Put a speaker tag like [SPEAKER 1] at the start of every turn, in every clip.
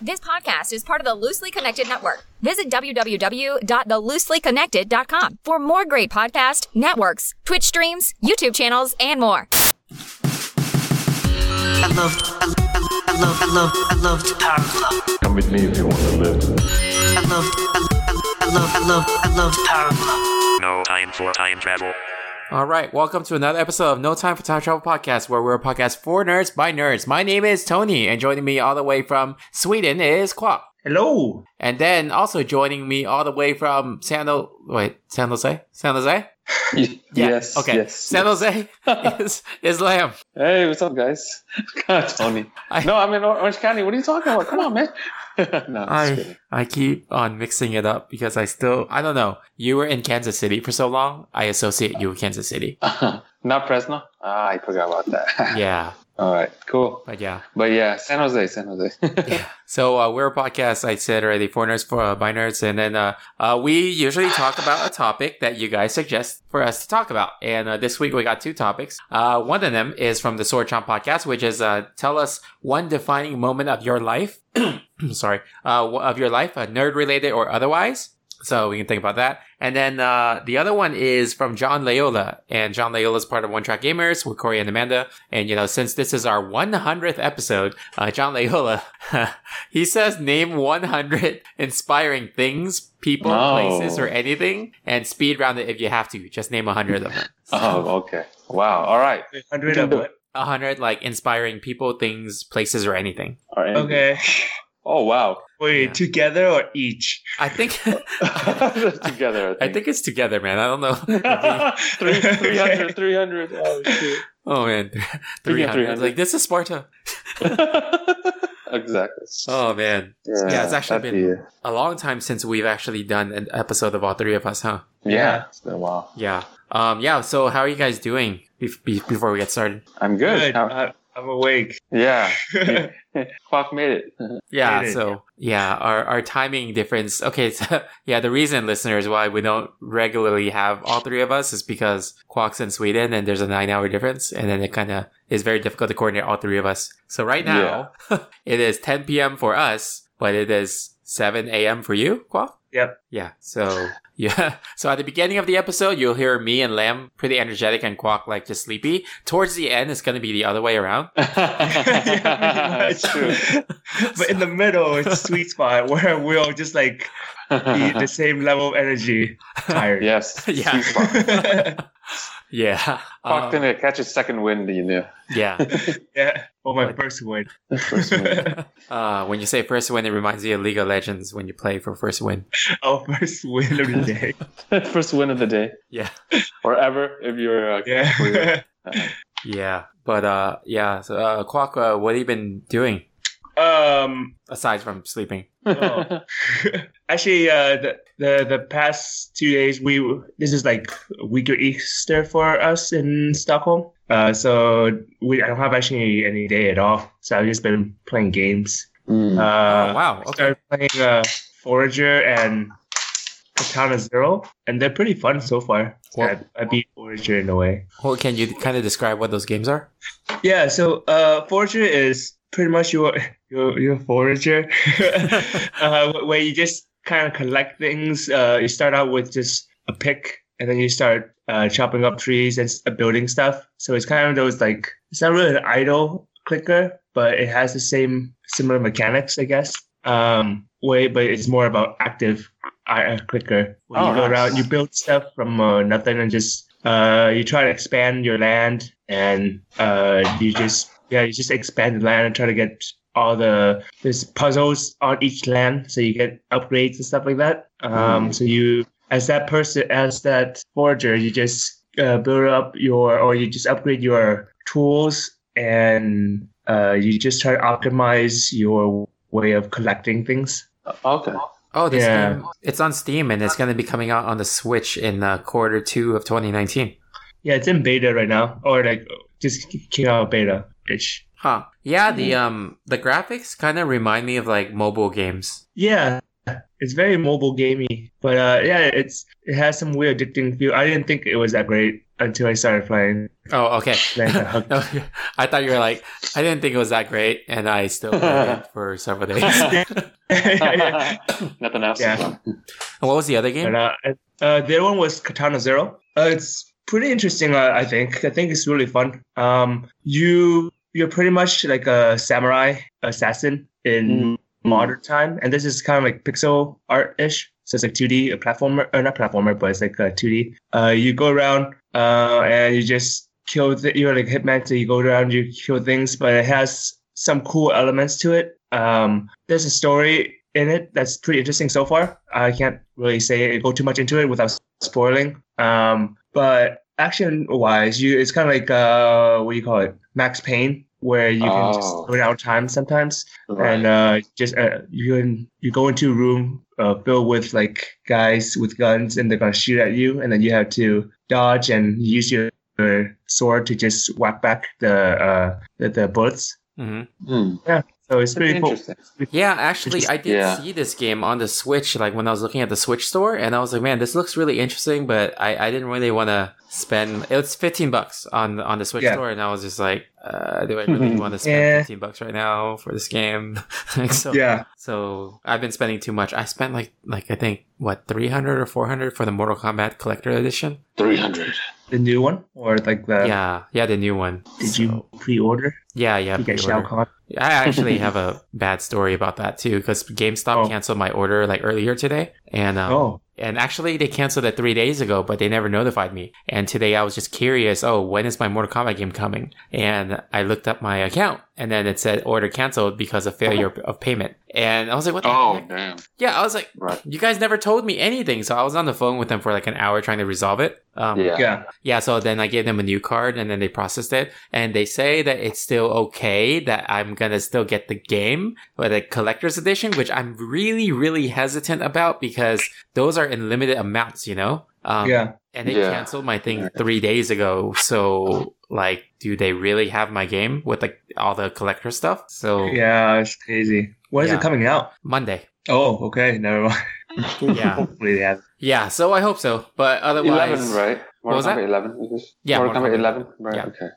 [SPEAKER 1] This podcast is part of the Loosely Connected Network. Visit www.thelooselyconnected.com for more great podcast networks, Twitch streams, YouTube channels, and more.
[SPEAKER 2] I love, I love, I love, I love, I love the power glove.
[SPEAKER 3] Come with me if you want to live.
[SPEAKER 2] I love, I love, I love, I love, I love the power glove.
[SPEAKER 4] No time for time travel.
[SPEAKER 5] All right, welcome to another episode of No Time for Time Travel podcast, where we're a podcast for nerds by nerds. My name is Tony, and joining me all the way from Sweden is Kwok.
[SPEAKER 6] Hello.
[SPEAKER 5] And then also joining me all the way from San Jose, wait, San Jose, San Jose,
[SPEAKER 7] Y-
[SPEAKER 5] Yeah,
[SPEAKER 7] Yes.
[SPEAKER 5] okay,
[SPEAKER 7] Yes.
[SPEAKER 5] San Jose is, is Lamb.
[SPEAKER 7] Hey, what's up, guys? God, Tony.
[SPEAKER 5] I-
[SPEAKER 7] no, I'm in Or- Orange County. What are you talking about? Come on, man. no, I'm just
[SPEAKER 5] I I
[SPEAKER 7] kidding.
[SPEAKER 5] keep on mixing it up because I still I don't know. You were in Kansas City for so long, I associate you with Kansas City.
[SPEAKER 7] not Fresno. Ah, I forgot about that.
[SPEAKER 5] Yeah,
[SPEAKER 7] All right. Cool.
[SPEAKER 5] but yeah.
[SPEAKER 7] But yeah, San Jose, San Jose.
[SPEAKER 5] So uh, we're a podcast. I said already for nerds, for uh, by nerds, and then uh, uh, we usually talk about a topic that you guys suggest for us to talk about. And uh, this week we got two topics. Uh, one of them is from the Sword Chomp podcast, which is uh, tell us one defining moment of your life. sorry, uh, w- of your life, uh, nerd related or otherwise. So we can think about that. And then uh, the other one is from John Leola. And John Leola is part of One Track Gamers with Corey and Amanda. And, you know, since this is our 100th episode, uh, John Leola, he says name 100 inspiring things, people,
[SPEAKER 7] Oh.
[SPEAKER 5] places, or anything. And speed round it if you have to. Just name 100 of them.
[SPEAKER 7] oh, okay. Wow. All right.
[SPEAKER 6] 100 of what?
[SPEAKER 5] 100, like, inspiring people, things, places, or anything.
[SPEAKER 7] All right.
[SPEAKER 6] Okay.
[SPEAKER 7] Oh, wow.
[SPEAKER 6] Wait,
[SPEAKER 5] Yeah.
[SPEAKER 6] together or each?
[SPEAKER 5] I think...
[SPEAKER 7] Together.
[SPEAKER 5] I think it's together, man. I don't know.
[SPEAKER 7] Three, 300, 300. Oh, shoot.
[SPEAKER 5] oh man, three
[SPEAKER 7] Speaking of
[SPEAKER 5] hundred.
[SPEAKER 7] 300.
[SPEAKER 5] Like this is Sparta.
[SPEAKER 7] exactly.
[SPEAKER 5] Oh man,
[SPEAKER 7] yeah,
[SPEAKER 5] it's actually
[SPEAKER 7] that'd
[SPEAKER 5] been- a long time since we've actually done an episode of all three of us, huh?
[SPEAKER 7] be- Yeah, it's been a while.
[SPEAKER 5] Yeah. Um. Yeah. So how are you guys doing bef- be- before we get started?
[SPEAKER 7] I'm good.
[SPEAKER 6] Good.
[SPEAKER 7] How-
[SPEAKER 6] I, I'm awake.
[SPEAKER 7] yeah. Clock made it.
[SPEAKER 5] Yeah.
[SPEAKER 6] It is,
[SPEAKER 5] so yeah, our our timing difference. Okay. So, yeah, the reason listeners why we don't regularly have all three of us is because Quark's in Sweden and there's a nine hour difference, and then it kind of is very difficult to coordinate all three of us. So right now, it is 10 p.m. for us, but it is 7 a.m. for you, Quark.
[SPEAKER 6] Yep.
[SPEAKER 5] Yeah. So yeah. So at the beginning of the episode, you'll hear me and Lamb pretty energetic and Quack like just sleepy. Towards the end, it's gonna be the other way around.
[SPEAKER 6] Yeah,
[SPEAKER 7] That's
[SPEAKER 6] pretty
[SPEAKER 7] true.
[SPEAKER 6] much. But in the middle, it's a sweet spot where we all just like be the same level of energy. Tired.
[SPEAKER 7] yes.
[SPEAKER 5] Yeah.
[SPEAKER 7] Sweet spot.
[SPEAKER 5] Yeah.
[SPEAKER 7] Clocked
[SPEAKER 5] Um,
[SPEAKER 7] in to catch his second wind, you knew.
[SPEAKER 5] yeah.
[SPEAKER 6] yeah. Well, my first one.
[SPEAKER 7] First wind.
[SPEAKER 5] Uh, when you say first win, it reminds me of League of Legends when you play for first win.
[SPEAKER 6] Our first win of the day.
[SPEAKER 7] First win of the day.
[SPEAKER 5] Yeah.
[SPEAKER 7] Or ever, if you're. Uh, career.
[SPEAKER 6] Yeah.
[SPEAKER 5] Yeah. But uh, yeah. So uh, Quack, uh, what have you been doing
[SPEAKER 6] um.
[SPEAKER 5] aside from sleeping?
[SPEAKER 6] Oh. Actually, uh, the, the the past two days we this is like a week of Easter for us in Stockholm. Uh, so we I don't have actually any day at all. So I've just been playing games.
[SPEAKER 7] Mm.
[SPEAKER 6] Uh,
[SPEAKER 5] oh wow.
[SPEAKER 6] I
[SPEAKER 5] Okay.
[SPEAKER 6] started playing uh, Forager and Katana Zero, and they're pretty fun so far. So I, I beat Forager in a way.
[SPEAKER 5] Well, can you kind of describe what those games are?
[SPEAKER 6] Yeah, so uh, forager is pretty much your your your forager, uh, where you just kind of collect things. Uh, you start out with just a pick, and then you start uh, chopping up trees and s- uh, building stuff. So it's kind of those like it's not really an idle clicker, but it has the same similar mechanics, I guess. Um, way, but it's more about active I- uh, clicker. Where you
[SPEAKER 7] Oh,
[SPEAKER 6] go
[SPEAKER 7] nice.
[SPEAKER 6] around, you build stuff from uh, nothing, and just uh, you try to expand your land, and uh, you just yeah, you just expand the land and try to get all the there's puzzles on each land, so you get upgrades and stuff like that. Um, So you as that person as that forger, you just uh, build up your or you just upgrade your tools and uh, you just try to optimize your way of collecting things.
[SPEAKER 7] Okay.
[SPEAKER 5] Oh, this
[SPEAKER 6] Yeah.
[SPEAKER 5] game, it's on Steam and it's going to be coming out on the Switch in uh, quarter two of 2019.
[SPEAKER 6] Yeah, it's in beta right now, or like just came out of beta ish. Hmm.
[SPEAKER 5] Huh. Yeah, the um the graphics kind of remind me of like mobile games.
[SPEAKER 6] Yeah, It's very mobile gamey, but uh, yeah, it's it has some weird addicting feel. I didn't think it was that great until I started playing.
[SPEAKER 5] Oh, okay.
[SPEAKER 6] Like uh, a hug.
[SPEAKER 5] No, I thought you were like, I didn't think it was that great, and I still played it for several days. and
[SPEAKER 6] yeah.
[SPEAKER 7] Nothing else.
[SPEAKER 6] Yeah.
[SPEAKER 5] what was the other game?
[SPEAKER 6] But, uh, uh, the other one was Katana Zero. Uh, it's pretty interesting, uh, I think. I think it's really fun. Um, you you're pretty much like a samurai assassin in modern time, and this is kind of like pixel art ish. So it's like 2D, a platformer, or not platformer, but it's like uh, 2D. Uh, you go around uh, and you just kill. Th- you're like hitman, so you go around, you kill things, but it has some cool elements to it. Um, there's a story in it that's pretty interesting so far. I can't really say go too much into it without spoiling. Um, but action wise, you it's kind of like uh, what do you call it, Max Payne, where you can just
[SPEAKER 7] Oh.
[SPEAKER 6] slow down time sometimes
[SPEAKER 7] Right.
[SPEAKER 6] and uh, just uh, you can, you go into a room uh, filled with like guys with guns, and they're gonna shoot at you, and then you have to dodge and use your, your sword to just whack back the uh, the, the bullets.
[SPEAKER 5] hmm
[SPEAKER 7] Hmm.
[SPEAKER 6] So it's
[SPEAKER 7] That's
[SPEAKER 6] pretty cool.
[SPEAKER 7] interesting.
[SPEAKER 5] Yeah, actually, I did
[SPEAKER 7] Yeah.
[SPEAKER 5] see this game on the Switch, like when I was looking at the Switch store, and I was like, man, this looks really interesting, but I, I didn't really want to spend. It was 15 bucks on on the Switch
[SPEAKER 6] Yeah.
[SPEAKER 5] store, and I was just like, uh, do I really want to spend
[SPEAKER 6] Yeah.
[SPEAKER 5] 15 bucks right now for this game? Like, so,
[SPEAKER 6] Yeah,
[SPEAKER 5] So I've been spending too much. I spent like like I think what 300 or 400 for the Mortal Kombat Collector Edition.
[SPEAKER 7] 300.
[SPEAKER 6] the new one or like the
[SPEAKER 5] yeah, yeah, the new one.
[SPEAKER 6] Uh, did you pre-order?
[SPEAKER 5] Yeah, yeah.
[SPEAKER 6] you get Shao
[SPEAKER 5] pre-order.
[SPEAKER 6] Kahn.
[SPEAKER 5] I actually have a bad story about that too because GameStop
[SPEAKER 6] Oh.
[SPEAKER 5] canceled my order like earlier today, and um,
[SPEAKER 6] Oh,
[SPEAKER 5] and actually they canceled it three days ago, but they never notified me. And today I was just curious. Oh, when is my Mortal Kombat game coming? And I looked up my account, and then it said order canceled because of failure
[SPEAKER 6] Oh.
[SPEAKER 5] of payment. And I was like, what? The
[SPEAKER 7] Oh,
[SPEAKER 5] heck?
[SPEAKER 7] damn.
[SPEAKER 5] yeah. I was like,
[SPEAKER 7] Right.
[SPEAKER 5] you guys never told me anything. So I was on the phone with them for like an hour trying to resolve it. Um,
[SPEAKER 7] Yeah.
[SPEAKER 6] yeah.
[SPEAKER 5] yeah, so then I gave them a new card and then they processed it. And they say that it's still okay that I'm gonna still get the game or the collector's edition, which I'm really, really hesitant about because those are in limited amounts, you know? Um,
[SPEAKER 6] yeah.
[SPEAKER 5] And they
[SPEAKER 7] Yeah.
[SPEAKER 5] canceled my thing three days ago. So, like, do they really have my game with like all the collector stuff? So,
[SPEAKER 6] Yeah, it's crazy. When is
[SPEAKER 5] Yeah.
[SPEAKER 6] it coming out?
[SPEAKER 5] Monday.
[SPEAKER 6] Oh, okay, never mind.
[SPEAKER 5] Yeah.
[SPEAKER 6] Hopefully they have.
[SPEAKER 5] yeah, so I hope so. But otherwise.
[SPEAKER 7] 11, right?
[SPEAKER 5] What was
[SPEAKER 7] Mortal
[SPEAKER 5] that?
[SPEAKER 7] Kombat 11. is it?
[SPEAKER 5] Yeah,
[SPEAKER 7] Mortal
[SPEAKER 5] Mortal
[SPEAKER 7] Kombat
[SPEAKER 5] Kombat.
[SPEAKER 7] 11. Right,
[SPEAKER 5] Yeah.
[SPEAKER 7] okay.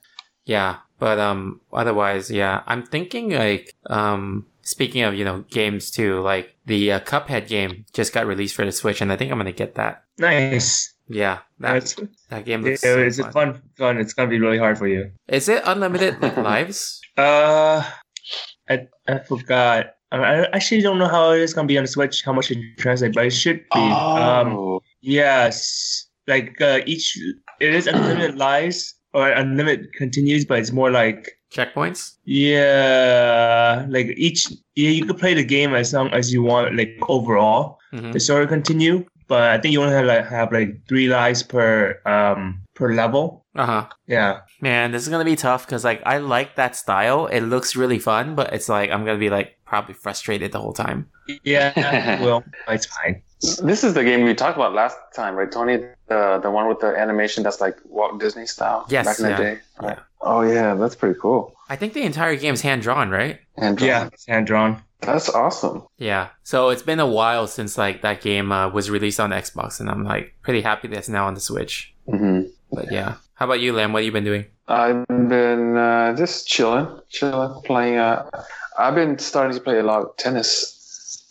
[SPEAKER 5] Yeah, but um, otherwise, yeah, I'm thinking like um, speaking of you know games too, like the uh, Cuphead game just got released for the Switch, and I think I'm gonna get that.
[SPEAKER 6] Nice.
[SPEAKER 5] Yeah, that
[SPEAKER 6] That's
[SPEAKER 5] that game
[SPEAKER 6] yeah,
[SPEAKER 5] looks. so
[SPEAKER 6] it's
[SPEAKER 5] fun.
[SPEAKER 6] fun. Fun. It's gonna be really hard for you.
[SPEAKER 5] Is it unlimited like, lives?
[SPEAKER 6] Uh, I I forgot. I- I actually don't know how it's gonna be on the Switch. How much it translates, but it should be. Um,
[SPEAKER 7] Oh.
[SPEAKER 6] yes, like uh, each it is unlimited lives or unlimited continues, but it's more like
[SPEAKER 5] Checkpoints?
[SPEAKER 6] yeah, like each yeah, you could play the game as long as you want, like overall.
[SPEAKER 5] hmm
[SPEAKER 6] the story continue, but I think you only have like have like three lives per um per level.
[SPEAKER 5] Uh huh.
[SPEAKER 6] Yeah.
[SPEAKER 5] Man, this is gonna be tough because like I like that style. It looks really fun, but it's like I'm gonna be like probably frustrated the whole time.
[SPEAKER 6] Yeah. well, it's fine.
[SPEAKER 7] This is the game we talked about last time, right, Tony? The the one with the animation that's like Walt Disney style.
[SPEAKER 5] Yes,
[SPEAKER 7] Back in
[SPEAKER 5] yeah.
[SPEAKER 7] the day. Right. Oh yeah, that's pretty cool.
[SPEAKER 5] I think the entire game's hand drawn, right?
[SPEAKER 7] And uh,
[SPEAKER 6] Yeah, it's hand drawn.
[SPEAKER 7] that's awesome.
[SPEAKER 5] Yeah. So it's been a while since like that game uh, was released on Xbox, and I'm like pretty happy that it's now on the Switch.
[SPEAKER 7] hmm
[SPEAKER 5] But yeah. How about you, Lam? What have you been doing?
[SPEAKER 7] I've been uh, just chilling, chilling, playing. Uh, I've been starting to play a lot of tennis,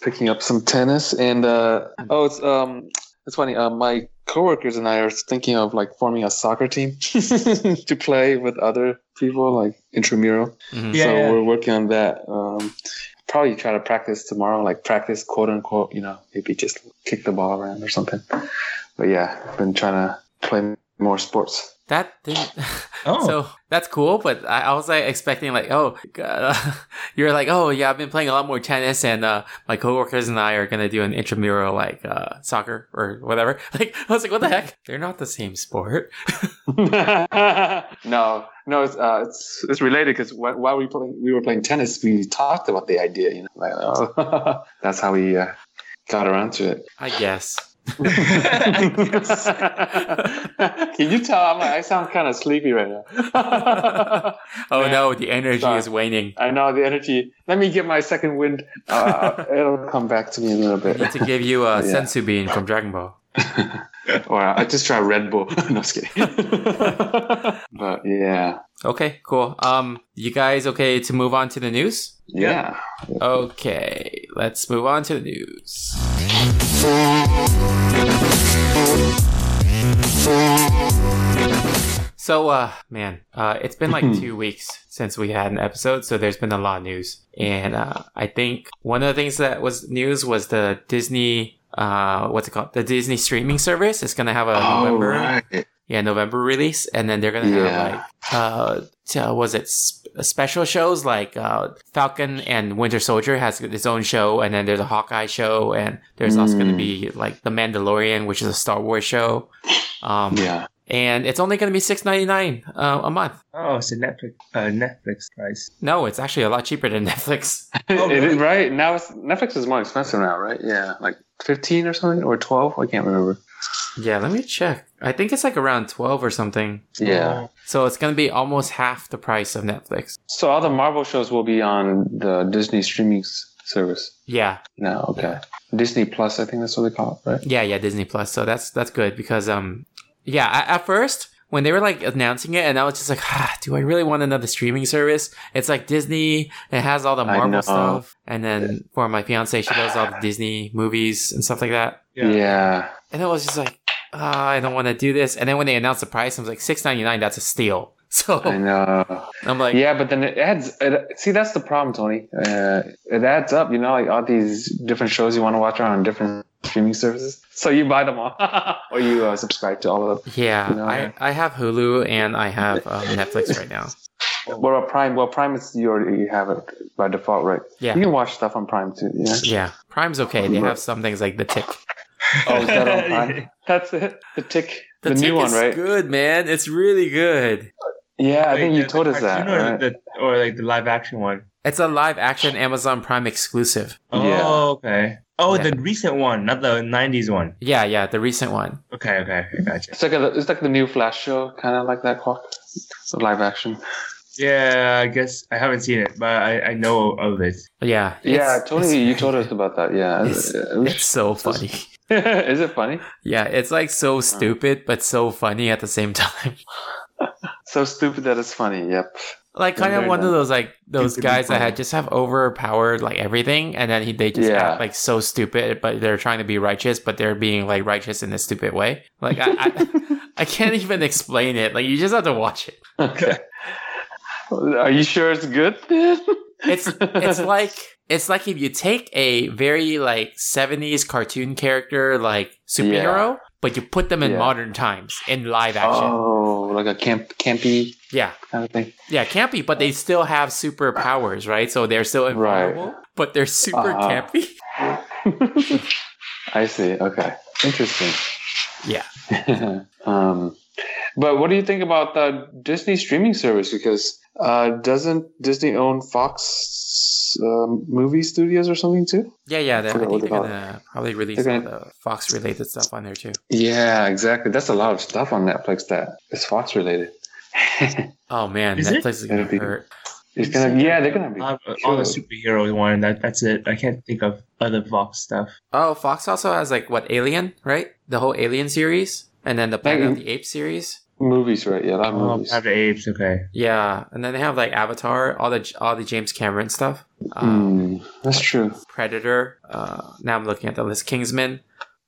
[SPEAKER 7] picking up some tennis, and uh, oh, it's um, it's funny. Uh, my coworkers and I are thinking of like forming a soccer team to play with other people, like intramural.
[SPEAKER 5] Mhm.
[SPEAKER 6] Yeah,
[SPEAKER 7] so
[SPEAKER 6] yeah.
[SPEAKER 7] we're working on that. Um, probably try to practice tomorrow, like practice quote unquote, you know, maybe just kick the ball around or something. But yeah, I've been trying to play more sports.
[SPEAKER 5] That thing.
[SPEAKER 6] Oh,
[SPEAKER 5] so that's cool, but I, I was like expecting like, oh, God. you're like, oh yeah, I've been playing a lot more tennis, and uh, my coworkers and I are gonna do an intramural like uh, soccer or whatever. Like I was like, what the heck? They're not the same sport.
[SPEAKER 7] no, no, it's uh, it's it's related because while we playing, we were playing tennis, we talked about the idea. You know, like, oh, that's how we uh, got around to it.
[SPEAKER 5] I guess.
[SPEAKER 7] Can you tell? I'm like, I sound kind of sleepy right now.
[SPEAKER 5] oh no, the energy
[SPEAKER 7] Sorry.
[SPEAKER 5] is waning.
[SPEAKER 7] I know the energy. Let me get my second wind. Uh, it'll come back to me in a little
[SPEAKER 5] Need
[SPEAKER 7] bit.
[SPEAKER 5] to give you a
[SPEAKER 7] Yeah.
[SPEAKER 5] sensu bean from Dragon Ball.
[SPEAKER 7] or uh, I just try Red Bull. no, just kidding. but yeah,
[SPEAKER 5] Okay, cool. Um, you guys okay to move on to the news?
[SPEAKER 7] yeah.
[SPEAKER 5] Okay, let's move on to the news. So, uh, man, uh, it's been like
[SPEAKER 7] Hmm.
[SPEAKER 5] two weeks since we had an episode, so there's been a lot of news. And, uh, I think one of the things that was news was the Disney, uh, what's it called? The Disney streaming service is gonna have a
[SPEAKER 7] All
[SPEAKER 5] November
[SPEAKER 7] Oh, right.
[SPEAKER 5] yeah, November release, and then they're gonna
[SPEAKER 7] Yeah.
[SPEAKER 5] have like uh, t- uh, was it sp- special shows like uh, Falcon and Winter Soldier has its own show, and then there's a Hawkeye show, and there's also gonna
[SPEAKER 7] Mm.
[SPEAKER 5] be like The Mandalorian, which is a Star Wars show. Um,
[SPEAKER 7] Yeah.
[SPEAKER 5] and it's only gonna be six ninety nine uh, a month.
[SPEAKER 6] Oh, it's a Netflix uh, Netflix price.
[SPEAKER 5] No, it's actually a lot cheaper than Netflix.
[SPEAKER 6] Oh,
[SPEAKER 7] It is-
[SPEAKER 6] really?
[SPEAKER 7] right now, it's, Netflix is more expensive now, right? Yeah, like fifteen or something, or twelve. I can't remember.
[SPEAKER 5] yeah, let me check. I think it's like around twelve or something.
[SPEAKER 7] Yeah.
[SPEAKER 6] Oh,
[SPEAKER 5] So it's gonna be almost half the price of Netflix.
[SPEAKER 7] So all the Marvel shows will be on the Disney streaming s- service.
[SPEAKER 5] Yeah,
[SPEAKER 7] No, okay. Disney Plus, I think that's what they call it, right?
[SPEAKER 5] Yeah, yeah, Disney Plus. So that's that's good because um, yeah. At, at first, when they were like announcing it, and I was just like, ah, do I really want another streaming service? It's like Disney. It has all the
[SPEAKER 7] I know.
[SPEAKER 5] Marvel stuff, and then for my fiance, she does all the Disney movies and stuff like that.
[SPEAKER 7] Yeah.
[SPEAKER 5] And I was just like, ah, I don't want to do this. And then when they announced the price, I was like, six ninety nine. That's a steal.
[SPEAKER 7] I
[SPEAKER 5] So
[SPEAKER 7] know.
[SPEAKER 5] I'm like,
[SPEAKER 7] yeah, but then it adds. It, see, that's the problem, Tony. Uh, it adds up, you know, like all these different shows you want to watch are on different streaming services. So you buy them all, or you uh, subscribe to all of them.
[SPEAKER 5] yeah.
[SPEAKER 7] No.
[SPEAKER 5] I I have Hulu and I have um, Netflix right now.
[SPEAKER 7] What about Prime? Well, Prime is you already have it by default, right?
[SPEAKER 5] Yeah.
[SPEAKER 7] You can watch stuff on Prime too. Yeah.
[SPEAKER 5] Yeah, Prime's okay. They have some things like The Tick.
[SPEAKER 7] Oh, is that on Prime? that's it. The tick. The,
[SPEAKER 5] Tick
[SPEAKER 7] new one,
[SPEAKER 5] is
[SPEAKER 7] right?
[SPEAKER 5] Good man, it's really good.
[SPEAKER 7] Yeah, I think you told us that.
[SPEAKER 6] You know,
[SPEAKER 7] right?
[SPEAKER 6] the, or like the live action one.
[SPEAKER 5] It's a live action Amazon Prime exclusive.
[SPEAKER 6] Oh,
[SPEAKER 7] Yeah.
[SPEAKER 6] okay. Oh,
[SPEAKER 5] Yeah.
[SPEAKER 6] the recent one, not the '90s one.
[SPEAKER 5] Yeah, yeah, the recent one.
[SPEAKER 6] Okay, okay, I gotcha.
[SPEAKER 7] It's like a, it's like the new Flash show, kind of like that clock, so live action.
[SPEAKER 6] Yeah, I guess I haven't seen it, but I, I know of it.
[SPEAKER 5] Yeah.
[SPEAKER 7] yeah,
[SPEAKER 5] it's-
[SPEAKER 7] Tony,
[SPEAKER 5] it's-
[SPEAKER 7] you told us about that. Yeah,
[SPEAKER 5] It's, it's so funny.
[SPEAKER 7] is it funny?
[SPEAKER 5] Yeah, it's like so stupid but so funny at the same time.
[SPEAKER 7] So stupid that it's funny. Yep.
[SPEAKER 5] Like kind of
[SPEAKER 7] Very
[SPEAKER 5] one of
[SPEAKER 7] nice.
[SPEAKER 5] those like those
[SPEAKER 6] Stupid
[SPEAKER 5] guys that
[SPEAKER 6] funny.
[SPEAKER 5] had just have overpowered like everything, and then he, they just
[SPEAKER 7] Yeah.
[SPEAKER 5] act like so stupid, but they're trying to be righteous, but they're being like righteous in a stupid way. Like I, I, I can't even explain it. Like you just have to watch it.
[SPEAKER 7] Okay. Are you sure it's good?
[SPEAKER 5] it's it's like it's like if you take a very like 70s cartoon character like superhero but you put them in
[SPEAKER 7] Yeah.
[SPEAKER 5] modern times in live action
[SPEAKER 7] oh, like a camp campy
[SPEAKER 5] yeah
[SPEAKER 7] kind of thing.
[SPEAKER 5] yeah campy but they still have superpowers right so they're still
[SPEAKER 7] Right.
[SPEAKER 5] invulnerable but they're super
[SPEAKER 7] Uh-huh.
[SPEAKER 5] campy
[SPEAKER 7] I see. Okay, interesting.
[SPEAKER 5] yeah
[SPEAKER 7] um, but what do you think about the Disney streaming service? Because uh, doesn't Disney own Fox um, movie studios or something too?
[SPEAKER 5] yeah yeah they're, I
[SPEAKER 7] Forgot
[SPEAKER 5] think
[SPEAKER 7] what
[SPEAKER 5] they're
[SPEAKER 7] they call
[SPEAKER 5] gonna probably release
[SPEAKER 7] They're
[SPEAKER 5] all
[SPEAKER 7] gonna-
[SPEAKER 5] the fox related stuff on there too
[SPEAKER 7] Yeah, exactly. That's a lot of stuff on Netflix that is Fox related.
[SPEAKER 5] oh man
[SPEAKER 6] Is it?
[SPEAKER 5] netflix is gonna
[SPEAKER 7] It'll be-
[SPEAKER 5] hurt
[SPEAKER 7] It's gonna, yeah, they're gonna be
[SPEAKER 6] I have, uh, all the superhero one. That that's it. I can't think of other Vox stuff.
[SPEAKER 5] oh fox also has like what alien right the whole alien series and then the planet of
[SPEAKER 7] Like-
[SPEAKER 5] the apes series
[SPEAKER 7] movies, right? Yeah, a lot of
[SPEAKER 6] Oh,
[SPEAKER 7] movies.
[SPEAKER 6] Planet of the Apes. Okay.
[SPEAKER 5] Yeah, and then they have like Avatar, all the all the James Cameron stuff, um,
[SPEAKER 7] Mm, that's true.
[SPEAKER 5] Predator. Uh, now I'm looking at the list. Kingsman.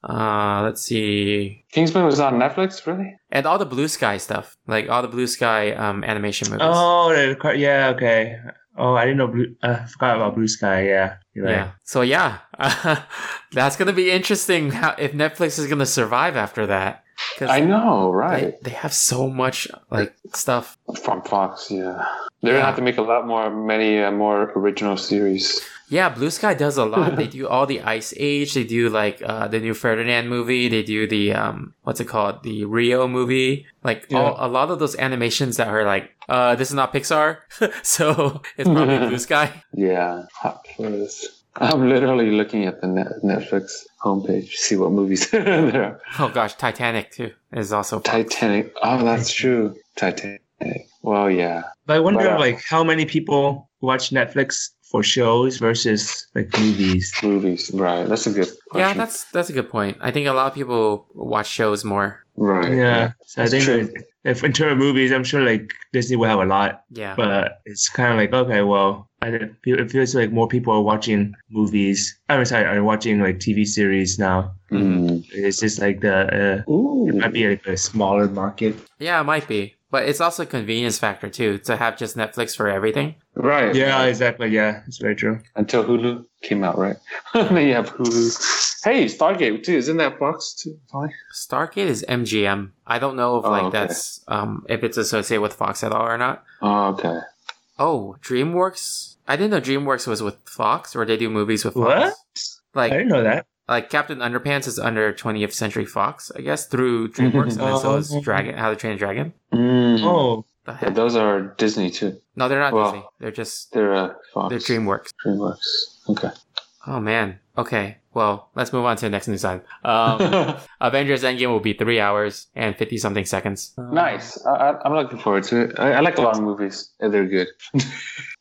[SPEAKER 5] Uh, let's see,
[SPEAKER 7] Kingsman was on Netflix, really?
[SPEAKER 5] and all the Blue Sky stuff, like all the Blue Sky um, animation movies.
[SPEAKER 6] Oh, the car- yeah. Okay. Oh, I didn't know. Blue, uh, I forgot about Blue Sky. Yeah. You're right.
[SPEAKER 5] yeah. So yeah, that's gonna be interesting. How if Netflix is gonna survive after that?
[SPEAKER 7] I know, right?
[SPEAKER 5] They, they have so much like stuff.
[SPEAKER 7] From Fox, yeah. They're
[SPEAKER 5] Yeah.
[SPEAKER 7] gonna have to make a lot more, many uh, more original series.
[SPEAKER 5] Yeah, Blue Sky does a lot. they do all the Ice Age. They do like uh, the new Ferdinand movie. They do the um, what's it called? The Rio movie. Like all, a lot of those animations that are like, uh, this is not Pixar, so it's probably Blue Sky.
[SPEAKER 7] Yeah, hot for this. I'm literally looking at the Net- Netflix homepage to see what movies there are.
[SPEAKER 5] Oh gosh, Titanic too is also.
[SPEAKER 7] Titanic. Oh, that's true. Titanic. Well, yeah.
[SPEAKER 6] But I wonder,
[SPEAKER 7] Wow.
[SPEAKER 6] like, how many people watch Netflix for shows versus like movies?
[SPEAKER 7] Movies. Right. That's a good question.
[SPEAKER 5] Yeah, that's that's a good point. I think a lot of people watch shows more.
[SPEAKER 7] right.
[SPEAKER 6] Yeah. So I
[SPEAKER 7] That's
[SPEAKER 6] think
[SPEAKER 7] true.
[SPEAKER 6] like, if in terms of movies, I'm sure like Disney will have a lot,
[SPEAKER 5] Yeah.
[SPEAKER 6] but it's kind of like okay, well, I, it feel- it feels like more people are watching movies. I'm sorry, are watching like TV series now.
[SPEAKER 7] Mm.
[SPEAKER 6] It's just like the uh,
[SPEAKER 7] Ooh.
[SPEAKER 6] might be like a smaller market.
[SPEAKER 5] yeah, it might be. But it's also a convenience factor too to have just Netflix for everything.
[SPEAKER 7] Right.
[SPEAKER 6] Yeah, exactly. Yeah, it's very true.
[SPEAKER 7] Until Hulu came out, right? now you have Hulu. Hey, Stargate too. Isn't that Fox too?
[SPEAKER 5] Stargate is MGM. I don't know if
[SPEAKER 7] Oh,
[SPEAKER 5] like
[SPEAKER 7] okay.
[SPEAKER 5] that's um if it's associated with Fox at all or not.
[SPEAKER 7] Oh, okay.
[SPEAKER 5] Oh, DreamWorks. I didn't know DreamWorks was with Fox, or they do movies with Fox.
[SPEAKER 6] What? I
[SPEAKER 5] Like
[SPEAKER 6] didn't know that.
[SPEAKER 5] like Captain Underpants is under 20th Century Fox, I guess, through DreamWorks, and then so is
[SPEAKER 6] Oh.
[SPEAKER 5] Dragon, How to Train Your Dragon.
[SPEAKER 7] Mm.
[SPEAKER 6] Oh,
[SPEAKER 5] The heck?
[SPEAKER 7] But those are Disney too.
[SPEAKER 5] No, they're not
[SPEAKER 7] Well,
[SPEAKER 5] Disney. They're just
[SPEAKER 7] They're uh, Fox.
[SPEAKER 5] they're DreamWorks.
[SPEAKER 7] DreamWorks. Okay.
[SPEAKER 5] Oh man. Okay. Well, let's move on to the next news item. Um, Avengers Endgame will be three hours and fifty something seconds.
[SPEAKER 7] Uh, nice. I, I, I'm looking forward to it. I, I like long movies. and They're good.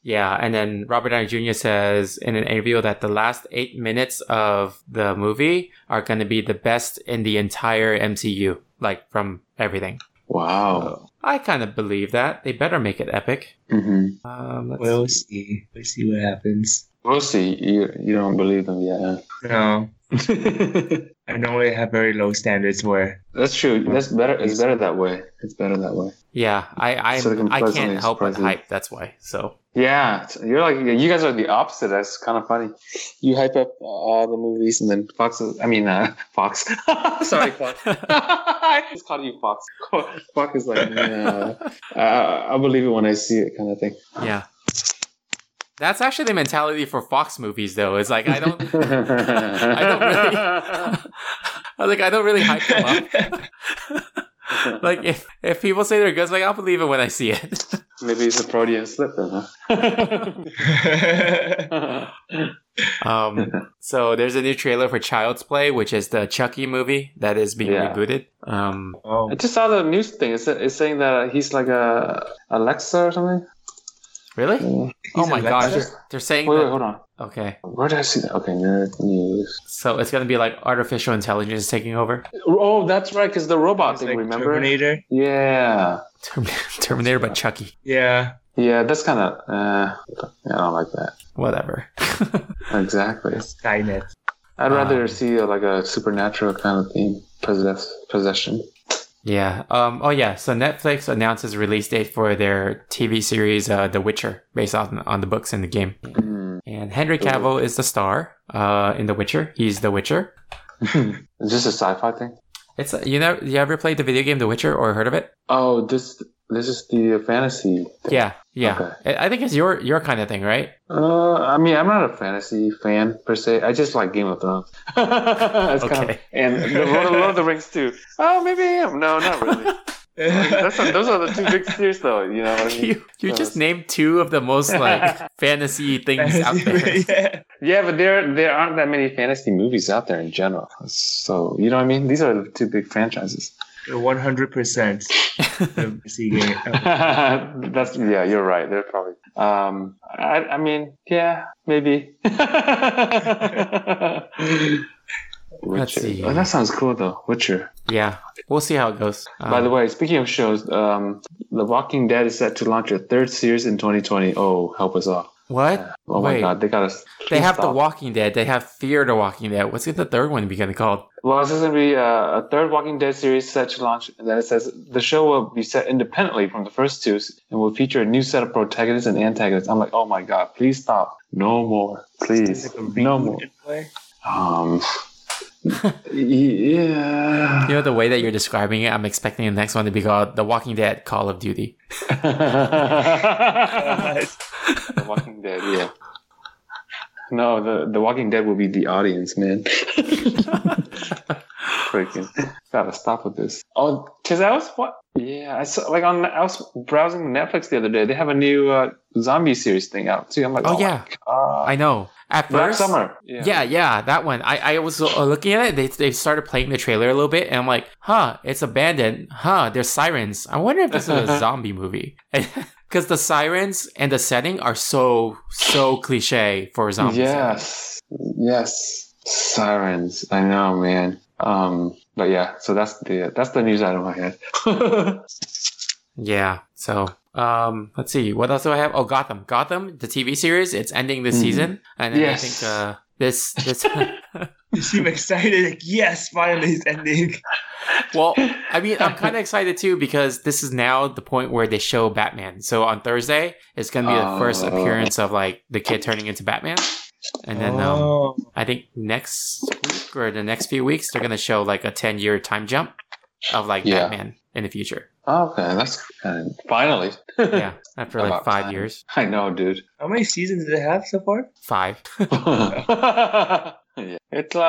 [SPEAKER 5] Yeah, and then Robert Downey Jr. says in an interview that the last eight minutes of the movie are going to be the best in the entire MCU, like from everything.
[SPEAKER 7] Wow.
[SPEAKER 5] I kind of believe that. They better make it epic.
[SPEAKER 7] hmm
[SPEAKER 5] Um, let's
[SPEAKER 6] we'll see. We'll see what happens.
[SPEAKER 7] We'll see. You you don't believe them yet. huh?
[SPEAKER 6] No, I normally have very low standards where
[SPEAKER 7] That's true. That's better. It's better that way. It's better that way.
[SPEAKER 5] Yeah, I I,
[SPEAKER 7] So they can
[SPEAKER 5] I
[SPEAKER 7] pleasantly
[SPEAKER 5] can't help but
[SPEAKER 7] surprise you.
[SPEAKER 5] hype. That's why. So
[SPEAKER 7] Yeah, it's- you're like you guys are the opposite. That's kind of funny. You hype up uh, all the movies, and then Fox. Is, I mean, uh, Fox. Sorry, Fox. I just called you Fox. Fox is like, yeah, I, I believe it when I see it, kind of thing.
[SPEAKER 5] yeah, that's actually the mentality for Fox movies, though. It's like I don't I don't really I like I don't really hype them up. like if if people say they're good, it's like I'll believe it when I see it.
[SPEAKER 7] Maybe it's a Freudian slip, then, huh?
[SPEAKER 5] Um, so there's a new trailer for Child's Play, which is the Chucky movie that is being
[SPEAKER 7] Yeah.
[SPEAKER 5] rebooted. Um,
[SPEAKER 6] oh
[SPEAKER 7] I just saw the news thing. It's, it's saying that he's like a Alexa or something.
[SPEAKER 5] really?
[SPEAKER 7] Wait,
[SPEAKER 5] oh my
[SPEAKER 6] Alexa?
[SPEAKER 5] gosh, they're, they're saying
[SPEAKER 7] wait,
[SPEAKER 5] that-
[SPEAKER 7] hold on.
[SPEAKER 5] Okay,
[SPEAKER 7] Where did I see that? Okay, nerd news.
[SPEAKER 5] so it's gonna be like artificial intelligence taking over.
[SPEAKER 7] Oh, that's right, because the robot
[SPEAKER 6] It's
[SPEAKER 7] thing.
[SPEAKER 6] like
[SPEAKER 7] remember?
[SPEAKER 6] Terminator.
[SPEAKER 7] Yeah.
[SPEAKER 5] Term- Terminator, but Chucky.
[SPEAKER 6] Yeah,
[SPEAKER 7] Yeah, that's kind of. Uh, yeah, I don't like that.
[SPEAKER 5] Whatever.
[SPEAKER 7] Exactly.
[SPEAKER 6] Skynet.
[SPEAKER 7] I'd rather
[SPEAKER 5] Um,
[SPEAKER 7] see uh, like a supernatural kind of theme, possess possession.
[SPEAKER 5] Yeah. Um, oh, yeah. So Netflix announces release date for their TV series, uh, The Witcher, based on on the books and the game.
[SPEAKER 7] Mm.
[SPEAKER 5] And Henry Cavill is the star uh, in The Witcher. He's The Witcher.
[SPEAKER 7] Is this a sci-fi thing?
[SPEAKER 5] It's you know you ever played the video game The Witcher or heard of it?
[SPEAKER 7] Oh, this this is the uh, fantasy. Thing.
[SPEAKER 5] Yeah, yeah. I I think it's your your kind of thing, right?
[SPEAKER 7] Uh, I mean, I'm not a fantasy fan per se. I just like Game of Thrones. It's kind of-
[SPEAKER 5] Okay.
[SPEAKER 7] and the Lord, of, Lord of the Rings too. Oh, maybe I am. No, not really. That's those are the two big series, though. You know what I mean?
[SPEAKER 5] You you just named two of the most like fantasy things out there.
[SPEAKER 6] yeah.
[SPEAKER 7] Yeah, but there there aren't that many fantasy movies out there in general. So you know what I mean? These are the two big franchises.
[SPEAKER 6] One hundred percent. Seagate.
[SPEAKER 7] That's yeah, you're right. They're probably. Um, I, I mean, yeah, maybe. Witcher.
[SPEAKER 5] see.
[SPEAKER 7] Oh, that sounds cool though. Witcher.
[SPEAKER 5] Yeah, we'll see how it goes.
[SPEAKER 7] By
[SPEAKER 5] Um,
[SPEAKER 7] the way, speaking of shows, um, The Walking Dead is set to launch their third series in 2020. Oh, help us all!
[SPEAKER 5] what?
[SPEAKER 7] Oh my
[SPEAKER 5] Wait.
[SPEAKER 7] God, they got us.
[SPEAKER 5] They have The
[SPEAKER 7] stop.
[SPEAKER 5] Walking Dead. They have Fear the Walking Dead. What's the third one be gonna called?
[SPEAKER 7] Well, this is going to be uh, a third Walking Dead series set to launch, and then it says the show will be set independently from the first two and will feature a new set of protagonists and antagonists. I'm like, oh my god, please stop. No more. Please. No more. Um, yeah.
[SPEAKER 5] You know the way that you're describing it, I'm expecting the next one to be called The Walking Dead Call of Duty.
[SPEAKER 7] the Walking Dead, yeah. No, the, the Walking Dead will be the audience, man. Freaking gotta stop with this. Oh, cause I was what? Yeah, I saw like on I was browsing Netflix the other day. They have a new uh, zombie series thing out too. I'm like,
[SPEAKER 5] Oh,
[SPEAKER 7] my
[SPEAKER 5] yeah.
[SPEAKER 7] God.
[SPEAKER 5] I know. At
[SPEAKER 7] Black
[SPEAKER 5] first,
[SPEAKER 7] Summer.
[SPEAKER 5] Yeah. yeah, that one. I, I was uh, looking at it. They, they started playing the trailer a little bit, and I'm like, huh, it's abandoned. Huh, there's sirens. I wonder if this is a zombie movie. Because the sirens and the setting are so, so cliche for a zombie.
[SPEAKER 7] Yes. Yes. Sirens. I know, man. Um, but yeah, so that's the that's the news out of my head.
[SPEAKER 5] Yeah. So, um, let's see. What else do I have? Oh, Gotham. Gotham, the TV series. It's ending this
[SPEAKER 7] Mhm.
[SPEAKER 5] season, and then
[SPEAKER 7] Yes.
[SPEAKER 5] I think uh, this this.
[SPEAKER 6] You seem excited. Like, yes, finally it's ending.
[SPEAKER 5] well, I mean, I'm kind of excited too because this is now the point where they show Batman. So on Thursday, it's gonna be the first
[SPEAKER 7] Oh.
[SPEAKER 5] appearance of like the kid turning into Batman, and then um,
[SPEAKER 6] oh,
[SPEAKER 5] I think next week or the next few weeks they're gonna show like a 10 year time jump of like
[SPEAKER 7] Yeah.
[SPEAKER 5] Batman in the future.
[SPEAKER 7] Oh, okay, that's kind of, finally.
[SPEAKER 5] Yeah, after like
[SPEAKER 7] About
[SPEAKER 5] five
[SPEAKER 7] time.
[SPEAKER 5] years,
[SPEAKER 7] I know, dude.
[SPEAKER 6] how many seasons did it have so far?
[SPEAKER 5] five.
[SPEAKER 7] yeah. It's uh,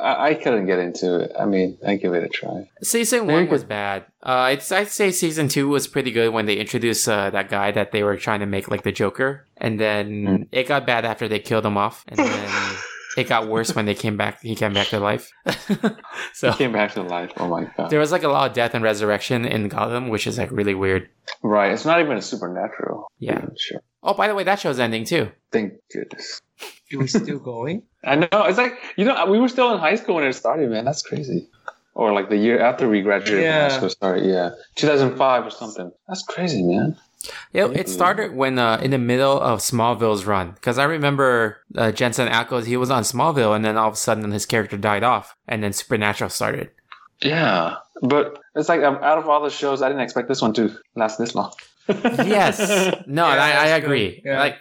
[SPEAKER 7] I, I couldn't get into it. I mean, I give it a try.
[SPEAKER 5] Season
[SPEAKER 7] Very
[SPEAKER 5] one was
[SPEAKER 7] good.
[SPEAKER 5] bad. Uh, I'd, I'd say season two was pretty good when they introduced uh, that guy that they were trying to make like the Joker, and then it got bad after they killed him off, and then it got worse when they came back. He came back to life. so
[SPEAKER 7] Came back to life. Oh my god!
[SPEAKER 5] there was like a lot of death and resurrection in Gotham, which is like really weird.
[SPEAKER 7] Right? It's not even a supernatural.
[SPEAKER 5] Yeah.
[SPEAKER 7] I'm sure.
[SPEAKER 5] Oh, by the way, that show's ending too.
[SPEAKER 7] Thank goodness.
[SPEAKER 6] It was still going.
[SPEAKER 7] I know. It's like you know, we were still in high school when it started, man. That's crazy. Or like the year after we graduated
[SPEAKER 6] Yeah.
[SPEAKER 7] from high school started. Yeah, 2005 or something. That's crazy, man.
[SPEAKER 5] It, it started when uh, in the middle of Smallville's run because I remember uh, Jensen Ackles he was on Smallville, and then all of a sudden his character died off, and then Supernatural started.
[SPEAKER 7] Yeah, but it's like um, out of all the shows, I didn't expect this one to last this long.
[SPEAKER 5] yes no
[SPEAKER 6] Yeah,
[SPEAKER 5] and I, I
[SPEAKER 6] that's
[SPEAKER 5] agree
[SPEAKER 6] good. Yeah.
[SPEAKER 5] like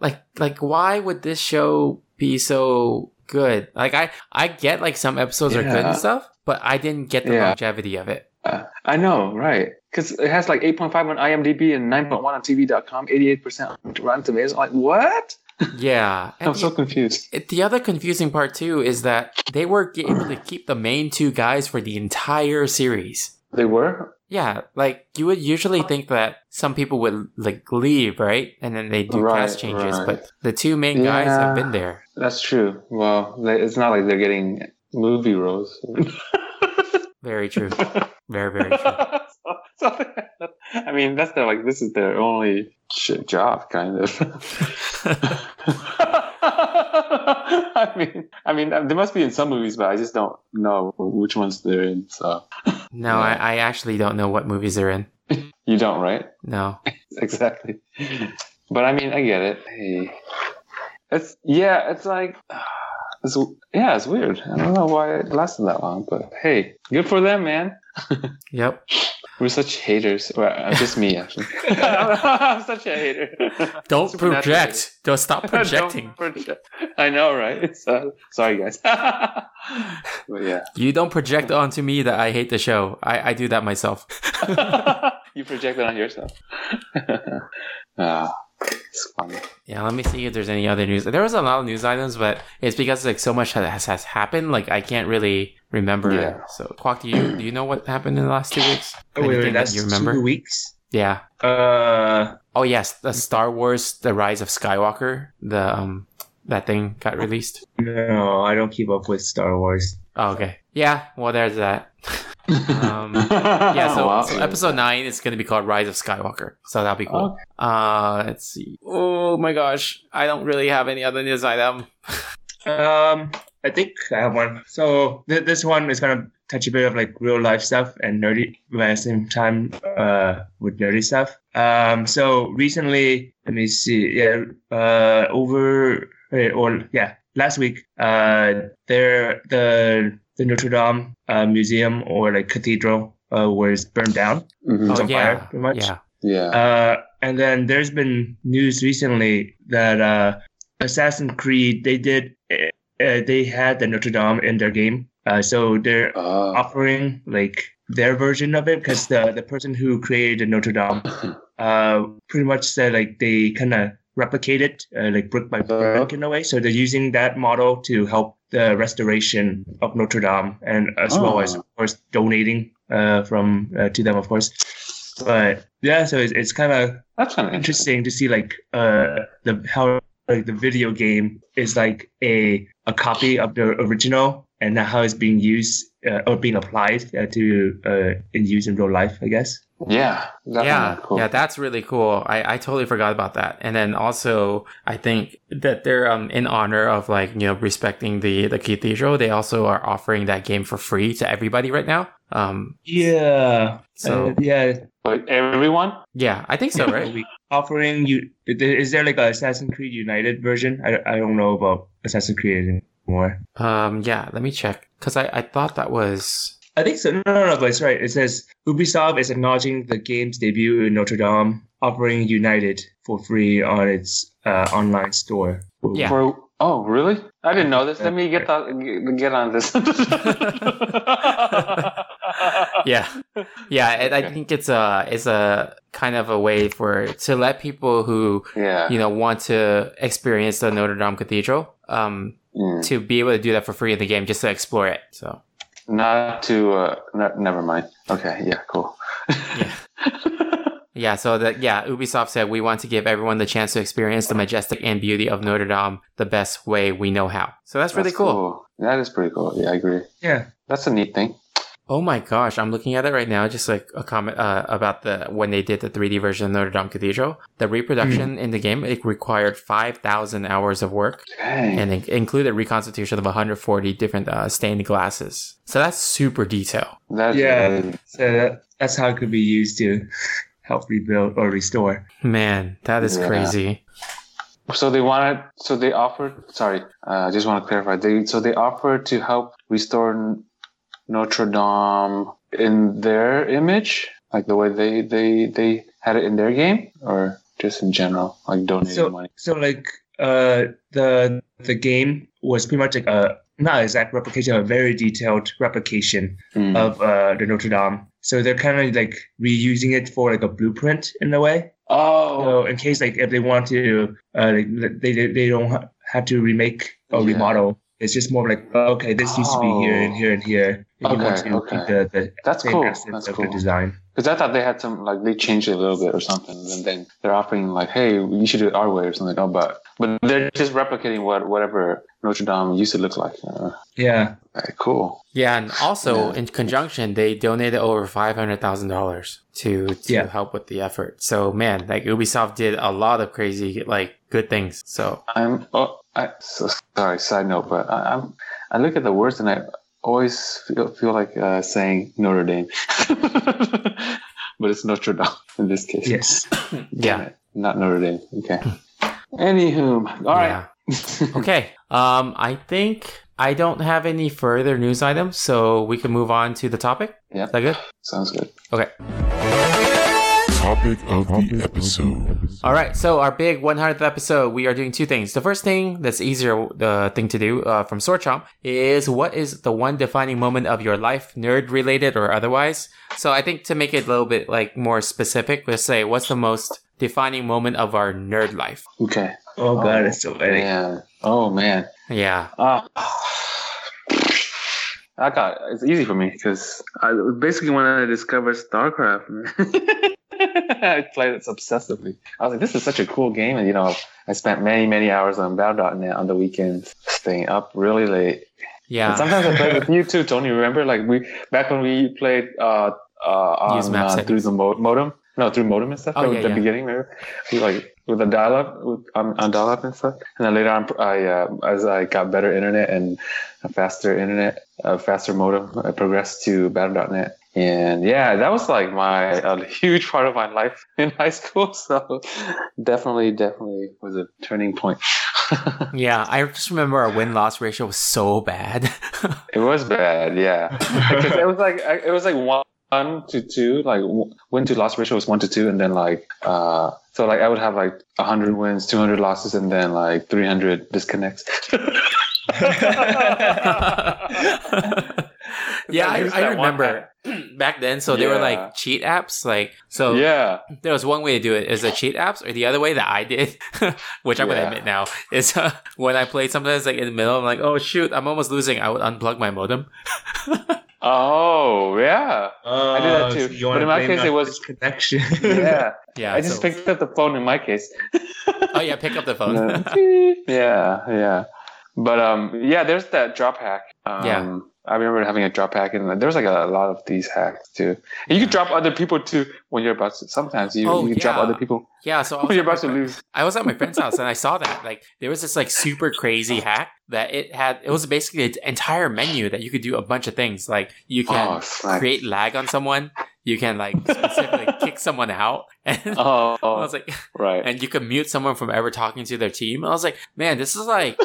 [SPEAKER 5] like like why would this show be so good like i i get like some episodes are good
[SPEAKER 7] Yeah.
[SPEAKER 5] and stuff but i didn't get the
[SPEAKER 7] Yeah.
[SPEAKER 5] longevity of it
[SPEAKER 7] Uh, I know, right? Because it has like 8.5 on IMDb and 9.1 on TV.com, 88% on Rotten Tomatoes. I'm like, what?
[SPEAKER 5] yeah
[SPEAKER 7] I'm
[SPEAKER 5] and
[SPEAKER 7] so confused.
[SPEAKER 5] the, the other confusing part too is that they were g- able to keep the main two guys for the entire series
[SPEAKER 7] They were?
[SPEAKER 5] yeah like you would usually think that some people would like leave right and then they do
[SPEAKER 7] Right,
[SPEAKER 5] cast changes
[SPEAKER 7] right.
[SPEAKER 5] but the two main guys have
[SPEAKER 7] Yeah.
[SPEAKER 5] been there
[SPEAKER 7] That's true. Well, they, it's not like they're getting movie roles.
[SPEAKER 5] very true very very true
[SPEAKER 7] So- so- I mean, that's their like this is their only shit job, kind of. I mean, I mean, they must be in some movies, but I just don't know which ones they're in. So
[SPEAKER 5] No,
[SPEAKER 7] Yeah.
[SPEAKER 5] I, I actually don't know what movies they're in.
[SPEAKER 7] you don't, right?
[SPEAKER 5] No.
[SPEAKER 7] Exactly. But I mean, I get it. Hey. It's yeah, it's like. It's, yeah, it's weird. I don't know why it lasted that long, but hey, good for them, man.
[SPEAKER 5] Yep.
[SPEAKER 7] We're such haters. Well, uh, just me, actually. I'm such a hater.
[SPEAKER 5] Don't
[SPEAKER 7] Supernatural.
[SPEAKER 5] project. Don't stop
[SPEAKER 7] Don't
[SPEAKER 5] projecting.
[SPEAKER 7] project. I know, right? So, sorry, guys. but yeah,
[SPEAKER 5] you don't project onto me that I hate the show. I, I do that myself.
[SPEAKER 7] you project it on yourself. ah, it's funny.
[SPEAKER 5] Yeah, let me see if there's any other news. There was a lot of news items, but it's because like so much has, has happened. Like I can't really remember.
[SPEAKER 7] Yeah.
[SPEAKER 5] So, Quack, do you do you know what happened in the last two weeks?
[SPEAKER 6] Oh, wait,
[SPEAKER 5] Anything
[SPEAKER 6] wait,
[SPEAKER 5] that
[SPEAKER 6] that's
[SPEAKER 5] you remember?
[SPEAKER 6] two weeks.
[SPEAKER 5] Yeah.
[SPEAKER 6] Uh,
[SPEAKER 5] Oh yes, the Star Wars: The Rise of Skywalker. The um that thing got released.
[SPEAKER 6] no, I don't keep up with Star Wars.
[SPEAKER 5] Oh, okay. Yeah. Well, there's that. um.
[SPEAKER 7] Oh,
[SPEAKER 5] yeah, so, so episode nine is going to be called Rise of Skywalker. So that'll be cool.
[SPEAKER 7] Okay.
[SPEAKER 5] Uh, let's see. Oh my gosh, I don't really have any other news item.
[SPEAKER 6] Um, I think I have one. So th- this one is gonna touch a bit of like real life stuff and nerdy, but at the same time, uh, with nerdy stuff. Um, so recently, let me see. Yeah, uh, over eh, or yeah, last week, uh, there the the Notre Dame uh, museum or like cathedral uh, was burned down.
[SPEAKER 7] Mhm.
[SPEAKER 6] It's
[SPEAKER 5] oh
[SPEAKER 6] on
[SPEAKER 5] yeah,
[SPEAKER 6] fire, pretty much.
[SPEAKER 5] yeah.
[SPEAKER 7] yeah.
[SPEAKER 6] Uh, and then there's been news recently that uh, Assassin's Creed they did uh, they had the Notre Dame in their game, uh, so they're
[SPEAKER 7] Uh,
[SPEAKER 6] offering like their version of it because the the person who created Notre Dame uh, pretty much said like they kind of replicate it uh, like brick by brick in a way. So they're using that model to help the restoration of Notre Dame, and as well as
[SPEAKER 7] Oh.
[SPEAKER 6] of course donating uh, from uh, to them, of course. But yeah, so it's, it's kind of
[SPEAKER 7] that's kind of interesting.
[SPEAKER 6] interesting to see like uh the how like the video game is like a a copy of the original and not how it's being used uh, or being applied uh, to uh, in use in real life, I guess.
[SPEAKER 7] Yeah. That
[SPEAKER 5] yeah,
[SPEAKER 7] one, cool.
[SPEAKER 5] yeah, that's really cool. I, I totally forgot about that. And then also, I think that they're um in honor of like you know respecting the the cathedral. They also are offering that game for free to everybody right now. Um,
[SPEAKER 6] Yeah. Uh,
[SPEAKER 5] So-
[SPEAKER 6] yeah,
[SPEAKER 7] Like everyone?
[SPEAKER 5] yeah, I think so, right?
[SPEAKER 6] We offering you. Is there like a Assassin's Creed United version? I, I don't know about Assassin's Creed anymore.
[SPEAKER 5] um, yeah, let me check because I I thought that was
[SPEAKER 6] I think so. No, no, no, but it's right. It says Ubisoft is acknowledging the game's debut in Notre Dame, offering United for free on its uh, online store.
[SPEAKER 5] Yeah.
[SPEAKER 7] For, oh, really? I didn't know this. Let me get that, get on this.
[SPEAKER 5] yeah, yeah. And I
[SPEAKER 7] Okay.
[SPEAKER 5] think it's a it's a kind of a way for to let people who
[SPEAKER 7] Yeah.
[SPEAKER 5] you know want to experience the Notre Dame Cathedral um
[SPEAKER 7] Mm.
[SPEAKER 5] to be able to do that for free in the game just to explore it. So.
[SPEAKER 7] Not to. Uh, ne- never mind. Okay. Yeah. Cool.
[SPEAKER 5] Yeah. Yeah, so that yeah, Ubisoft said we want to give everyone the chance to experience the majestic and beauty of Notre Dame the best way we know how. So that's, really cool.
[SPEAKER 7] That is pretty cool. Yeah, I agree.
[SPEAKER 6] Yeah.
[SPEAKER 7] That's a neat thing.
[SPEAKER 5] Oh my gosh, I'm looking at it right now. Just like a comment uh, about the when they did the 3D version of Notre Dame Cathedral, the reproduction in the game it required 5,000 hours of work
[SPEAKER 7] Dang.
[SPEAKER 5] and it included reconstitution of 140 different uh, stained glasses. So that's super detail.
[SPEAKER 7] That's
[SPEAKER 6] Yeah.
[SPEAKER 7] really-
[SPEAKER 6] So that, that's how it could be used to help rebuild or restore.
[SPEAKER 5] Man, that is
[SPEAKER 7] Yeah.
[SPEAKER 5] crazy.
[SPEAKER 7] so they wanted. So they offered. Sorry, uh, I just want to clarify. They so they offered to help restore N- Notre Dame in their image, like the way they they they had it in their game, or just in general, like donating
[SPEAKER 6] So,
[SPEAKER 7] money.
[SPEAKER 6] so like uh, the the game was pretty much like a not exact replication, a very detailed replication
[SPEAKER 7] Mm.
[SPEAKER 6] of uh, the Notre Dame. So they're kind of like reusing it for like a blueprint in a way.
[SPEAKER 7] oh,
[SPEAKER 6] So in case like if they want to, uh, like, they they they don't ha- have to remake or
[SPEAKER 7] Yeah.
[SPEAKER 6] remodel. It's just more like okay, this needs to be here and
[SPEAKER 7] Oh.
[SPEAKER 6] here and here. If you want
[SPEAKER 7] Okay,
[SPEAKER 6] to
[SPEAKER 7] okay.
[SPEAKER 6] keep the, the
[SPEAKER 7] that's
[SPEAKER 6] same
[SPEAKER 7] cool.
[SPEAKER 6] essence
[SPEAKER 7] That's
[SPEAKER 6] of
[SPEAKER 7] cool.
[SPEAKER 6] the design.
[SPEAKER 7] Because I thought they had some like they changed it a little bit or something, and then they're offering like, "Hey, you should do it our way" or something. Oh, but but they're just replicating what whatever Notre Dame used to look like. Uh,
[SPEAKER 6] Yeah,
[SPEAKER 7] alright, cool.
[SPEAKER 5] Yeah, and also
[SPEAKER 7] Yeah.
[SPEAKER 5] in conjunction, they donated over five hundred thousand dollars to to
[SPEAKER 6] Yeah.
[SPEAKER 5] help with the effort. So man, like Ubisoft did a lot of crazy like good things. So
[SPEAKER 7] I'm oh, I, so, sorry. Side note, but I, I'm I look at the words and I always feel feel like uh, saying Notre Dame, but it's Notre Dame in this case.
[SPEAKER 6] yes. Oh,
[SPEAKER 5] yeah,
[SPEAKER 7] not Notre Dame. Okay. Anywho, all right.
[SPEAKER 5] Yeah. okay. Um, I think I don't have any further news items, so we can move on to the topic.
[SPEAKER 7] Yep.
[SPEAKER 5] Is that good?
[SPEAKER 7] Sounds good.
[SPEAKER 5] Okay.
[SPEAKER 3] Topic of the episode.
[SPEAKER 5] All right, so our big 100th episode, we are doing two things. The first thing that's easier uh, thing to do uh, from Sorchomp is what is the one defining moment of your life, nerd related or otherwise. So I think to make it a little bit like more specific, let's say what's the most defining moment of our nerd life.
[SPEAKER 7] Okay.
[SPEAKER 6] Oh god, it's so late.
[SPEAKER 7] Man. Oh man.
[SPEAKER 5] Yeah,
[SPEAKER 7] Uh, I got it's easy for me because I basically when I discovered StarCraft, man, I played it obsessively. I was like, this is such a cool game, and you know, I spent many many hours on Battle.net on the weekends, staying up really late. And
[SPEAKER 5] yeah,
[SPEAKER 7] sometimes I played with you too, Tony. Remember, like we back when we played uh, uh,
[SPEAKER 5] Use
[SPEAKER 7] on,
[SPEAKER 5] map
[SPEAKER 7] uh,
[SPEAKER 5] settings.
[SPEAKER 7] through the mo- modem, no, through modem and stuff.
[SPEAKER 5] Oh,
[SPEAKER 7] at
[SPEAKER 5] yeah,
[SPEAKER 7] the
[SPEAKER 5] yeah.
[SPEAKER 7] beginning, remember, We, like with the dial up with, on, on dial up and stuff. And then later on, I uh, as I got better internet and a faster internet, a faster modem, I progressed to Battle.net. And yeah, that was like my a huge part of my life in high school. So definitely, definitely was a turning point.
[SPEAKER 5] yeah. I just remember our win loss ratio was so bad.
[SPEAKER 7] It was bad, yeah. 'Cause it was like it was like one to two, like w- win to loss ratio was one to two, and then like uh, so like I would have like hundred wins, two hundred losses, and then like three hundred disconnects.
[SPEAKER 5] yeah, I,
[SPEAKER 7] There's
[SPEAKER 5] I
[SPEAKER 7] that one
[SPEAKER 5] remember back then. So they were
[SPEAKER 7] Yeah.
[SPEAKER 5] like cheat apps, like so.
[SPEAKER 7] yeah,
[SPEAKER 5] There was one way to do it is the cheat apps, or the other way that I did, which I'm gonna
[SPEAKER 7] Yeah.
[SPEAKER 5] admit now is uh, when I played sometimes like in the middle, I'm like, oh shoot, I'm almost losing. I would unplug my modem
[SPEAKER 7] Oh yeah,
[SPEAKER 6] Uh,
[SPEAKER 7] did that too.
[SPEAKER 6] so you wanna
[SPEAKER 7] But in my
[SPEAKER 6] blame
[SPEAKER 7] case,
[SPEAKER 6] that
[SPEAKER 7] it was-
[SPEAKER 6] connection.
[SPEAKER 7] yeah.
[SPEAKER 5] Yeah.
[SPEAKER 7] I just
[SPEAKER 5] so-
[SPEAKER 7] picked up the phone in my case.
[SPEAKER 5] oh yeah, pick up the phone.
[SPEAKER 7] No. yeah, yeah. But um, yeah, there's that drop hack. Um,
[SPEAKER 5] Yeah.
[SPEAKER 7] I remember having a drop hack, and there's like a, lot of these hacks too. And you can drop other people too when you're about to. Sometimes you,
[SPEAKER 5] Oh,
[SPEAKER 7] you can drop
[SPEAKER 5] yeah.
[SPEAKER 7] other people
[SPEAKER 5] yeah. So I
[SPEAKER 7] when
[SPEAKER 5] was,
[SPEAKER 7] you're
[SPEAKER 5] at my
[SPEAKER 7] about to
[SPEAKER 5] friend-
[SPEAKER 7] lose.
[SPEAKER 5] I was at my friend's house and I saw that like there was this like super crazy hack that it had. It was basically an entire menu that you could do a bunch of things. Like you
[SPEAKER 7] Oh,
[SPEAKER 5] can
[SPEAKER 7] snap.
[SPEAKER 5] create lag on someone. You can like specifically kick someone out. And
[SPEAKER 7] Oh,
[SPEAKER 5] I was like,
[SPEAKER 7] right.
[SPEAKER 5] and you could mute someone from ever talking to their team. I was like, man, this is like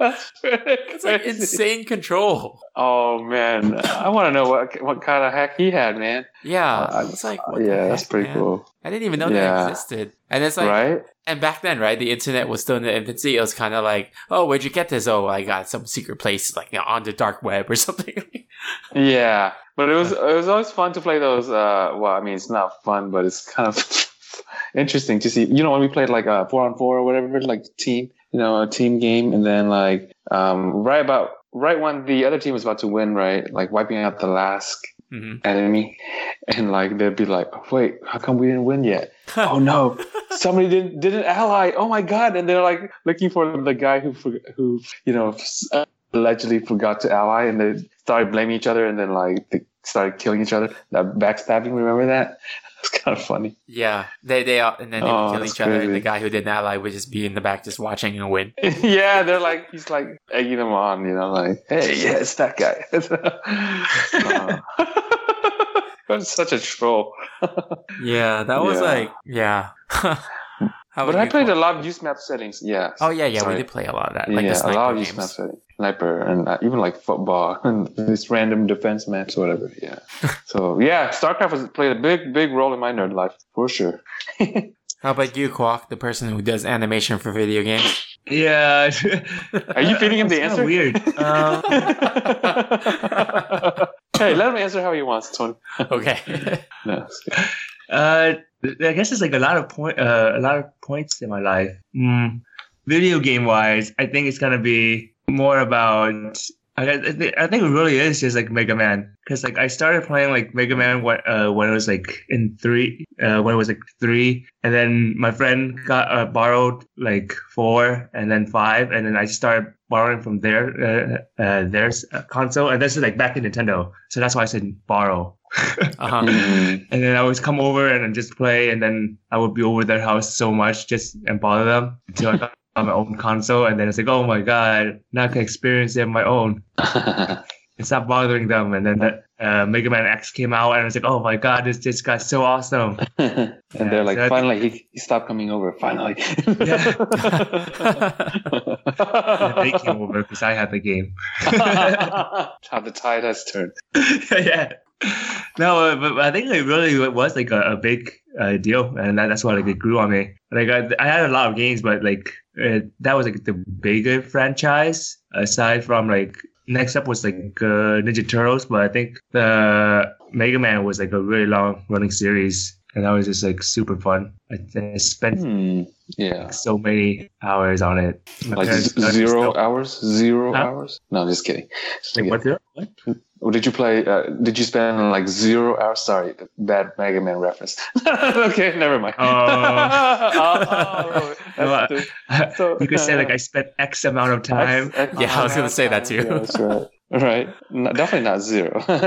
[SPEAKER 7] That's
[SPEAKER 5] it's like
[SPEAKER 7] crazy.
[SPEAKER 5] insane control.
[SPEAKER 7] Oh man, I want to know what what kind of hack he had, man.
[SPEAKER 5] Yeah,
[SPEAKER 7] Uh,
[SPEAKER 5] it's like what the
[SPEAKER 7] yeah, that's
[SPEAKER 5] heck,
[SPEAKER 7] pretty
[SPEAKER 5] man?
[SPEAKER 7] cool,
[SPEAKER 5] I didn't even know
[SPEAKER 7] Yeah.
[SPEAKER 5] that existed. And it's like,
[SPEAKER 7] right?
[SPEAKER 5] and back then, right, the internet was still in the infancy. It was kind of like, oh, where'd you get this? Oh, I got some secret place, like you know, on the dark web or something.
[SPEAKER 7] Yeah, but it was it was always fun to play those. Uh, well, I mean, it's not fun, but it's kind of interesting to see. You know, when we played like uh, four on four or whatever, like team, you know, a team game, and then like um, right about right when the other team was about to win, right, like wiping out the last
[SPEAKER 5] hmm
[SPEAKER 7] enemy, and like they'd be like, "Wait, how come we didn't win yet? oh no, somebody didn't did an ally. Oh my god!" And they're like looking for the guy who forg- who you know allegedly forgot to ally, and they started blaming each other, and then like they started killing each other. That backstabbing, remember that? It's kind of funny.
[SPEAKER 5] Yeah, they they all, and then they
[SPEAKER 7] Oh,
[SPEAKER 5] would kill
[SPEAKER 7] that's
[SPEAKER 5] each other. And the
[SPEAKER 7] crazy.
[SPEAKER 5] guy who didn't ally would just be in the back, just watching and win.
[SPEAKER 7] yeah, they're like he's like egging them on, you know, like hey, yeah, it's that guy. uh, I'm such a troll.
[SPEAKER 5] Yeah, that was
[SPEAKER 7] Yeah.
[SPEAKER 5] like yeah. How
[SPEAKER 7] But I played a lot of use map settings. Yeah.
[SPEAKER 5] Oh yeah, yeah,
[SPEAKER 7] Sorry.
[SPEAKER 5] we did play a lot of that. Like
[SPEAKER 7] yeah,
[SPEAKER 5] the
[SPEAKER 7] a
[SPEAKER 5] sniper
[SPEAKER 7] lot of these
[SPEAKER 5] games.
[SPEAKER 7] maps, are sniper, and uh, even like football and these random defense maps, or whatever. Yeah. so yeah, StarCraft has played a big, big role in my nerd life for sure.
[SPEAKER 5] How about you, Kwok, the person who does animation for video games?
[SPEAKER 6] yeah.
[SPEAKER 7] Are you feeding him the
[SPEAKER 6] That's
[SPEAKER 7] answer?
[SPEAKER 6] kinda Weird. Um,
[SPEAKER 7] hey, let him answer how he wants, Tony.
[SPEAKER 5] okay.
[SPEAKER 7] No, it's good.
[SPEAKER 6] Uh, I guess it's like a lot of point, uh, a lot of points in my life. Mm. Video game wise, I think it's gonna be more about. I, guess- I thi- I think it really is just like Mega Man, because like I started playing like Mega Man when, uh, when it was like in three, uh, when it was like three, and then my friend got uh, borrowed like four, and then five, and then I started borrowing from their uh, uh, their uh, console, and this is like back in Nintendo, so that's why I said borrow.
[SPEAKER 5] Uh-huh.
[SPEAKER 7] Mm.
[SPEAKER 6] And then I would come over and I'd just play, and then I would be over their house so much just and bother them until I got my own console. And then it's like, oh my god, now I can experience it on my own. It's not bothering them. And then that uh, Mega Man X came out, and I was like, oh my god, this just got so awesome.
[SPEAKER 7] and
[SPEAKER 6] Yeah,
[SPEAKER 7] they're like,
[SPEAKER 6] so I think-
[SPEAKER 7] finally, he, he stopped coming over. Finally.
[SPEAKER 6] And they came over because I had the game.
[SPEAKER 7] how the tide has turned.
[SPEAKER 6] yeah. No, uh, but I think it really was like a, a big uh, deal, and that, that's why like it grew on me. Like I, I had a lot of games, but like uh, that was like the bigger franchise aside from like next up was like uh, Ninja Turtles, but I think the Mega Man was like a really long running series, and that was just like super fun. I, I spent
[SPEAKER 7] Hmm. Yeah.
[SPEAKER 6] so many hours on it. uh, My
[SPEAKER 7] Like
[SPEAKER 6] parents-
[SPEAKER 7] z- zero hours? Zero
[SPEAKER 6] Huh?
[SPEAKER 7] hours? No, I'm just kidding. Just
[SPEAKER 6] Like,
[SPEAKER 7] kidding.
[SPEAKER 6] what? What?
[SPEAKER 7] Or Did you play? Uh, did you spend like zero hours? Sorry, bad Mega Man reference. okay, never mind.
[SPEAKER 6] Oh.
[SPEAKER 7] Oh, oh,
[SPEAKER 6] No, I-
[SPEAKER 7] that's stupid. So-
[SPEAKER 6] you could say like I spent X amount of time.
[SPEAKER 7] X- X
[SPEAKER 5] Yeah, I was gonna
[SPEAKER 7] amount
[SPEAKER 5] say
[SPEAKER 7] of
[SPEAKER 5] that
[SPEAKER 7] time.
[SPEAKER 5] too.
[SPEAKER 7] Yeah, that's right. Right. No, definitely not zero.
[SPEAKER 6] No,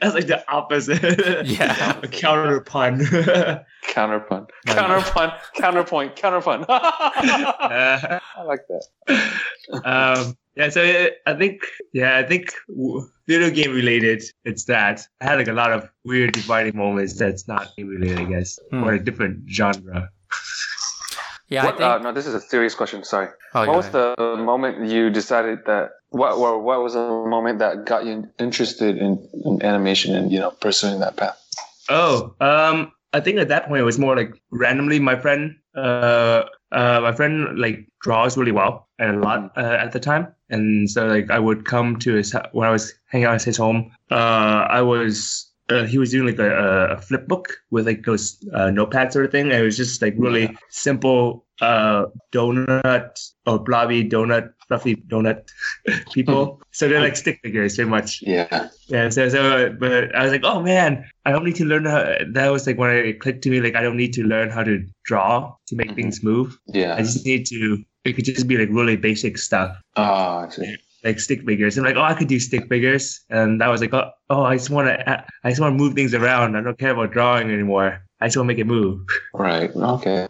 [SPEAKER 6] that's like the opposite.
[SPEAKER 5] Yeah.
[SPEAKER 6] A counter pun.
[SPEAKER 7] Counterpun.
[SPEAKER 5] Right.
[SPEAKER 7] Counterpun. Counterpoint. Counterpun. I
[SPEAKER 6] Uh,
[SPEAKER 7] like that.
[SPEAKER 6] um, yeah, so uh, I think, yeah, I think w- video game related, it's that. I had like a lot of weird defining moments that's not game related, I guess,
[SPEAKER 5] Hmm.
[SPEAKER 6] or a different genre.
[SPEAKER 5] Yeah,
[SPEAKER 7] What-
[SPEAKER 5] I
[SPEAKER 7] uh,
[SPEAKER 5] think.
[SPEAKER 7] no, this is a serious question. Sorry.
[SPEAKER 5] oh,
[SPEAKER 7] what
[SPEAKER 5] go
[SPEAKER 7] was
[SPEAKER 5] ahead.
[SPEAKER 7] the moment you decided that what what, what was the moment that got you interested in, in animation and you know pursuing that path
[SPEAKER 6] Oh, um, I think at that point it was more like randomly. My friend, uh, uh, my friend like draws really well and a lot uh, at the time, and so like I would come to his hou- when I was hanging out at his home. Uh, I was uh, he was doing like a, a flip book with like those uh, notepad sort of thing. And it was just like really simple uh, donut or blobby donut, fluffy donut people. so they're like stick figures pretty much.
[SPEAKER 7] Yeah.
[SPEAKER 6] Yeah. So, so uh, but I was like, oh man, I don't need to learn how. That was like when it clicked to me, like I don't need to learn how to draw to make
[SPEAKER 7] Mhm.
[SPEAKER 6] things move. I
[SPEAKER 7] Yeah.
[SPEAKER 6] just need to. It could just be like really basic stuff
[SPEAKER 7] Ah, I see.
[SPEAKER 6] like stick figures. I'm like, oh, I could do stick figures, and I was like, oh, oh I just want to, I just want to move things around. I don't care about drawing anymore. I just want to make it move.
[SPEAKER 7] Right. Okay.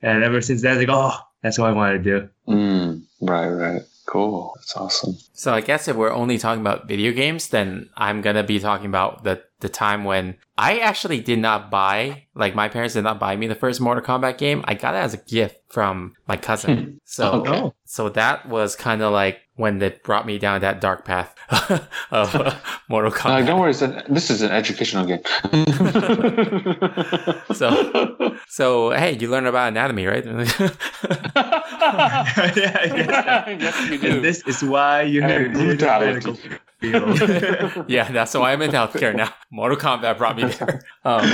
[SPEAKER 6] And ever since then, I was like, oh, that's what I want to do.
[SPEAKER 7] Mm. Right. Right. Cool. That's awesome.
[SPEAKER 5] So I guess if we're only talking about video games, then I'm gonna be talking about the the time when I actually did not buy, like my parents did not buy me the first Mortal Kombat game. I got it as a gift from my cousin. So
[SPEAKER 7] Okay.
[SPEAKER 6] Oh,
[SPEAKER 5] so that was kind of like when it brought me down that dark path of uh, Mortal
[SPEAKER 7] Uh,
[SPEAKER 5] Kombat.
[SPEAKER 7] don't worry. It's an, this is an educational game.
[SPEAKER 5] So- So hey, you learn about anatomy, right?
[SPEAKER 6] yeah, yeah.
[SPEAKER 7] yes, you
[SPEAKER 6] And this is why you
[SPEAKER 7] And
[SPEAKER 6] have you're the
[SPEAKER 7] brutality.
[SPEAKER 6] medical field.
[SPEAKER 5] yeah, that's why I'm in healthcare now. Mortal Kombat brought me there. Um,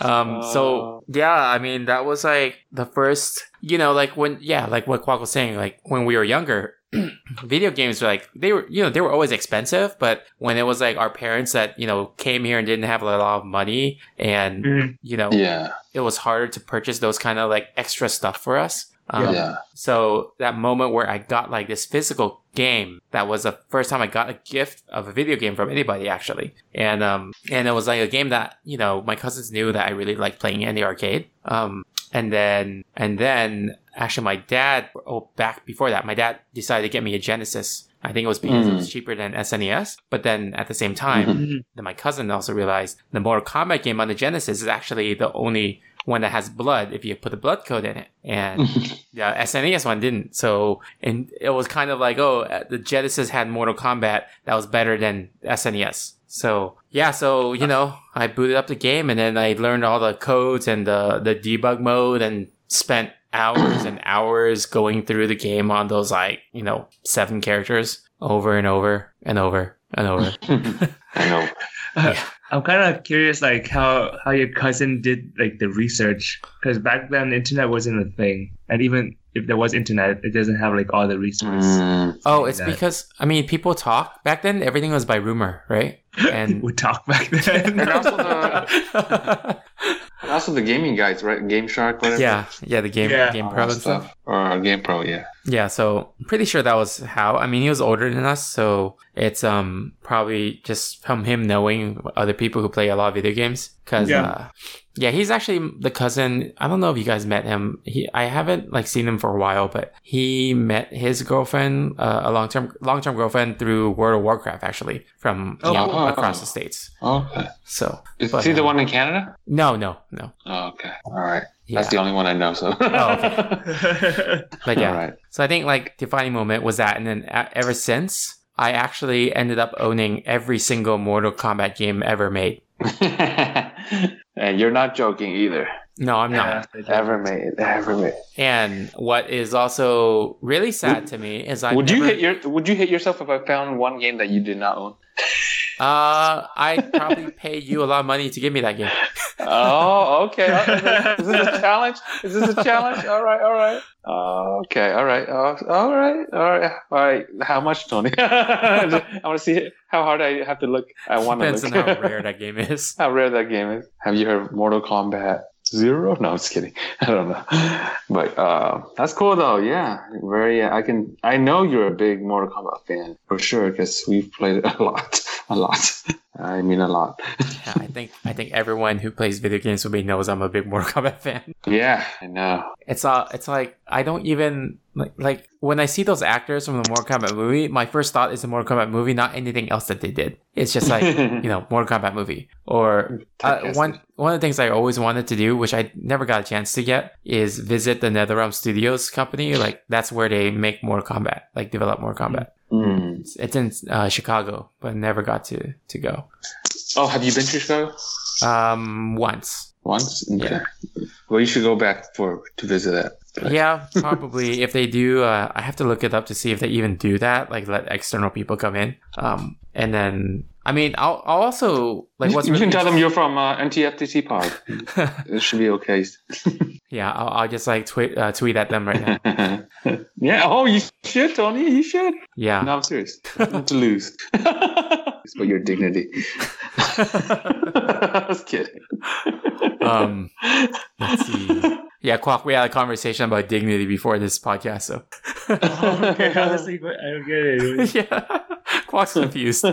[SPEAKER 5] um
[SPEAKER 7] Oh.
[SPEAKER 5] so yeah i mean that was like the first you know like when yeah like what quack was saying like when we were younger video games were like they were you know they were always expensive but when it was like our parents that you know came here and didn't have a lot of money and
[SPEAKER 6] Mhm.
[SPEAKER 5] you know
[SPEAKER 7] Mm. yeah.
[SPEAKER 5] it was harder to purchase those kind of like extra stuff for us um,
[SPEAKER 7] Yeah.
[SPEAKER 5] so that moment where I got like this physical game, that was the first time I got a gift of a video game from anybody actually. And um and it was like a game that, you know, my cousins knew that I really liked playing in the arcade. Um and then and then actually my dad oh back before that, my dad decided to get me a Genesis. I think it was because it was cheaper than SNES, but then at the same time,
[SPEAKER 7] Mm-hmm.
[SPEAKER 5] then my cousin also realized the Mortal Kombat game on the Genesis is actually the only one that has blood if you put the blood code in it. And the SNES E one didn't. So, and it was kind of like, oh, uh, the Genesis had Mortal Kombat that was better than SNES. So, yeah, so, you know, I booted up the game and then I learned all the codes and the, the debug mode and spent hours and hours going through the game on those, like, you know, seven characters over and over and over and over.
[SPEAKER 7] I know.
[SPEAKER 6] I'm kind of curious, like how how your cousin did like the research, because back then the internet wasn't a thing, and even if there was internet, it doesn't have like all the resources.
[SPEAKER 7] Mm.
[SPEAKER 5] Oh, it's
[SPEAKER 6] that.
[SPEAKER 5] because I mean people talk back then. Everything was by rumor, right? And
[SPEAKER 6] we talk back then.
[SPEAKER 7] And also the and also the gaming guys, right? Game Shark, whatever.
[SPEAKER 5] yeah, yeah, the game
[SPEAKER 6] Yeah.
[SPEAKER 5] game
[SPEAKER 7] All
[SPEAKER 5] pro
[SPEAKER 7] that
[SPEAKER 5] and stuff.
[SPEAKER 7] stuff. Oh, Or Game Pro, yeah.
[SPEAKER 5] Yeah, so I'm pretty sure that was how. I mean, he was older than us, so it's um probably just from him knowing other people who play a lot of video games. Cause yeah,
[SPEAKER 6] Yeah.
[SPEAKER 5] uh, yeah, he's actually the cousin. I don't know if you guys met him. He I haven't like seen him for a while, but he met his girlfriend, uh, a long term long term girlfriend through World of Warcraft actually from you know,
[SPEAKER 7] Oh.
[SPEAKER 5] across the states.
[SPEAKER 7] Okay.
[SPEAKER 5] So
[SPEAKER 7] Is
[SPEAKER 5] But,
[SPEAKER 7] he the
[SPEAKER 5] uh,
[SPEAKER 7] one in Canada?
[SPEAKER 5] No, no, no.
[SPEAKER 7] Oh, okay. All right.
[SPEAKER 5] Yeah.
[SPEAKER 7] That's the only one I know,
[SPEAKER 5] Oh,
[SPEAKER 7] so.
[SPEAKER 5] okay. But yeah.
[SPEAKER 7] All right.
[SPEAKER 5] So I think like defining moment was that, and then a- ever since, I actually ended up owning every single Mortal Kombat game ever made.
[SPEAKER 7] and you're not joking either.
[SPEAKER 5] No, I'm not.
[SPEAKER 6] Yeah.
[SPEAKER 7] Ever made, ever made.
[SPEAKER 5] And what is also really sad to me is I
[SPEAKER 7] would you
[SPEAKER 5] never-
[SPEAKER 7] hit your? Would you hit yourself if I found one game that you did not own?
[SPEAKER 5] Uh, I probably paid you a lot of money to give me that game.
[SPEAKER 7] Oh, okay. Uh, Is this a challenge? Is this a challenge? All right, all right. Uh, okay, all right, uh, all right, all right, all right. How much, Tony? I want to see how hard I have to look. I want to
[SPEAKER 5] Depends on
[SPEAKER 7] look.
[SPEAKER 5] how rare that game is.
[SPEAKER 7] how rare that game is. Have you heard Mortal Kombat Zero? No, I'm just kidding. I don't know. But uh, that's cool though. Yeah, very. I can. I know you're a big Mortal Kombat fan for sure because we've played it a lot, a lot. I mean, a lot.
[SPEAKER 5] Yeah, I think I think everyone who plays video games with me knows I'm a big Mortal Kombat fan.
[SPEAKER 7] Yeah, I know.
[SPEAKER 5] It's uh, it's like I don't even like, like when I see those actors from the Mortal Kombat movie. My first thought is the Mortal Kombat movie, not anything else that they did. It's just like you know, Mortal Kombat movie. Or uh,
[SPEAKER 7] Yes.
[SPEAKER 5] one one of the things I always wanted to do, which I never got a chance to get, is visit the NetherRealm Studios company. Like that's where they make Mortal Kombat, like develop Mortal Kombat.
[SPEAKER 7] Mm.
[SPEAKER 5] It's, it's in uh, Chicago, but never got to to go.
[SPEAKER 7] Oh, have you been to Chicago
[SPEAKER 5] Um, once.
[SPEAKER 7] once? Okay.
[SPEAKER 5] Yeah.
[SPEAKER 7] Well, you should go back for to visit that. place.
[SPEAKER 5] Yeah, probably. if they do, uh, I have to look it up to see if they even do that, like let external people come in. Um, and then I mean, I'll, I'll also like what's
[SPEAKER 7] you
[SPEAKER 5] really
[SPEAKER 7] can tell them you're from uh, NTFTC Pod. it should be okay.
[SPEAKER 5] yeah. I'll, I'll just like tweet uh, tweet at them right now.
[SPEAKER 7] yeah. Oh, you should, Tony. You should.
[SPEAKER 5] Yeah.
[SPEAKER 7] No, I'm serious. Not to lose. it's for your dignity. I was kidding.
[SPEAKER 5] Um, let's see. Yeah, Quack, we had a conversation about dignity before this podcast, so
[SPEAKER 6] okay, honestly, but I don't get it.
[SPEAKER 5] yeah, Quack's confused. So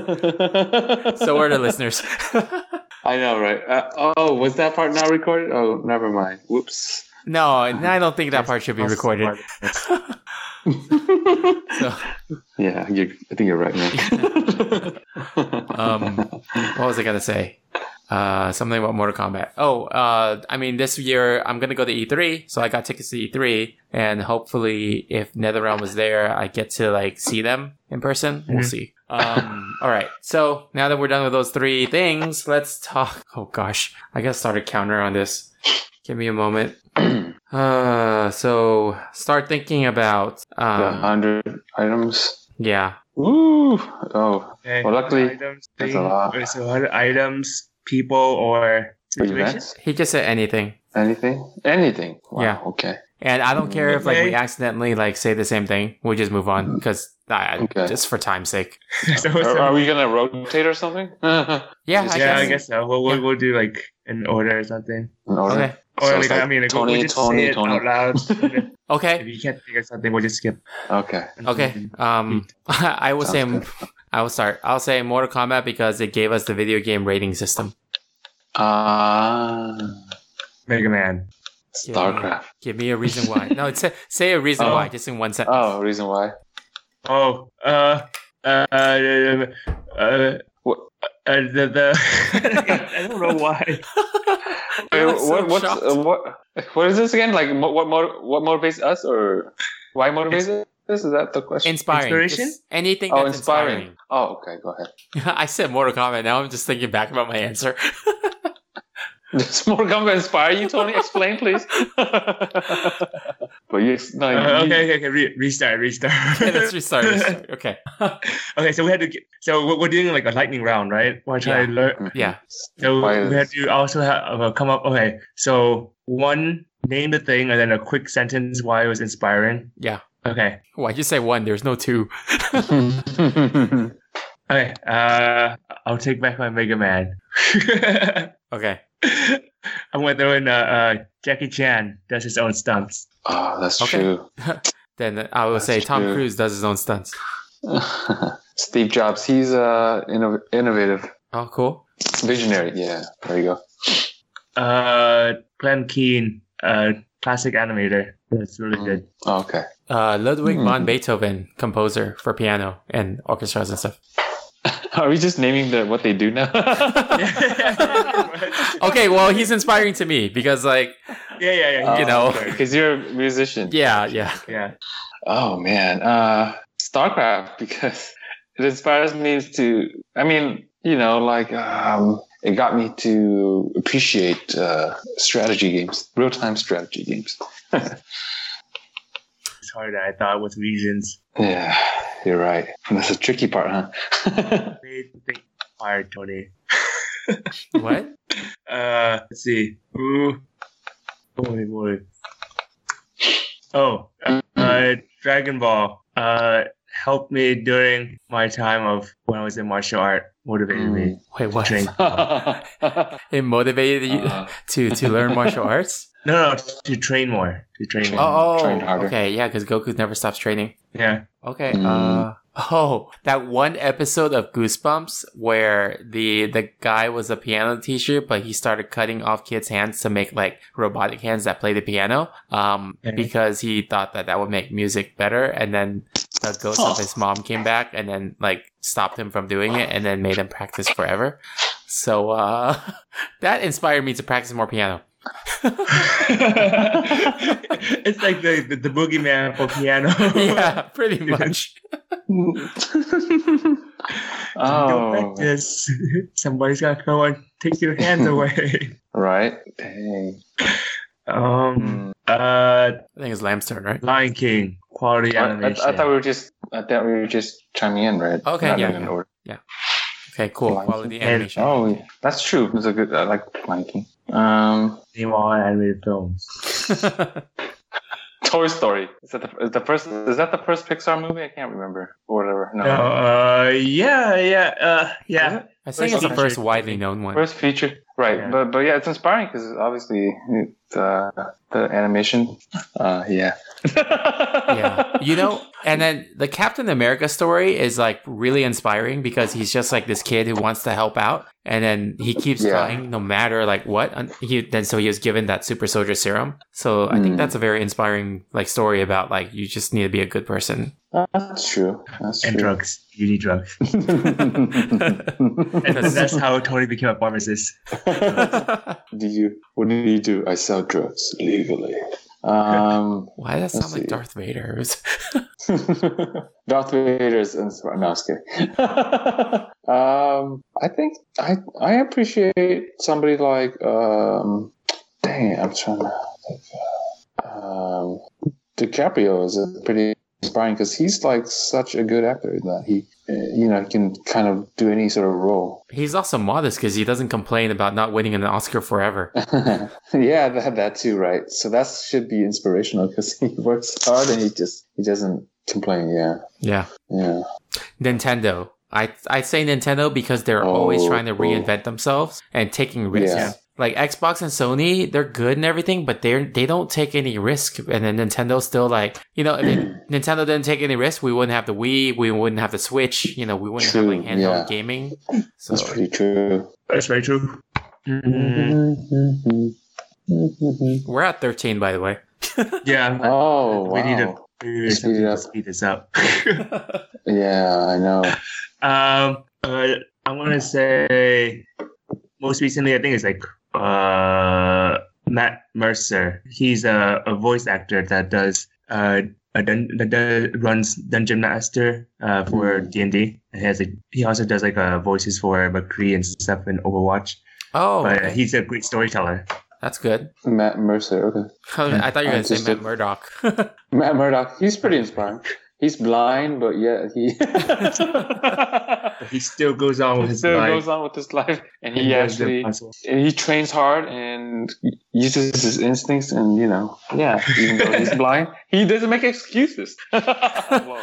[SPEAKER 5] are the listeners.
[SPEAKER 7] I know, right? Uh, oh, was that part not recorded? Oh, never mind. Whoops.
[SPEAKER 5] no, and I don't think that part should be recorded. So,
[SPEAKER 7] yeah, you I think you're right. Man.
[SPEAKER 5] um, what was I gonna say? Uh, something about Mortal Kombat. Oh, uh, I mean, this year I'm gonna go to E3, so I got tickets to E3, and hopefully, if NetherRealm was there, I get to like see them in person. We'll see. Um, all right. So now that we're done with those three things, let's talk. Oh gosh, I gotta start a counter on this. Give me a moment. Uh, so start thinking about
[SPEAKER 7] the
[SPEAKER 5] um,
[SPEAKER 7] hundred items.
[SPEAKER 5] yeah,
[SPEAKER 7] Ooh. Oh,
[SPEAKER 6] Okay,
[SPEAKER 7] Well, luckily,
[SPEAKER 6] items
[SPEAKER 7] that's a
[SPEAKER 6] thing,
[SPEAKER 7] lot.
[SPEAKER 6] or So other items, people, or situations.
[SPEAKER 7] events?
[SPEAKER 5] he just said anything.
[SPEAKER 7] Anything? Anything? Wow,
[SPEAKER 5] Yeah.
[SPEAKER 7] Okay.
[SPEAKER 5] And I don't care if like we
[SPEAKER 6] Okay.
[SPEAKER 5] accidentally like say the same thing. We just move on because
[SPEAKER 7] Mm-hmm. Okay.
[SPEAKER 5] just for time's sake.
[SPEAKER 6] so,
[SPEAKER 7] Are,
[SPEAKER 6] so-
[SPEAKER 7] are we gonna rotate or something? In
[SPEAKER 5] Yeah,
[SPEAKER 7] Just-
[SPEAKER 6] yeah,
[SPEAKER 5] I guess.
[SPEAKER 6] I guess so. We'll, we'll, we'll do like an order or something.
[SPEAKER 7] order?
[SPEAKER 5] Okay.
[SPEAKER 6] Or
[SPEAKER 7] So
[SPEAKER 6] like,
[SPEAKER 7] it's like
[SPEAKER 6] I mean, like,
[SPEAKER 7] Tony,
[SPEAKER 6] we'll just
[SPEAKER 7] Tony,
[SPEAKER 6] say it
[SPEAKER 7] Tony.
[SPEAKER 6] out loud. if
[SPEAKER 5] Okay.
[SPEAKER 6] you can't think of something, we'll just skip.
[SPEAKER 7] Okay.
[SPEAKER 5] Okay. Um, I will say.
[SPEAKER 7] Sounds
[SPEAKER 5] I will start. I'll say Mortal Kombat because it gave us the video game rating system.
[SPEAKER 7] Ah,
[SPEAKER 6] Mega Man.
[SPEAKER 7] StarCraft.
[SPEAKER 5] Give me a reason why. No, it's a, say a reason
[SPEAKER 7] Oh.
[SPEAKER 5] why, just in one sentence.
[SPEAKER 7] Oh, reason why?
[SPEAKER 6] Oh, uh, uh, uh, uh, uh,
[SPEAKER 7] What?
[SPEAKER 6] uh the, the I don't know why.
[SPEAKER 7] Wait,
[SPEAKER 5] I'm so
[SPEAKER 7] what, what's,
[SPEAKER 5] shocked.
[SPEAKER 7] uh, what? What is this again? Like, mo- what mo- what motivates us, or why motivates us? Is that the question?
[SPEAKER 5] Inspiring.
[SPEAKER 6] Inspiration?
[SPEAKER 5] Just Anything
[SPEAKER 7] oh,
[SPEAKER 5] that's
[SPEAKER 7] inspiring. Oh, okay. Go ahead.
[SPEAKER 5] inspiring. I said Mortal Kombat. Now I'm just thinking back about my answer.
[SPEAKER 7] Does Mortal Kombat inspire you, Tony? Explain, please. but yes, no.
[SPEAKER 6] Uh,
[SPEAKER 7] you-
[SPEAKER 6] okay, okay, okay. Re- restart, restart.
[SPEAKER 5] okay, let's restart. let's restart. Okay.
[SPEAKER 6] okay, so we had to. Get, so we're, we're doing like a lightning round, right? We're trying to learn.
[SPEAKER 5] Yeah.
[SPEAKER 6] So
[SPEAKER 7] Why
[SPEAKER 6] we had
[SPEAKER 7] is-
[SPEAKER 6] to also have uh, come up. Okay, so one name the thing and then a quick sentence why it was inspiring.
[SPEAKER 5] Yeah.
[SPEAKER 6] Okay.
[SPEAKER 5] Why'd you say one? There's no two.
[SPEAKER 6] Okay. Uh, I'll take back my Mega Man.
[SPEAKER 5] Okay.
[SPEAKER 6] I'm gonna throw in uh, uh, Jackie Chan does his own stunts.
[SPEAKER 7] oh, that's
[SPEAKER 5] Okay.
[SPEAKER 7] true.
[SPEAKER 5] Then I will say
[SPEAKER 7] That's
[SPEAKER 5] Tom
[SPEAKER 7] true.
[SPEAKER 5] Cruise does his own stunts.
[SPEAKER 7] Steve Jobs. He's uh inno- innovative,
[SPEAKER 5] Oh, cool.
[SPEAKER 7] visionary. Yeah, there you go.
[SPEAKER 6] Uh, Glenn Keane, uh, classic animator. That's really
[SPEAKER 7] Mm.
[SPEAKER 6] good.
[SPEAKER 7] Okay.
[SPEAKER 5] Uh, Ludwig
[SPEAKER 7] Hmm.
[SPEAKER 5] von Beethoven, composer for piano and orchestras and stuff.
[SPEAKER 7] Are we just naming the what they do now?
[SPEAKER 6] yeah,
[SPEAKER 5] Okay, well, he's inspiring to me because, like,
[SPEAKER 6] yeah, yeah.
[SPEAKER 5] You know.
[SPEAKER 7] because you're a musician.
[SPEAKER 5] yeah, yeah.
[SPEAKER 6] yeah.
[SPEAKER 7] Oh man, uh, StarCraft because it inspires me to. I mean, you know, like um, it got me to appreciate uh, strategy games, real-time strategy games.
[SPEAKER 6] It's harder than I thought with reasons.
[SPEAKER 7] Yeah, you're right. That's a tricky part, huh?
[SPEAKER 6] They think hard, Tony.
[SPEAKER 5] What?
[SPEAKER 6] Uh, let's see. Ooh. Boy, boy. Oh, uh, Dragon Ball. Uh, helped me during my time of when I was in martial art. Motivated me.
[SPEAKER 5] Wait, what?
[SPEAKER 6] Drink.
[SPEAKER 5] It motivated you
[SPEAKER 7] Uh,
[SPEAKER 5] to, to learn martial arts?
[SPEAKER 6] No, no, to train more. To train more.
[SPEAKER 5] Oh, oh,
[SPEAKER 7] trained harder.
[SPEAKER 5] okay, yeah, because Goku never stops training.
[SPEAKER 6] Yeah.
[SPEAKER 5] Okay.
[SPEAKER 7] Hmm.
[SPEAKER 5] Uh, oh, that one episode of Goosebumps where the the guy was a piano teacher, but he started cutting off kids' hands to make like robotic hands that play the piano, um,
[SPEAKER 6] Mhm.
[SPEAKER 5] because he thought that that would make music better. And then the ghost of his mom came back and then like stopped him from doing it, and then made him practice forever. So uh, that inspired me to practice more piano.
[SPEAKER 6] it's like the, the, the boogeyman for piano.
[SPEAKER 5] yeah, pretty much.
[SPEAKER 6] Oh.
[SPEAKER 7] oh,
[SPEAKER 6] Yes. Somebody's got to go and take your hands away.
[SPEAKER 7] right. Dang.
[SPEAKER 6] Um,
[SPEAKER 7] Hmm.
[SPEAKER 5] Mm,
[SPEAKER 6] uh,
[SPEAKER 5] I think it's Lamb's turn, right?
[SPEAKER 6] Lion King quality
[SPEAKER 7] I, I- I
[SPEAKER 6] animation.
[SPEAKER 7] thought we were just. I thought we were just chiming in, right?
[SPEAKER 5] Okay,
[SPEAKER 7] Not
[SPEAKER 5] yeah,
[SPEAKER 7] in an
[SPEAKER 5] yeah.
[SPEAKER 7] order.
[SPEAKER 5] Okay, cool.
[SPEAKER 7] Planking.
[SPEAKER 5] Quality
[SPEAKER 6] And-
[SPEAKER 5] animation.
[SPEAKER 7] Oh, yeah. that's true. It's a good. I like planking. Um,
[SPEAKER 6] Name all animated films.
[SPEAKER 7] Toy Story. Is that the, is the first? Is that the first Pixar movie? I can't remember or whatever. No,
[SPEAKER 6] No, uh, yeah, yeah, uh, yeah.
[SPEAKER 5] I think it's the first widely known one.
[SPEAKER 7] first feature. Right,
[SPEAKER 6] Yeah.
[SPEAKER 7] but but yeah, it's inspiring because obviously it, uh, the animation. Uh, yeah.
[SPEAKER 5] yeah. You know, and then the Captain America story is like really inspiring because he's just like this kid who wants to help out and then he keeps
[SPEAKER 7] Yeah.
[SPEAKER 5] trying no matter like what. And He then so he was given that super soldier serum. So I think
[SPEAKER 7] Mm.
[SPEAKER 5] that's a very inspiring like story about like you just need to be a good person.
[SPEAKER 7] That's true. That's
[SPEAKER 6] And
[SPEAKER 7] true.
[SPEAKER 6] drugs. You need drugs. And that's how Tony became a pharmacist.
[SPEAKER 5] Why
[SPEAKER 7] do you? What do you do? I sell drugs legally. Um,
[SPEAKER 5] does that sound like
[SPEAKER 7] see.
[SPEAKER 5] Darth Vader?
[SPEAKER 7] Darth Vader's inspired. No, I was kidding. um, I think I I appreciate somebody like um, dang, I'm trying to think. Um, DiCaprio is a pretty inspiring because he's like such a good actor that he, uh, you know, can kind of do any sort of role.
[SPEAKER 5] He's also modest because he doesn't complain about not winning an Oscar forever.
[SPEAKER 7] yeah, that that too, right? So that should be inspirational because he works hard and he just he doesn't complain. Yeah,
[SPEAKER 5] Yeah.
[SPEAKER 7] yeah.
[SPEAKER 5] Nintendo. I I say Nintendo because they're always
[SPEAKER 7] Oh,
[SPEAKER 5] trying to
[SPEAKER 7] oh.
[SPEAKER 5] reinvent themselves and taking risks.
[SPEAKER 7] Yeah.
[SPEAKER 5] Like Xbox and Sony, they're good and everything, but they're they don't take any risk. And then Nintendo's still like, you know, if it- Nintendo didn't take any risk, we wouldn't have the Wii, we wouldn't have the Switch, you know, we wouldn't
[SPEAKER 7] True,
[SPEAKER 5] have like handheld
[SPEAKER 7] yeah.
[SPEAKER 5] gaming. So
[SPEAKER 7] That's pretty true.
[SPEAKER 6] That's very true. Mm, Mm-hmm.
[SPEAKER 5] we're at thirteen, by the way.
[SPEAKER 6] Yeah, I'm glad
[SPEAKER 7] Oh,
[SPEAKER 6] we need to
[SPEAKER 7] wow.
[SPEAKER 6] we need
[SPEAKER 7] Speed
[SPEAKER 6] something
[SPEAKER 7] it
[SPEAKER 6] to
[SPEAKER 7] up.
[SPEAKER 6] speed this up.
[SPEAKER 7] Yeah, I know.
[SPEAKER 6] um, uh, I'm gonna say most recently, I think it's like uh Matt Mercer. He's a, a voice actor that does uh. A dun- that does, runs Dungeon Master uh, for D and D. He has a, he also does like uh, voices for McCree and stuff in Overwatch.
[SPEAKER 5] Oh,
[SPEAKER 6] But he's a great storyteller.
[SPEAKER 5] that's good.
[SPEAKER 7] Matt Mercer. Okay.
[SPEAKER 5] I thought you were
[SPEAKER 7] I
[SPEAKER 5] gonna say
[SPEAKER 7] just
[SPEAKER 5] Matt
[SPEAKER 7] did-
[SPEAKER 5] Murdock.
[SPEAKER 7] Matt Murdock. He's pretty inspiring. He's blind, but yeah, he
[SPEAKER 6] He still goes on with his
[SPEAKER 7] still
[SPEAKER 6] life.
[SPEAKER 7] goes on with his life, and
[SPEAKER 6] and
[SPEAKER 7] he
[SPEAKER 6] does the
[SPEAKER 7] actually
[SPEAKER 6] puzzle.
[SPEAKER 7] and he trains hard and uses his instincts, and you know, yeah, even though he's blind, he doesn't make excuses. Whoa.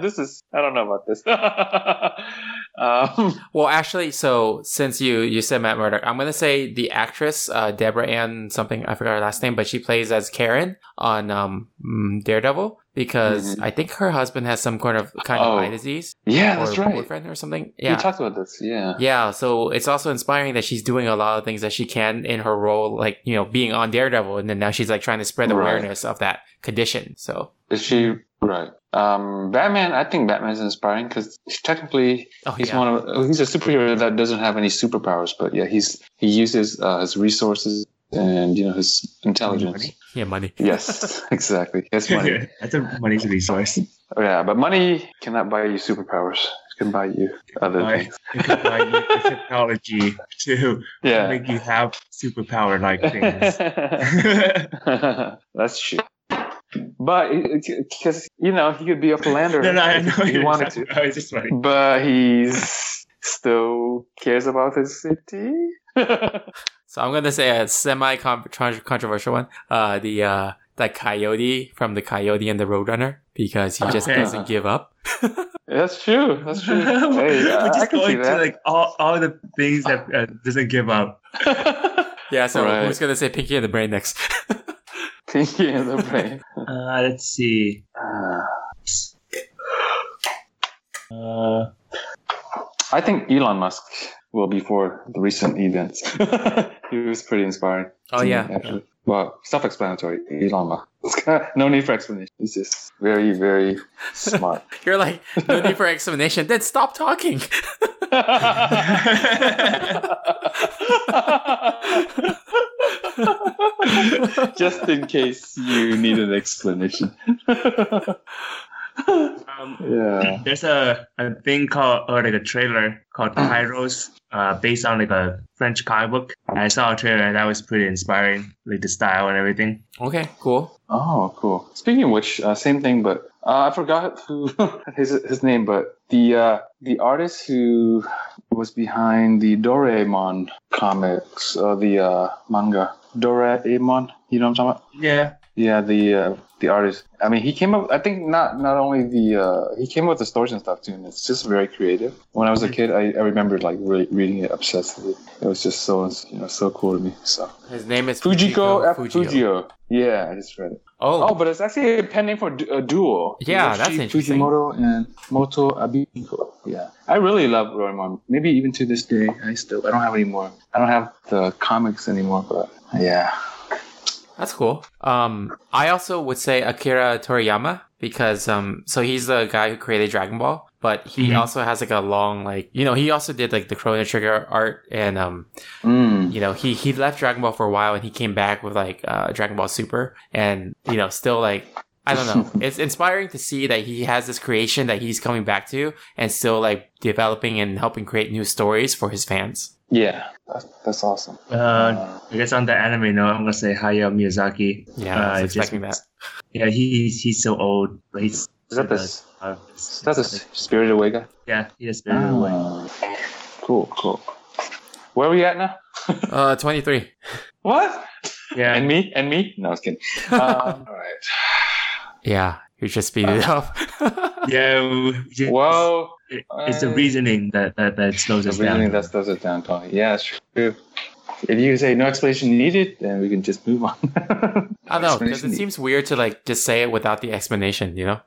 [SPEAKER 7] this is I don't know about this. um,
[SPEAKER 5] Well, actually, so since you you said Matt Murdock, I'm gonna say the actress uh, Deborah Ann something I forgot her last name, but she plays as Karen on um, mm, Daredevil because
[SPEAKER 7] Mhm.
[SPEAKER 5] I think her husband has some kind of kind of
[SPEAKER 7] Oh.
[SPEAKER 5] eye disease
[SPEAKER 7] yeah,
[SPEAKER 5] or
[SPEAKER 7] that's right.
[SPEAKER 5] boyfriend or something.
[SPEAKER 7] We
[SPEAKER 5] Yeah,
[SPEAKER 7] talked about this. Yeah.
[SPEAKER 5] yeah. So it's also inspiring that she's doing a lot of things that she can in her role, like you know being on Daredevil, and then now she's like trying to spread
[SPEAKER 7] Right.
[SPEAKER 5] awareness of that condition. So
[SPEAKER 7] Is she right? Um, Batman. I think Batman's inspiring because technically
[SPEAKER 5] oh
[SPEAKER 7] he's
[SPEAKER 5] yeah,
[SPEAKER 7] one of he's a superhero that doesn't have any superpowers, but yeah, he's he uses uh, his resources and you know his intelligence.
[SPEAKER 6] Money?
[SPEAKER 5] yeah, money.
[SPEAKER 7] Yes, exactly. Yes, money.
[SPEAKER 6] That's a money's resource.
[SPEAKER 7] Oh, yeah, but money cannot buy you superpowers. It can buy you other
[SPEAKER 6] Right.
[SPEAKER 7] things.
[SPEAKER 6] You can buy you the technology to
[SPEAKER 7] Yeah.
[SPEAKER 6] make you have superpower like things. no,
[SPEAKER 7] That's true. But because you know he could be a philanderer
[SPEAKER 6] no, I know
[SPEAKER 7] if he
[SPEAKER 6] you're
[SPEAKER 7] wanted
[SPEAKER 6] not-
[SPEAKER 7] to.
[SPEAKER 6] I was just funny.
[SPEAKER 7] but he's still cares about his city.
[SPEAKER 5] So I'm gonna say a semi controversial one. Uh, the uh, the coyote from the Coyote and the Roadrunner because he just
[SPEAKER 6] Okay.
[SPEAKER 5] doesn't give up.
[SPEAKER 7] That's true. That's true. Hey,
[SPEAKER 6] We're
[SPEAKER 7] I, I
[SPEAKER 6] just
[SPEAKER 7] can see
[SPEAKER 6] going to
[SPEAKER 7] that.
[SPEAKER 6] like all, all the things that uh, doesn't give up.
[SPEAKER 5] Yeah, so
[SPEAKER 7] Right.
[SPEAKER 5] who's gonna say Pinky and the Brain next?
[SPEAKER 7] Pinky and the brain.
[SPEAKER 6] Uh, let's see.
[SPEAKER 7] Uh,
[SPEAKER 6] Uh,
[SPEAKER 7] I think Elon Musk will before the recent events. he was pretty inspiring.
[SPEAKER 5] oh
[SPEAKER 7] to me,
[SPEAKER 5] yeah,
[SPEAKER 7] actually. Well, self-explanatory. Elon Musk. no need for explanation. He's just very, very smart.
[SPEAKER 5] you're like no need for explanation. Then stop talking.
[SPEAKER 7] Just in case you need an explanation.
[SPEAKER 6] um,
[SPEAKER 7] yeah.
[SPEAKER 6] there's a, a thing called or like a trailer called
[SPEAKER 7] Hmm.
[SPEAKER 6] Kairos, uh, based on like a French comic book. I saw a trailer and that was pretty inspiring, like the style and everything.
[SPEAKER 5] Okay, cool.
[SPEAKER 7] Oh, cool. Speaking of which, uh, same thing, but Uh, I forgot who his his name, but the uh, the artist who was behind the Doraemon comics or the uh, manga Doraemon. You know what I'm talking about?
[SPEAKER 6] Yeah.
[SPEAKER 7] Yeah, the uh, the artist. I mean, he came up. I think not not only the uh, he came up with the stories and stuff too, and it's just very creative. When I was a kid, I, I remember like re- reading it obsessively. It was just so you know so cool to me. So
[SPEAKER 5] His name is
[SPEAKER 7] Fujiko F.
[SPEAKER 5] Fujio.
[SPEAKER 7] Fujio. Yeah, I just read it.
[SPEAKER 5] Oh,
[SPEAKER 7] Oh, but it's actually a pen name for du- a duo.
[SPEAKER 5] Yeah,
[SPEAKER 7] Hiroshi
[SPEAKER 5] that's interesting.
[SPEAKER 7] Fujimoto and Moto Abiko. Yeah, I really love Doraemon. Maybe even to this day, I still I don't have any more. I don't have the comics anymore, but yeah.
[SPEAKER 5] That's cool. Um, I also would say Akira Toriyama because um, so he's the guy who created Dragon Ball, but he
[SPEAKER 6] Mhm.
[SPEAKER 5] also has like a long like you know he also did like the Chrono Trigger art and um,
[SPEAKER 7] Mm.
[SPEAKER 5] you know he he left Dragon Ball for a while and he came back with like uh, Dragon Ball Super and you know still like. I don't know. It's inspiring to see that he has this creation that he's coming back to and still like developing and helping create new stories for his fans.
[SPEAKER 7] Yeah, that's, that's awesome.
[SPEAKER 6] Uh, I guess on the anime note, I'm gonna say Hayao Miyazaki.
[SPEAKER 5] Yeah,
[SPEAKER 6] uh,
[SPEAKER 5] I was
[SPEAKER 6] just-
[SPEAKER 5] expecting that.
[SPEAKER 6] Yeah, he's he's so old. but He's
[SPEAKER 7] Is that the
[SPEAKER 6] uh,
[SPEAKER 7] is
[SPEAKER 6] uh,
[SPEAKER 7] that the Spirited Away guy?
[SPEAKER 6] yeah, he has been away.
[SPEAKER 7] Oh. Cool, cool. Where are we at now?
[SPEAKER 5] Uh, 23.
[SPEAKER 7] What?
[SPEAKER 6] Yeah,
[SPEAKER 7] And me? And me? No, I was kidding. Um, all right.
[SPEAKER 5] Yeah, you just speed it
[SPEAKER 6] Uh,
[SPEAKER 5] up.
[SPEAKER 6] yeah. we just-
[SPEAKER 7] Well,
[SPEAKER 6] it- it's the
[SPEAKER 7] I-
[SPEAKER 6] reasoning that that, that slows
[SPEAKER 7] the
[SPEAKER 6] us down.
[SPEAKER 7] reasoning that's those are down, Tony. Yeah, it's true. If you say no explanation needed, then we can just move on.
[SPEAKER 5] I don't know because
[SPEAKER 7] Explanation
[SPEAKER 5] it
[SPEAKER 7] needed.
[SPEAKER 5] seems weird to like just say it without the explanation, you know?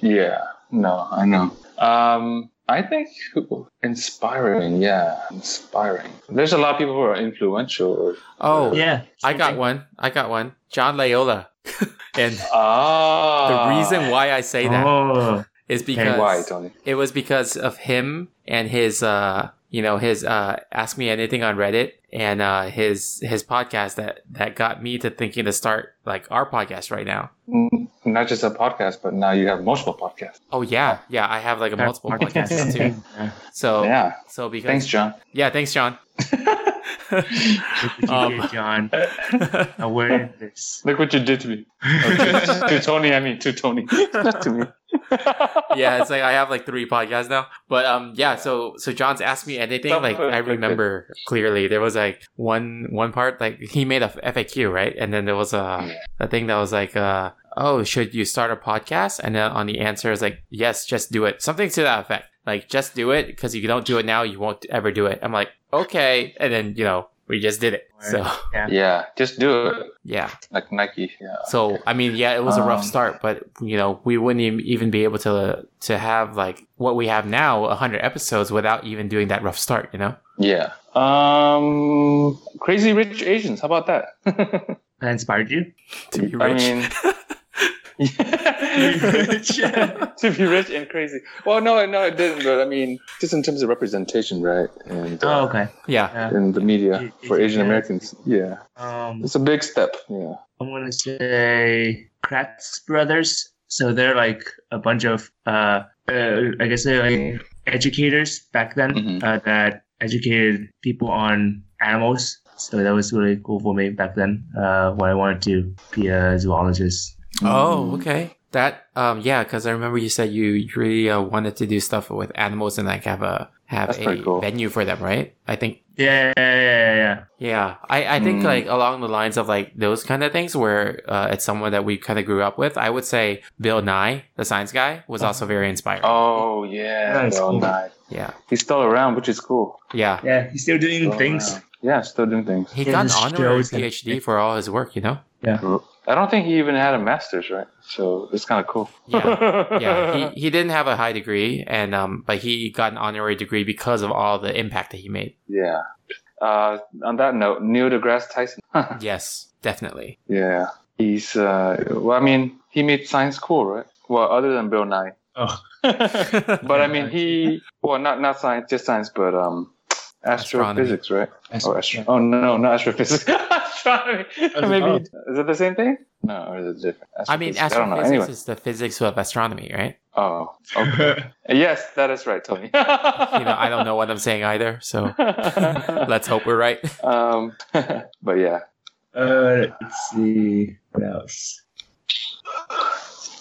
[SPEAKER 7] Yeah, no, I know. Um, I think inspiring. Yeah, inspiring. There's a lot of people who are influential. Or,
[SPEAKER 5] Oh,
[SPEAKER 6] yeah,
[SPEAKER 5] I got one. I got one. John Layola, and the
[SPEAKER 7] ah,
[SPEAKER 5] reason why I say that is
[SPEAKER 6] Oh,
[SPEAKER 5] because
[SPEAKER 7] why, Tony?
[SPEAKER 5] it was because of him and his, uh, you know, his uh, ask me anything on Reddit and uh, his his podcast that that got me to thinking to start like our podcast right now.
[SPEAKER 7] Mm, Not just a podcast, but now you have multiple podcasts.
[SPEAKER 5] Oh yeah, yeah, I have like a multiple podcasts too.
[SPEAKER 6] Oh,
[SPEAKER 5] So
[SPEAKER 7] Yeah.
[SPEAKER 5] so because
[SPEAKER 7] Thanks, John.
[SPEAKER 5] yeah, thanks John.
[SPEAKER 6] Good to
[SPEAKER 5] Um,
[SPEAKER 6] hear, John, aware of this.
[SPEAKER 7] Look what you did to me. to, to Tony, I mean, to Tony, not to me.
[SPEAKER 5] yeah, it's like I have like three podcasts now. But um, yeah. So so John's asked me anything.
[SPEAKER 7] Stop
[SPEAKER 5] Like
[SPEAKER 7] it.
[SPEAKER 5] I remember clearly there was like one one part like he made a FAQ right, and then there was a a thing that was like uh oh should you start a podcast? And then on the answer is like yes, just do it. Something to that effect. Like just do it because if you don't do it now, you won't ever do it. I'm like okay, and then you know we just did it. So
[SPEAKER 7] Yeah, just do it.
[SPEAKER 5] yeah.
[SPEAKER 7] Like Nike. Yeah.
[SPEAKER 5] So I mean, yeah, it was a rough
[SPEAKER 7] Um,
[SPEAKER 5] start, but you know, we wouldn't e- even be able to to have like what we have now, hundred episodes, without even doing that rough start. You know?
[SPEAKER 7] Yeah. Um, Crazy Rich Asians. How about that?
[SPEAKER 6] That inspired you?
[SPEAKER 5] To be
[SPEAKER 7] I
[SPEAKER 5] rich.
[SPEAKER 7] mean, to be rich and crazy. Well, no, no, it didn't. But I mean, just in terms of representation, right? And
[SPEAKER 6] Oh,
[SPEAKER 7] uh,
[SPEAKER 6] okay.
[SPEAKER 5] yeah.
[SPEAKER 6] Yeah.
[SPEAKER 7] in the media
[SPEAKER 6] It-
[SPEAKER 7] for
[SPEAKER 6] it-
[SPEAKER 7] Asian
[SPEAKER 6] yeah.
[SPEAKER 7] Americans. Yeah,
[SPEAKER 6] Um,
[SPEAKER 7] it's a big step. Yeah.
[SPEAKER 6] I'm gonna say Kratz Brothers. So they're like a bunch of, uh, uh I guess they're like educators back then
[SPEAKER 7] Mhm.
[SPEAKER 6] uh, that educated people on animals. So that was really cool for me back then. Uh, when I wanted to be a zoologist.
[SPEAKER 5] Oh, okay. That um, yeah, because I remember you said you you really uh, wanted to do stuff with animals and like have a have
[SPEAKER 7] That's
[SPEAKER 5] a
[SPEAKER 7] pretty cool.
[SPEAKER 5] venue for them, right? I think
[SPEAKER 6] Yeah, yeah, yeah, yeah.
[SPEAKER 5] Yeah, I, I think
[SPEAKER 7] Mm.
[SPEAKER 5] like along the lines of like those kind of things where uh, it's someone that we kind of grew up with. I would say Bill Nye, the science guy, was also very inspiring.
[SPEAKER 7] Uh-huh. Oh yeah.
[SPEAKER 6] That's
[SPEAKER 7] Bill
[SPEAKER 6] cool.
[SPEAKER 7] Nye.
[SPEAKER 5] Yeah,
[SPEAKER 7] He's still around, which is cool.
[SPEAKER 5] yeah.
[SPEAKER 6] yeah. Yeah, he's still doing
[SPEAKER 7] Still
[SPEAKER 6] things.
[SPEAKER 7] around. Yeah, still doing things.
[SPEAKER 5] He
[SPEAKER 6] Yeah,
[SPEAKER 5] got an
[SPEAKER 6] this
[SPEAKER 5] honorary
[SPEAKER 6] shows that-
[SPEAKER 5] PhD for all his work, you know.
[SPEAKER 7] I don't think he even had a master's, right? So it's kind of cool.
[SPEAKER 5] Yeah, yeah. He, he didn't have a high degree, and um, but he got an honorary degree because of all the impact that he made.
[SPEAKER 7] yeah. Uh, on that note, Neil deGrasse Tyson.
[SPEAKER 5] Yes, definitely.
[SPEAKER 7] yeah, he's. Uh, well, I mean, he made science cool, right? Well, other than Bill Nye,
[SPEAKER 6] Oh,
[SPEAKER 7] but I mean, he. Well, not not science, just science, but um,
[SPEAKER 5] Astronomy.
[SPEAKER 7] astrophysics, right?
[SPEAKER 6] that's,
[SPEAKER 7] Oh, astro- oh no, no, not astrophysics. Astronomy. Maybe
[SPEAKER 6] oh.
[SPEAKER 7] is it the same thing? No, or is it different?
[SPEAKER 5] I mean,
[SPEAKER 7] I don't know.
[SPEAKER 5] astrophysics
[SPEAKER 7] Anyway.
[SPEAKER 5] is the physics of astronomy, right?
[SPEAKER 7] Oh, okay. yes, that is right, Tony.
[SPEAKER 5] You know, I don't know what I'm saying either, so let's hope we're right.
[SPEAKER 7] um, but yeah,
[SPEAKER 6] Uh, let's see what else.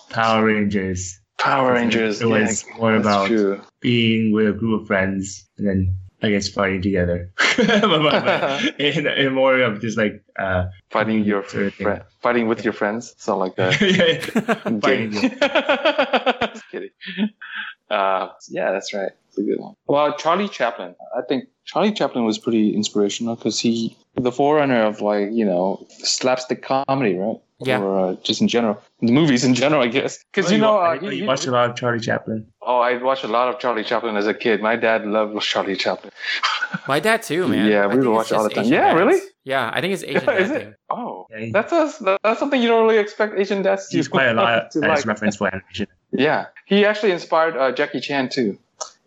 [SPEAKER 6] Power Rangers.
[SPEAKER 7] Power Rangers.
[SPEAKER 6] It was
[SPEAKER 7] yeah,
[SPEAKER 6] more
[SPEAKER 7] that's
[SPEAKER 6] about
[SPEAKER 7] true.
[SPEAKER 6] being with a group of friends and then I guess fighting together. but, but, but in, in more of just like uh,
[SPEAKER 7] fighting your
[SPEAKER 6] Sure thing.
[SPEAKER 7] friend, fighting with your friends, something like that.
[SPEAKER 6] fighting.
[SPEAKER 7] Game. Just kidding. Uh, yeah, that's right. It's a good one. Well, Charlie Chaplin. I think Charlie Chaplin was pretty inspirational because he, the forerunner of like you know slapstick comedy, right?
[SPEAKER 5] Yeah.
[SPEAKER 7] Or uh, just in general, the movies in general, I guess. Because you know, uh,
[SPEAKER 6] you,
[SPEAKER 7] he- he-
[SPEAKER 6] watch a lot of Charlie Chaplin.
[SPEAKER 7] oh, I watched a lot of Charlie Chaplin as a kid. My dad loved Charlie Chaplin.
[SPEAKER 5] My dad too, man.
[SPEAKER 7] Yeah,
[SPEAKER 5] I
[SPEAKER 7] we
[SPEAKER 5] think
[SPEAKER 7] would
[SPEAKER 5] it's
[SPEAKER 7] watch it all
[SPEAKER 5] just
[SPEAKER 7] the time.
[SPEAKER 5] Asian
[SPEAKER 7] Yeah,
[SPEAKER 5] dads.
[SPEAKER 7] really?
[SPEAKER 5] Yeah, I think it's Asian
[SPEAKER 7] Is
[SPEAKER 5] dad
[SPEAKER 7] it?
[SPEAKER 5] thing.
[SPEAKER 7] Oh,
[SPEAKER 6] Yeah, he-
[SPEAKER 7] that's a, that's something you don't really expect Asian dads to
[SPEAKER 6] He's quite a lot
[SPEAKER 7] to
[SPEAKER 6] as
[SPEAKER 7] like.
[SPEAKER 6] reference for animation.
[SPEAKER 7] Yeah, he actually inspired uh, Jackie Chan too.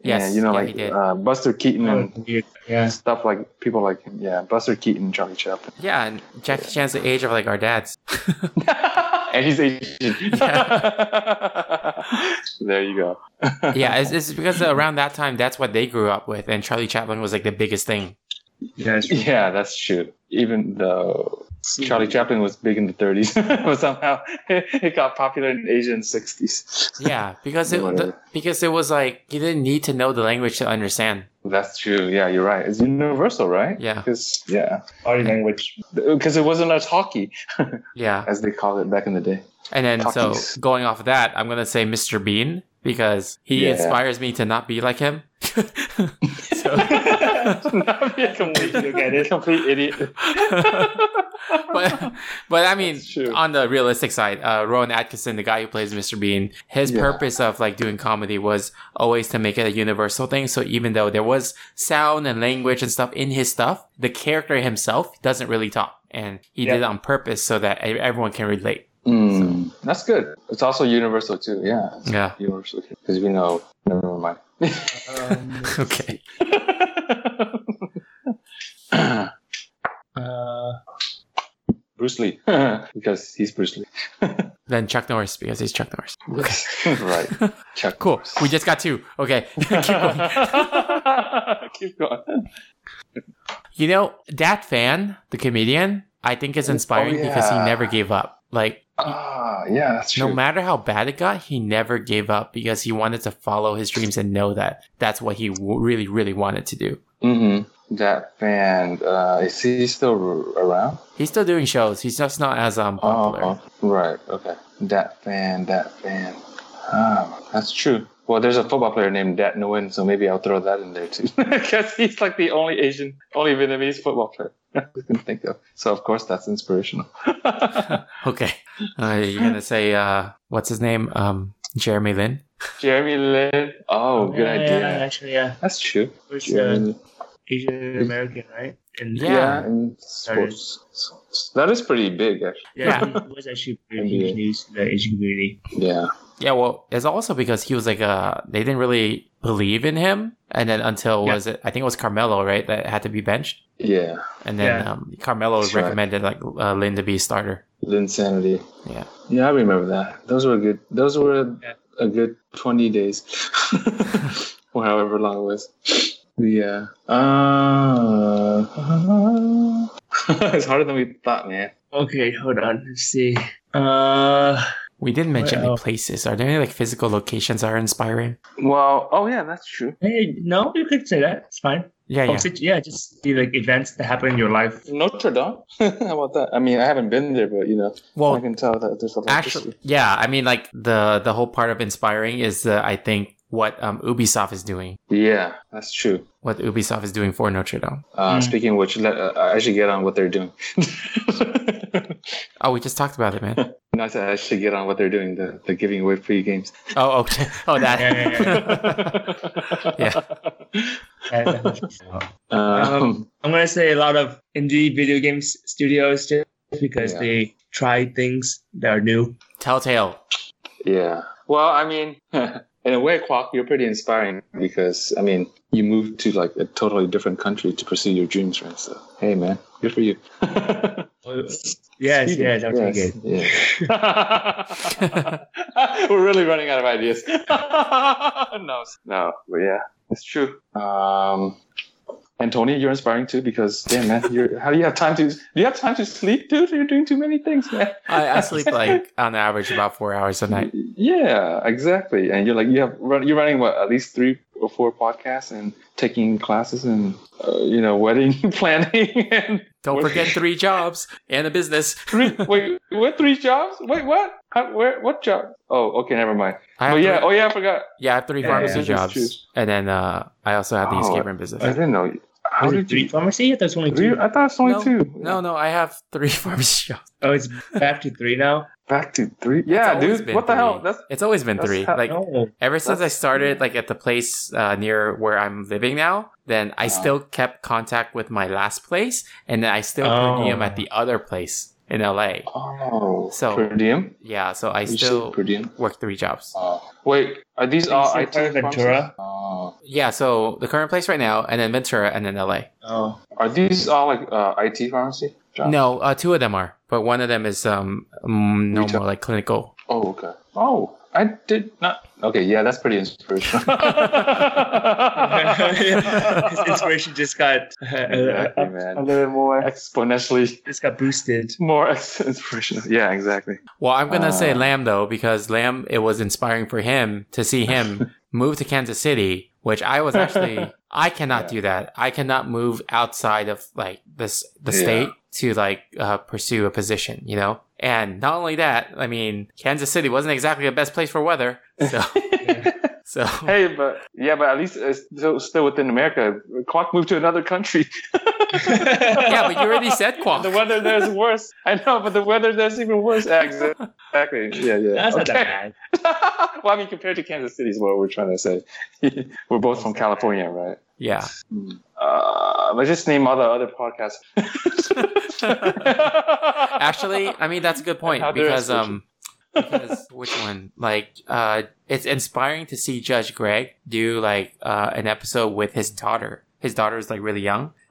[SPEAKER 5] Yes,
[SPEAKER 7] yeah, you know,
[SPEAKER 5] yeah, he
[SPEAKER 7] like
[SPEAKER 5] did.
[SPEAKER 7] uh, Buster Keaton and
[SPEAKER 6] Oh, yeah.
[SPEAKER 7] stuff like people like him. Yeah, Buster Keaton, Charlie Chaplin,
[SPEAKER 5] Yeah, and Jackie Chan's the age of like our dads.
[SPEAKER 7] and he's Asian. there you go.
[SPEAKER 5] yeah, it's, it's because around that time, that's what they grew up with, and Charlie Chaplin was like the biggest thing.
[SPEAKER 6] Yeah, it's-
[SPEAKER 7] Yeah, that's true. Even though Charlie Chaplin was big in the 30s, but somehow it got popular in Asia in 60s.
[SPEAKER 5] Yeah, because it the,
[SPEAKER 7] Whatever.
[SPEAKER 5] because it was like you didn't need to know the language to understand.
[SPEAKER 7] That's true. Yeah, you're right. It's universal, right?
[SPEAKER 5] Yeah.
[SPEAKER 7] Because yeah,
[SPEAKER 6] body language.
[SPEAKER 7] because it wasn't as hockey
[SPEAKER 5] Yeah,
[SPEAKER 7] as they called it back in the day.
[SPEAKER 5] and then
[SPEAKER 7] Talkies.
[SPEAKER 5] so going off of that, I'm gonna say Mr. Bean because he
[SPEAKER 7] Yeah.
[SPEAKER 5] inspires me to not be like him.
[SPEAKER 7] Not be a complete, complete idiot.
[SPEAKER 5] but but I mean,
[SPEAKER 7] That's true.
[SPEAKER 5] on the realistic side, uh, Rowan Atkinson, the guy who plays Mr. Bean, his
[SPEAKER 7] Yeah.
[SPEAKER 5] purpose of like doing comedy was always to make it a universal thing. So even though there was sound and language and stuff in his stuff, the character himself doesn't really talk, and he
[SPEAKER 6] Yeah.
[SPEAKER 5] did it on purpose so that e- everyone can relate.
[SPEAKER 7] Mm, that's good. It's also universal too. Yeah, it's
[SPEAKER 5] Yeah.
[SPEAKER 7] universal because we know. Never mind.
[SPEAKER 5] Okay.
[SPEAKER 7] Bruce Lee because he's Bruce Lee.
[SPEAKER 5] Then Chuck Norris because he's Chuck Norris.
[SPEAKER 7] right. Chuck.
[SPEAKER 5] Cool. We just got two. Okay. Keep going.
[SPEAKER 7] Keep going.
[SPEAKER 5] You know, that fan, the comedian, I think is inspiring because he
[SPEAKER 7] Oh, yeah.
[SPEAKER 5] never gave up. Like
[SPEAKER 7] Ah, yeah, that's true.
[SPEAKER 5] No matter how bad it got, he never gave up because he wanted to follow his dreams and know that that's what he w- really, really wanted to do.
[SPEAKER 7] mm-hmm. That band. Uh, is he still r- around?
[SPEAKER 5] He's still doing shows. He's just not as um,
[SPEAKER 6] Uh-huh.
[SPEAKER 5] popular.
[SPEAKER 7] Oh, oh, right. Okay. That fan, that fan. Ah, that's true. Well, there's a football player named Dat Nguyen, so maybe I'll throw that in there too, because he's like the only Asian, only Vietnamese football player I can think of. So of course that's inspirational.
[SPEAKER 5] Okay. Uh, you're going to say, uh, what's his name? Um, Jeremy Lin?
[SPEAKER 7] Jeremy Lin. Oh, good
[SPEAKER 6] Yeah,
[SPEAKER 7] idea.
[SPEAKER 6] yeah, actually, yeah.
[SPEAKER 7] That's true.
[SPEAKER 6] Who's,
[SPEAKER 7] Jeremy.
[SPEAKER 6] uh, Asian American, right? And
[SPEAKER 5] Yeah.
[SPEAKER 7] Yeah, in sports. That is pretty big, actually.
[SPEAKER 6] yeah, it was actually pretty huge news to the Asian community.
[SPEAKER 7] Yeah.
[SPEAKER 5] Yeah, well, it's also because he was like, uh, they didn't really believe in him. And then until,
[SPEAKER 6] Yeah.
[SPEAKER 5] was it, I think it was Carmelo, right? That had to be benched.
[SPEAKER 7] Yeah.
[SPEAKER 5] And then
[SPEAKER 6] Yeah.
[SPEAKER 5] um, Carmelo
[SPEAKER 7] That's right.
[SPEAKER 5] recommended like uh, Lin to be a starter.
[SPEAKER 7] The insanity.
[SPEAKER 5] Yeah.
[SPEAKER 7] Yeah, I remember that. Those were good. Those were
[SPEAKER 6] Yeah.
[SPEAKER 7] a good twenty days, or however long it was. Yeah. Uh, it's harder than we thought, man.
[SPEAKER 6] Okay, hold on. Let's see. Uh,
[SPEAKER 5] We didn't mention
[SPEAKER 6] Well-
[SPEAKER 5] like places. Are there any like physical locations that are inspiring?
[SPEAKER 7] Well, oh yeah, that's true.
[SPEAKER 6] hey, no, you could say that. It's fine.
[SPEAKER 5] Yeah,
[SPEAKER 6] Oh,
[SPEAKER 5] yeah.
[SPEAKER 6] sit- yeah, just the like events that happen in your life.
[SPEAKER 7] Notre Dame. How about that? I mean, I haven't been there, but you know, I
[SPEAKER 5] Well,
[SPEAKER 7] can tell that there's a lot. of
[SPEAKER 5] Oh. actually, yeah. I mean, like the the whole part of inspiring is uh, I think what um, Ubisoft is doing,
[SPEAKER 7] history. yeah, that's true.
[SPEAKER 5] what Ubisoft is doing for Notre Dame.
[SPEAKER 7] Uh,
[SPEAKER 6] Mm.
[SPEAKER 7] Speaking of which, let, uh, I should get on what they're doing.
[SPEAKER 5] Oh, we just talked about it, man.
[SPEAKER 7] no, I said I should get on what they're doing. The, the giving away free games.
[SPEAKER 5] oh, okay. Oh, that.
[SPEAKER 6] Yeah,
[SPEAKER 5] Yeah.
[SPEAKER 7] Um,
[SPEAKER 6] I'm gonna say a lot of indie video games studios just because
[SPEAKER 7] Yeah.
[SPEAKER 6] they try things that are new.
[SPEAKER 5] Telltale.
[SPEAKER 7] yeah. Well, I mean, in a way, Quack, you're pretty inspiring because I mean, you moved to like a totally different country to pursue your dreams, right? So, hey, man, good for you.
[SPEAKER 6] Yes,
[SPEAKER 7] Sweden,
[SPEAKER 6] yes, I'll take it.
[SPEAKER 7] yeah. We're really running out of ideas. no, no, but yeah, it's true. Um, Antonia, you're inspiring too because damn man, you're, how do you have time to? Do you have time to sleep, dude? You're doing too many things, man.
[SPEAKER 5] I, I sleep like on average about four hours a night.
[SPEAKER 7] Yeah, exactly. And you're like you have run, you're running what at least three or four podcasts and taking classes and uh, you know wedding planning and
[SPEAKER 5] Don't forget three jobs and a business.
[SPEAKER 7] three wait what three jobs? Wait what? How, where what job? Oh okay, never mind.
[SPEAKER 5] I
[SPEAKER 7] Oh
[SPEAKER 5] have
[SPEAKER 7] yeah,
[SPEAKER 5] three-
[SPEAKER 7] oh yeah, I forgot.
[SPEAKER 5] yeah, I have three
[SPEAKER 6] Yeah,
[SPEAKER 5] pharmacy
[SPEAKER 7] yeah, that's
[SPEAKER 5] jobs, and then uh, I also have the
[SPEAKER 7] Oh,
[SPEAKER 5] escape room business.
[SPEAKER 7] I didn't know. How
[SPEAKER 6] Is it
[SPEAKER 7] did
[SPEAKER 6] three
[SPEAKER 7] you?
[SPEAKER 6] pharmacy? That's only
[SPEAKER 7] Three,
[SPEAKER 6] two.
[SPEAKER 7] I thought it's only
[SPEAKER 5] no,
[SPEAKER 7] two.
[SPEAKER 5] no, no, I have three pharmacy jobs.
[SPEAKER 6] Oh, it's back to three now.
[SPEAKER 7] Back to three.
[SPEAKER 5] It's
[SPEAKER 7] Yeah,
[SPEAKER 5] always
[SPEAKER 7] dude.
[SPEAKER 5] been
[SPEAKER 7] What the
[SPEAKER 5] three.
[SPEAKER 7] hell? That's
[SPEAKER 5] it's always been
[SPEAKER 7] that's
[SPEAKER 5] three.
[SPEAKER 7] how-
[SPEAKER 5] Like
[SPEAKER 6] No.
[SPEAKER 5] ever since I
[SPEAKER 7] that's-
[SPEAKER 5] started, like at the place uh, near where I'm living now, then I
[SPEAKER 7] Uh-huh.
[SPEAKER 5] still kept contact with my last place, and then I still
[SPEAKER 6] Oh.
[SPEAKER 5] per diem at the other place in LA.
[SPEAKER 7] oh.
[SPEAKER 5] So-
[SPEAKER 7] per diem.
[SPEAKER 5] Yeah, so I
[SPEAKER 7] You said
[SPEAKER 5] still
[SPEAKER 7] per diem.
[SPEAKER 5] work three jobs.
[SPEAKER 7] Oh. Wait, are these
[SPEAKER 6] Did you
[SPEAKER 7] all
[SPEAKER 6] say
[SPEAKER 7] IT
[SPEAKER 6] Ventura?
[SPEAKER 7] pharmacies? Oh.
[SPEAKER 5] Yeah, so the current place right now, and then Ventura, and then LA.
[SPEAKER 6] Oh,
[SPEAKER 7] Are these all like uh, IT pharmacy? jobs?
[SPEAKER 5] No, uh, two of them are, but one of them is um mm, no
[SPEAKER 7] Retail.
[SPEAKER 5] more like clinical.
[SPEAKER 7] Oh, okay. Oh, I did not. Okay, yeah, that's pretty inspirational.
[SPEAKER 6] his inspiration just got uh,
[SPEAKER 7] Oh. Exactly,
[SPEAKER 6] uh,
[SPEAKER 7] man.
[SPEAKER 6] a little more.
[SPEAKER 7] Exponentially
[SPEAKER 6] Just got boosted.
[SPEAKER 7] more ex- inspirational. Yeah, exactly.
[SPEAKER 5] Well, I'm gonna say
[SPEAKER 7] Ah.
[SPEAKER 5] Lamb though because Lamb it was inspiring for him to see him move to Kansas City, which I was actually I cannot
[SPEAKER 7] Yeah.
[SPEAKER 5] do that. I cannot move outside of like this the
[SPEAKER 7] Yeah.
[SPEAKER 5] state to like uh, pursue a position, you know. And not only that, I mean Kansas City wasn't exactly the best place for weather, so so
[SPEAKER 7] hey, but yeah, but at least it's still, still within America. Clock moved to another country.
[SPEAKER 5] yeah. But you already said Quack.
[SPEAKER 7] The weather there's worse. I know, but the weather there's even worse. Yeah, exa- Exactly. Yeah, yeah.
[SPEAKER 6] That's not
[SPEAKER 7] Okay.
[SPEAKER 6] that bad.
[SPEAKER 7] well, I mean, compared to Kansas City is what we're trying to say. we're both from California, right?
[SPEAKER 5] yeah.
[SPEAKER 7] Uh, let's just name all the other podcasts.
[SPEAKER 5] Actually, I mean that's a good point
[SPEAKER 7] How they're
[SPEAKER 5] because
[SPEAKER 7] switching.
[SPEAKER 5] um because which one? Like uh it's inspiring to see Judge Greg do like uh an episode with his daughter. His daughter is like really young.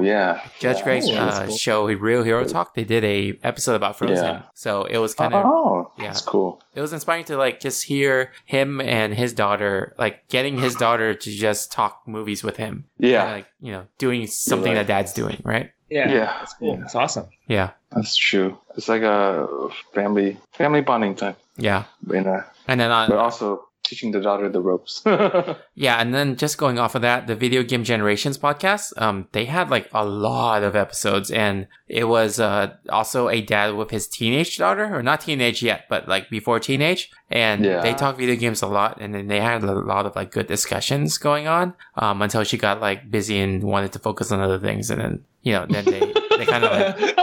[SPEAKER 5] so-
[SPEAKER 7] yeah,
[SPEAKER 5] Judge
[SPEAKER 7] Yeah.
[SPEAKER 5] Greg's
[SPEAKER 6] Oh, that's
[SPEAKER 5] uh,
[SPEAKER 6] cool.
[SPEAKER 5] show Real Hero Talk, they did a episode about Frozen.
[SPEAKER 7] Yeah.
[SPEAKER 5] So it was kind of
[SPEAKER 7] Oh,
[SPEAKER 5] yeah.
[SPEAKER 7] that's cool.
[SPEAKER 5] it was inspiring to like just hear him and his daughter like getting his daughter to just talk movies with him. Kinda
[SPEAKER 7] Yeah,
[SPEAKER 5] like, you know, doing something
[SPEAKER 7] right.
[SPEAKER 5] that dad's doing, right?
[SPEAKER 6] Yeah,
[SPEAKER 7] yeah,
[SPEAKER 6] that's cool. That's awesome.
[SPEAKER 5] Yeah.
[SPEAKER 7] that's true. It's like a family family bonding time,
[SPEAKER 5] Yeah.
[SPEAKER 7] and uh,
[SPEAKER 5] And then on
[SPEAKER 7] but also teaching the daughter the ropes. oh
[SPEAKER 5] Yeah, and then just going off of that, the Video Game Generations podcast, um, they had like a lot of episodes, and it was uh, also a dad with his teenage daughter, or not teenage yet, but like before teenage, and
[SPEAKER 7] Yeah.
[SPEAKER 5] they talk video games a lot, and then they had a lot of like good discussions going on um, until she got like busy and wanted to focus on other things, and then you know, then they they kind of like,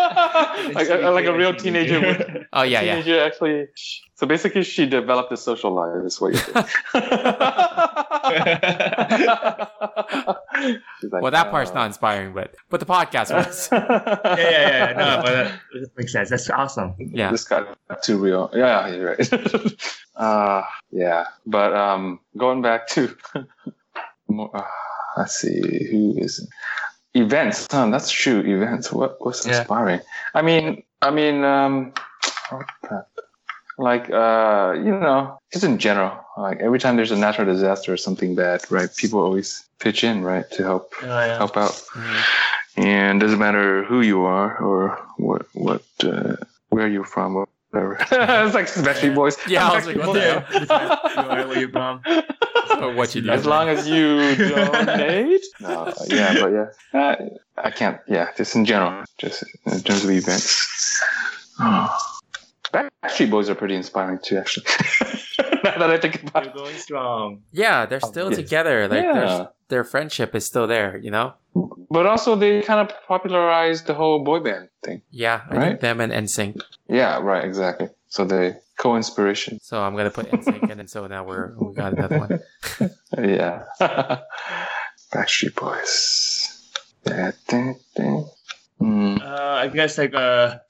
[SPEAKER 7] like, a, like a real teenager would
[SPEAKER 5] oh yeah, yeah,
[SPEAKER 7] teenager actually. So basically, she developed a social life. Is what you think. She's like,
[SPEAKER 5] Well, that part's
[SPEAKER 7] uh,
[SPEAKER 5] not inspiring, but but the podcast was,
[SPEAKER 6] yeah, yeah, yeah. No, but that, that makes sense. That's awesome.
[SPEAKER 5] yeah.
[SPEAKER 7] This got too real. Yeah, you're right. uh, yeah, but um, going back to more, uh, let's see who is events. Huh, that's true. Events. What what's
[SPEAKER 6] Yeah.
[SPEAKER 7] inspiring? I mean, I mean, um, what the- like uh, you know, just in general. Like every time there's a natural disaster or something bad, right? People always pitch in, right, to help
[SPEAKER 6] Oh, yeah.
[SPEAKER 7] help out
[SPEAKER 5] Mm.
[SPEAKER 7] and doesn't matter who you are or what what uh, where you're from or whatever. it's like Backstreet Boys.
[SPEAKER 5] Yeah, I was
[SPEAKER 7] Backstreet
[SPEAKER 5] like, what the hell?
[SPEAKER 6] You are where you're from.
[SPEAKER 5] Or what you do.
[SPEAKER 7] As long as you donate. no, yeah, but yeah, uh, I can't. Yeah, just in general, just in terms of events. Backstreet Boys are pretty inspiring too, actually. now that I think about
[SPEAKER 6] You're
[SPEAKER 7] it.
[SPEAKER 6] going strong.
[SPEAKER 5] Yeah, they're still
[SPEAKER 7] yes.
[SPEAKER 5] together. Like
[SPEAKER 7] Yeah.
[SPEAKER 5] their their friendship is still there, you know?
[SPEAKER 7] But also, they kind of popularized the whole boy band thing.
[SPEAKER 5] Yeah, I
[SPEAKER 7] Right.
[SPEAKER 5] think them and NSYNC.
[SPEAKER 7] Yeah, right, exactly. So they co-inspiration.
[SPEAKER 5] So I'm gonna put NSYNC in, and so now we're we got another one.
[SPEAKER 7] Yeah. Backstreet Boys. Da, da, da. Mm.
[SPEAKER 6] Uh, I guess like a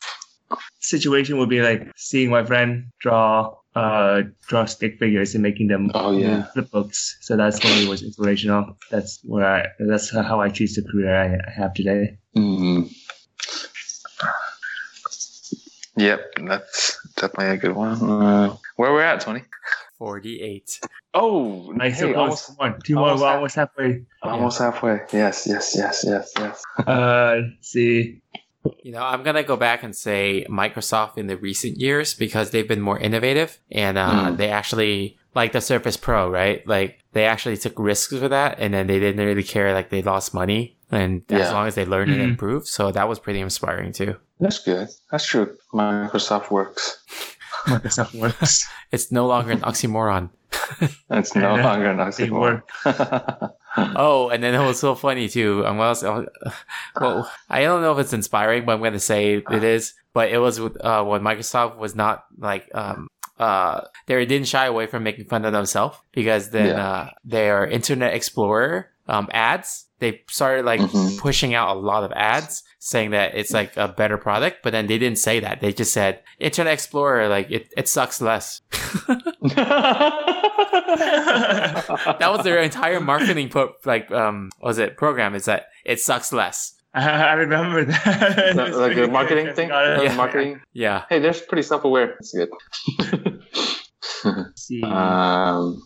[SPEAKER 6] situation would be like seeing my friend draw uh draw stick figures and making them
[SPEAKER 7] Oh, yeah.
[SPEAKER 6] into flip books. So that's when it was inspirational. That's where I that's how I choose the career I have today.
[SPEAKER 7] Mm. Yep, that's definitely a good one. Uh, where we're at, Tony?
[SPEAKER 5] 48.
[SPEAKER 7] Oh,
[SPEAKER 6] Nice.
[SPEAKER 7] hey,
[SPEAKER 6] so
[SPEAKER 7] almost,
[SPEAKER 6] close. One. Two more.
[SPEAKER 7] almost
[SPEAKER 6] Wow,
[SPEAKER 7] half-
[SPEAKER 6] what's halfway?
[SPEAKER 7] almost halfway. Yes, yes, yes, yes, yes.
[SPEAKER 6] Uh, let's see.
[SPEAKER 5] You know, I'm gonna go back and say Microsoft in the recent years because they've been more innovative and uh,
[SPEAKER 7] Hmm.
[SPEAKER 5] they actually like the Surface Pro, right? Like they actually took risks with that, and then they didn't really care. Like they lost money, and as
[SPEAKER 7] Yeah.
[SPEAKER 5] long as they learned and
[SPEAKER 6] Mhm.
[SPEAKER 5] improved, so that was pretty inspiring too.
[SPEAKER 7] That's good. That's true. Microsoft works.
[SPEAKER 6] Microsoft works.
[SPEAKER 5] It's no longer an oxymoron.
[SPEAKER 7] It's no
[SPEAKER 6] Yeah,
[SPEAKER 7] longer an
[SPEAKER 6] they
[SPEAKER 7] oxymoron.
[SPEAKER 6] work.
[SPEAKER 5] Oh, and then it was so funny too. Um, I'm gonna say, well, I don't know if it's inspiring, but I'm gonna say it is. But it was with, uh, when Microsoft was not like um uh they didn't shy away from making fun of themselves because then
[SPEAKER 7] Yeah.
[SPEAKER 5] uh their Internet Explorer um ads they started like
[SPEAKER 7] Mhm.
[SPEAKER 5] pushing out a lot of ads saying that it's like a better product, but then they didn't say that. They just said Internet Explorer like it it sucks less. that was their entire marketing pro- like um what was it program is that it sucks less
[SPEAKER 6] I, I remember that.
[SPEAKER 7] Like- like a marketing thing?
[SPEAKER 6] Got it.
[SPEAKER 5] Yeah.
[SPEAKER 7] Marketing?
[SPEAKER 5] yeah
[SPEAKER 7] Hey, they're pretty self-aware. That's good.
[SPEAKER 6] Let's see.
[SPEAKER 7] um,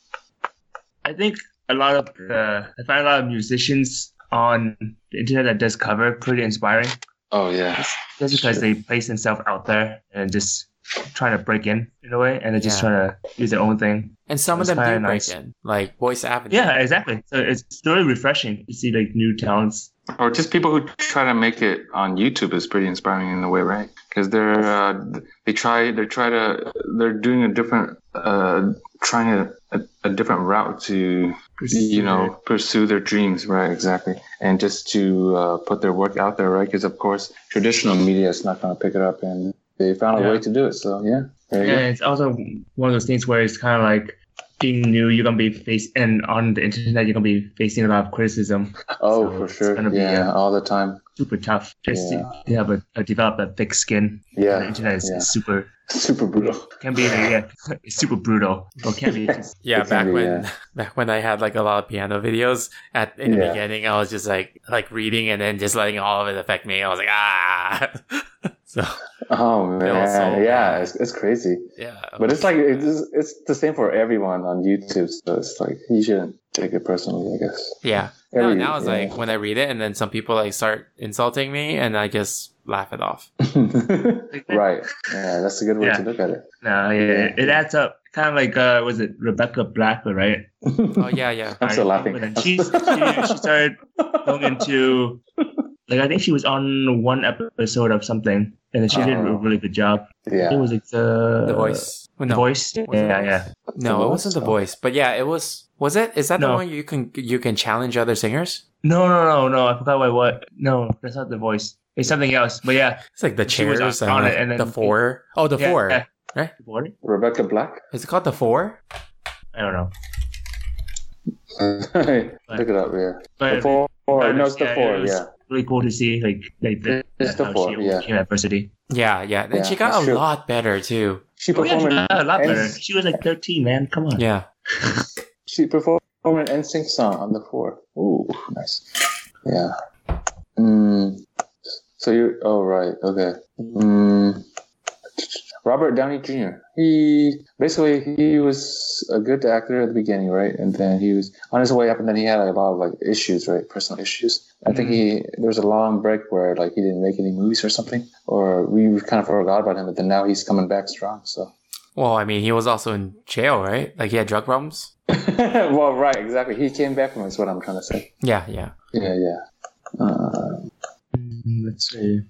[SPEAKER 6] I think a lot of uh, I find a lot of musicians on the internet that does cover pretty inspiring,
[SPEAKER 7] oh, yeah.
[SPEAKER 6] just because they place themselves out there and just trying to break in in a way, and they're just
[SPEAKER 5] Yeah.
[SPEAKER 6] trying to do their own thing.
[SPEAKER 5] and some
[SPEAKER 6] That's
[SPEAKER 5] of them do
[SPEAKER 6] kinda
[SPEAKER 5] break
[SPEAKER 6] nice.
[SPEAKER 5] in like voice avenue
[SPEAKER 6] Yeah, exactly. So it's really refreshing to see like new talents.
[SPEAKER 7] Or just people who try to make it on YouTube is pretty inspiring in a way, right? Because they're uh, they try they try to they're doing a different uh, trying a, a, a different route to you know pursue their dreams right exactly and just to uh, put their work out there right because of course traditional media is not going to pick it up and they found a
[SPEAKER 6] Yeah.
[SPEAKER 7] way to do it so yeah there you
[SPEAKER 6] Yeah, it's also one of those things where it's kind of like being new, you're gonna be facing, and on the internet, you're gonna be facing a lot of criticism.
[SPEAKER 7] go oh
[SPEAKER 6] So
[SPEAKER 7] for
[SPEAKER 6] it's
[SPEAKER 7] sure
[SPEAKER 6] gonna be,
[SPEAKER 7] yeah
[SPEAKER 6] uh,
[SPEAKER 7] all the time
[SPEAKER 6] Super tough. Just
[SPEAKER 7] Yeah.
[SPEAKER 6] to have a, a develop a thick skin. The
[SPEAKER 7] yeah
[SPEAKER 6] internet is
[SPEAKER 7] yeah.
[SPEAKER 6] super
[SPEAKER 7] super brutal
[SPEAKER 6] can be yeah, it's super brutal, but can be just
[SPEAKER 5] yeah
[SPEAKER 7] It can
[SPEAKER 5] back
[SPEAKER 7] be,
[SPEAKER 5] when
[SPEAKER 7] yeah.
[SPEAKER 5] back when i had like a lot of piano videos at in the
[SPEAKER 7] Yeah.
[SPEAKER 5] beginning i was just like like reading and then just letting all of it affect me i was like ah so
[SPEAKER 7] oh
[SPEAKER 5] was so
[SPEAKER 7] man yeah
[SPEAKER 5] bad.
[SPEAKER 7] it's, it's crazy
[SPEAKER 5] yeah
[SPEAKER 7] but it's like
[SPEAKER 5] Uh,
[SPEAKER 7] it's, it's the same for everyone on youtube so it's like you shouldn't take it personally i guess
[SPEAKER 5] yeah no,
[SPEAKER 7] Every-
[SPEAKER 5] now it's
[SPEAKER 7] yeah.
[SPEAKER 5] like when i read it and then some people like start insulting me and i just laugh it off
[SPEAKER 7] right yeah that's a good way
[SPEAKER 6] Yeah.
[SPEAKER 7] to look at it
[SPEAKER 6] no, yeah, it adds up. Kind of like uh, was it Rebecca Black, right?
[SPEAKER 5] oh yeah yeah
[SPEAKER 7] I'm still
[SPEAKER 6] I
[SPEAKER 7] laughing.
[SPEAKER 6] remember that. She, she she started going into like I think she was on one episode of something, and then she did a
[SPEAKER 7] Oh.
[SPEAKER 6] really good job.
[SPEAKER 7] yeah
[SPEAKER 6] It was like the
[SPEAKER 5] the voice
[SPEAKER 6] Uh, The
[SPEAKER 5] Well, no.
[SPEAKER 6] voice.
[SPEAKER 5] Was it
[SPEAKER 6] yeah,
[SPEAKER 5] The
[SPEAKER 6] yeah.
[SPEAKER 5] No,
[SPEAKER 7] The
[SPEAKER 5] it wasn't the
[SPEAKER 7] Voice, oh.
[SPEAKER 5] voice, but yeah, it was. Was it? Is that the
[SPEAKER 6] No.
[SPEAKER 5] one you can you can challenge other singers?
[SPEAKER 6] No, no, no, no. I forgot what. What? No, that's not the voice. It's something else. But yeah,
[SPEAKER 5] It's like the
[SPEAKER 6] She was
[SPEAKER 5] chairs
[SPEAKER 6] on- on
[SPEAKER 5] and,
[SPEAKER 6] it,
[SPEAKER 5] like,
[SPEAKER 6] and then-
[SPEAKER 5] the four. Oh, the
[SPEAKER 6] yeah,
[SPEAKER 5] four.
[SPEAKER 6] yeah.
[SPEAKER 5] right?
[SPEAKER 6] The board?
[SPEAKER 7] Rebecca Black.
[SPEAKER 5] Is it called the four?
[SPEAKER 6] I don't know.
[SPEAKER 7] Look it up, yeah.
[SPEAKER 6] But
[SPEAKER 7] the four,
[SPEAKER 6] but
[SPEAKER 7] no, it's the
[SPEAKER 6] yeah,
[SPEAKER 7] four,
[SPEAKER 6] it was
[SPEAKER 7] yeah.
[SPEAKER 6] really cool to see like like the,
[SPEAKER 7] It's the
[SPEAKER 6] how
[SPEAKER 7] four,
[SPEAKER 6] she
[SPEAKER 7] yeah.
[SPEAKER 6] overcame adversity.
[SPEAKER 5] Yeah, yeah. And
[SPEAKER 7] Yeah,
[SPEAKER 5] she got
[SPEAKER 7] that's
[SPEAKER 5] a
[SPEAKER 7] true.
[SPEAKER 5] lot better too.
[SPEAKER 7] She
[SPEAKER 6] Oh, yeah, she
[SPEAKER 7] performed an
[SPEAKER 6] got a lot better.
[SPEAKER 7] and-
[SPEAKER 6] She was like 13, man. Come on.
[SPEAKER 5] Yeah.
[SPEAKER 7] she performed an NSYNC song on the four. Ooh, nice. Yeah. Mm. So you're oh right, okay. Mm. Robert Downey Jr. He basically he was a good actor at the beginning, right? And then he was on his way up, and then he had a lot of like issues, right? Personal issues. I think he there was a long break where like he didn't make any movies or something, or we kind of forgot about him. But then now he's coming back strong. So
[SPEAKER 5] Well, I mean, he was also in jail, right? Like he had drug problems.
[SPEAKER 7] well, right, exactly. He came back from it, is what I'm trying to say.
[SPEAKER 5] Yeah, yeah.
[SPEAKER 7] Yeah, yeah. Uh,
[SPEAKER 6] Mm, Let's see.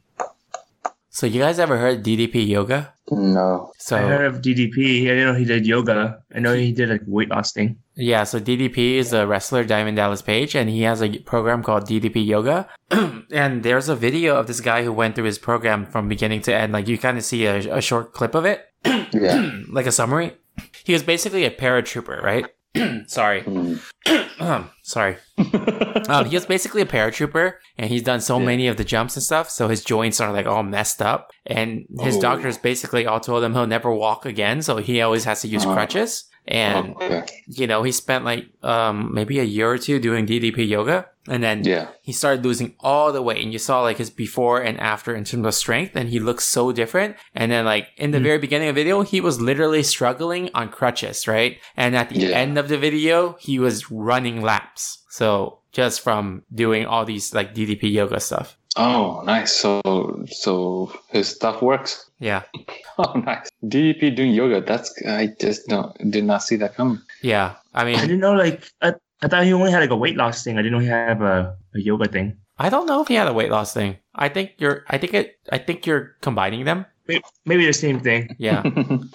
[SPEAKER 5] So you guys ever heard DDP yoga?
[SPEAKER 7] no.
[SPEAKER 5] So
[SPEAKER 6] I heard of DDP. I didn't know he did yoga. I know he did like weight loss thing.
[SPEAKER 5] Yeah, so DDP is a wrestler, Diamond Dallas Page, and he has a program called DDP Yoga. and there's a video of this guy who went through his program from beginning to end. Like you kind of see a, a short clip of it,
[SPEAKER 7] Yeah.
[SPEAKER 5] like a summary. He was basically a paratrooper, right? Sorry.
[SPEAKER 7] Mm,
[SPEAKER 5] Um, Sorry. um, he was basically a paratrooper, and he's done so many of the jumps and stuff, so his joints are like all messed up. And his
[SPEAKER 7] Oh.
[SPEAKER 5] doctors basically all told him he'll never walk again, so he always has to use
[SPEAKER 7] Uh-huh. Oh.
[SPEAKER 5] crutches. And
[SPEAKER 7] Okay.
[SPEAKER 5] you know, he spent like um maybe a year or two doing DDP yoga And then
[SPEAKER 7] Yeah.
[SPEAKER 5] he started losing all the weight and you saw like his before and after in terms of strength and he looks so different and then like in
[SPEAKER 7] Hmm.
[SPEAKER 5] the very beginning of the video he was literally struggling on crutches right and at the
[SPEAKER 7] Yeah.
[SPEAKER 5] end of the video he was running laps so just from doing all these like ddp yoga stuff
[SPEAKER 7] Oh, nice. So, so his stuff works.
[SPEAKER 5] yeah
[SPEAKER 7] Oh, nice. DDP doing yoga. That's I just don't did not see that coming.
[SPEAKER 5] yeah i
[SPEAKER 6] I
[SPEAKER 5] mean
[SPEAKER 6] didn't know like I, I thought he only had like a weight loss thing. I didn't know he had a, a yoga thing.
[SPEAKER 5] i don't know if he had a weight loss thing i think you're i think it i think you're combining them
[SPEAKER 6] Maybe the same thing.
[SPEAKER 5] yeah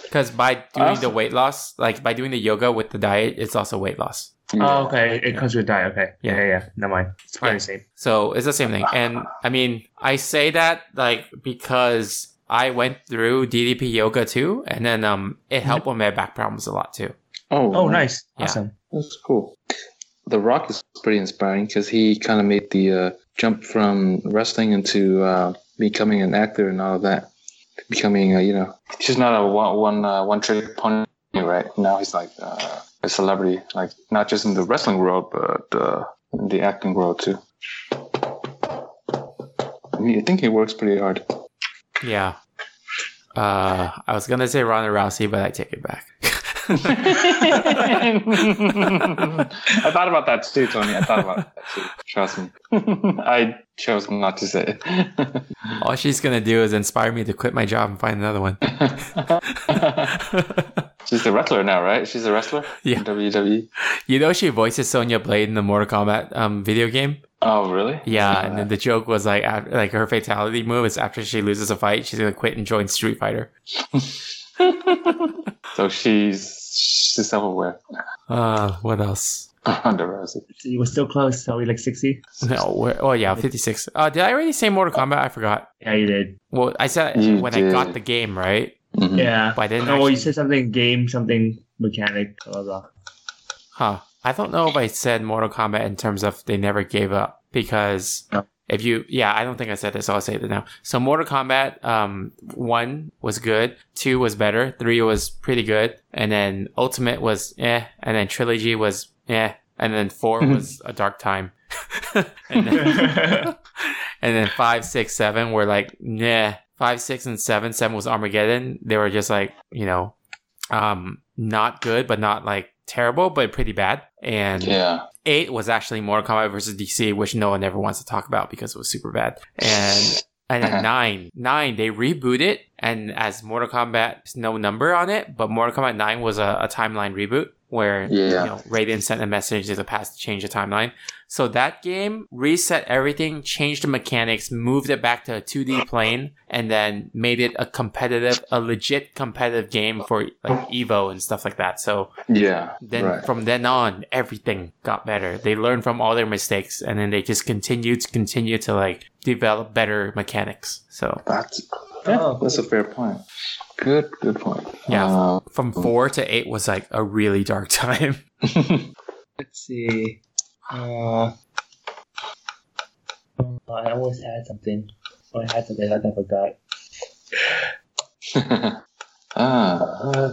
[SPEAKER 5] because by doing
[SPEAKER 7] Uh.
[SPEAKER 5] the weight loss like by doing the yoga with the diet it's also weight loss
[SPEAKER 6] Oh, okay. It comes with diet. Okay. Yeah, yeah, yeah. Never mind. It's probably the
[SPEAKER 5] Yeah.
[SPEAKER 6] same.
[SPEAKER 5] So it's the same thing. And I mean, I say that like because I went through DDP yoga too, and then um, it helped with my back problems a lot too.
[SPEAKER 7] Oh,
[SPEAKER 6] Oh, nice.
[SPEAKER 5] Yeah.
[SPEAKER 6] Awesome.
[SPEAKER 7] That's cool. The Rock is pretty inspiring because he kind of made the uh, jump from wrestling into uh, becoming an actor and all of that. Becoming, uh, you know, he's just not a one one uh, one trick pony, right? Now he's like uh, a celebrity, like not just in the wrestling world, but uh, in the acting world too. I, mean, I think he works pretty hard.
[SPEAKER 5] Yeah. Uh, I was gonna say Ronda Rousey, but I take it back.
[SPEAKER 7] I thought about that too, Tony. I thought about that too. Trust me. I chose not to say it.
[SPEAKER 5] All she's gonna do is inspire me to quit my job and find another one.
[SPEAKER 7] She's a wrestler now, right? She's a wrestler.
[SPEAKER 5] Yeah.
[SPEAKER 7] in E? WWE.
[SPEAKER 5] you know she voices Sonya Blade in the Mortal Kombat um, video game.
[SPEAKER 7] Oh, really?
[SPEAKER 5] Yeah, and then the joke was like, af like her fatality move is after she loses a fight, she's gonna quit and join Street Fighter.
[SPEAKER 7] So she's she's self-aware.
[SPEAKER 5] Uh, what else?
[SPEAKER 7] Ronda Rousey.
[SPEAKER 6] You were still close. So we like sixty.
[SPEAKER 5] No, where, oh yeah, fifty six. Uh, did I already say Mortal Kombat? I forgot.
[SPEAKER 6] Yeah, you did.
[SPEAKER 5] Well, I said
[SPEAKER 7] You
[SPEAKER 5] when I
[SPEAKER 7] did.
[SPEAKER 5] got the game right,
[SPEAKER 7] Mhm.
[SPEAKER 6] Yeah.
[SPEAKER 5] but I didn't.
[SPEAKER 6] Oh,
[SPEAKER 5] actually-
[SPEAKER 6] you said something game, something mechanic. Blah, blah, blah.
[SPEAKER 5] huh? I don't know if I said Mortal Kombat in terms of they never gave up because
[SPEAKER 6] No.
[SPEAKER 5] if you, yeah, I don't think I said this. So I'll say it now. So Mortal Kombat, um, one was good, two was better, three was pretty good, and then Ultimate was eh, and then Trilogy was eh, and then four was a dark time. and then, And then five, six, seven were like, nah. Five, six, and seven. Seven was Armageddon. They were just like, you know, um, not good, but not like terrible, but pretty bad. And
[SPEAKER 7] Yeah.
[SPEAKER 5] eight was actually Mortal Kombat versus DC, which no one ever wants to talk about because it was super bad. And and then
[SPEAKER 7] Uh-huh.
[SPEAKER 5] nine, nine, they reboot it, and as Mortal Kombat, there's no number on it, but Mortal Kombat nine was a, a timeline reboot where
[SPEAKER 7] Yeah.
[SPEAKER 5] you know Raiden sent a message to the past to change the timeline. So that game reset everything, changed the mechanics, moved it back to a 2D plane, and then made it a competitive, a legit competitive game for like Evo and stuff like that. So
[SPEAKER 7] Yeah.
[SPEAKER 5] then
[SPEAKER 7] right.
[SPEAKER 5] from then on everything got better they learned from all their mistakes and then they just continued to continue to like develop better mechanics so
[SPEAKER 7] that's yeah,
[SPEAKER 6] Oh.
[SPEAKER 7] that's a fair point. Good, good point.
[SPEAKER 5] Yeah.
[SPEAKER 7] Uh,
[SPEAKER 5] from four to eight was like a really dark time
[SPEAKER 6] Let's see. Uh, oh, I always had something. Oh, I had something I forgot.
[SPEAKER 7] ah.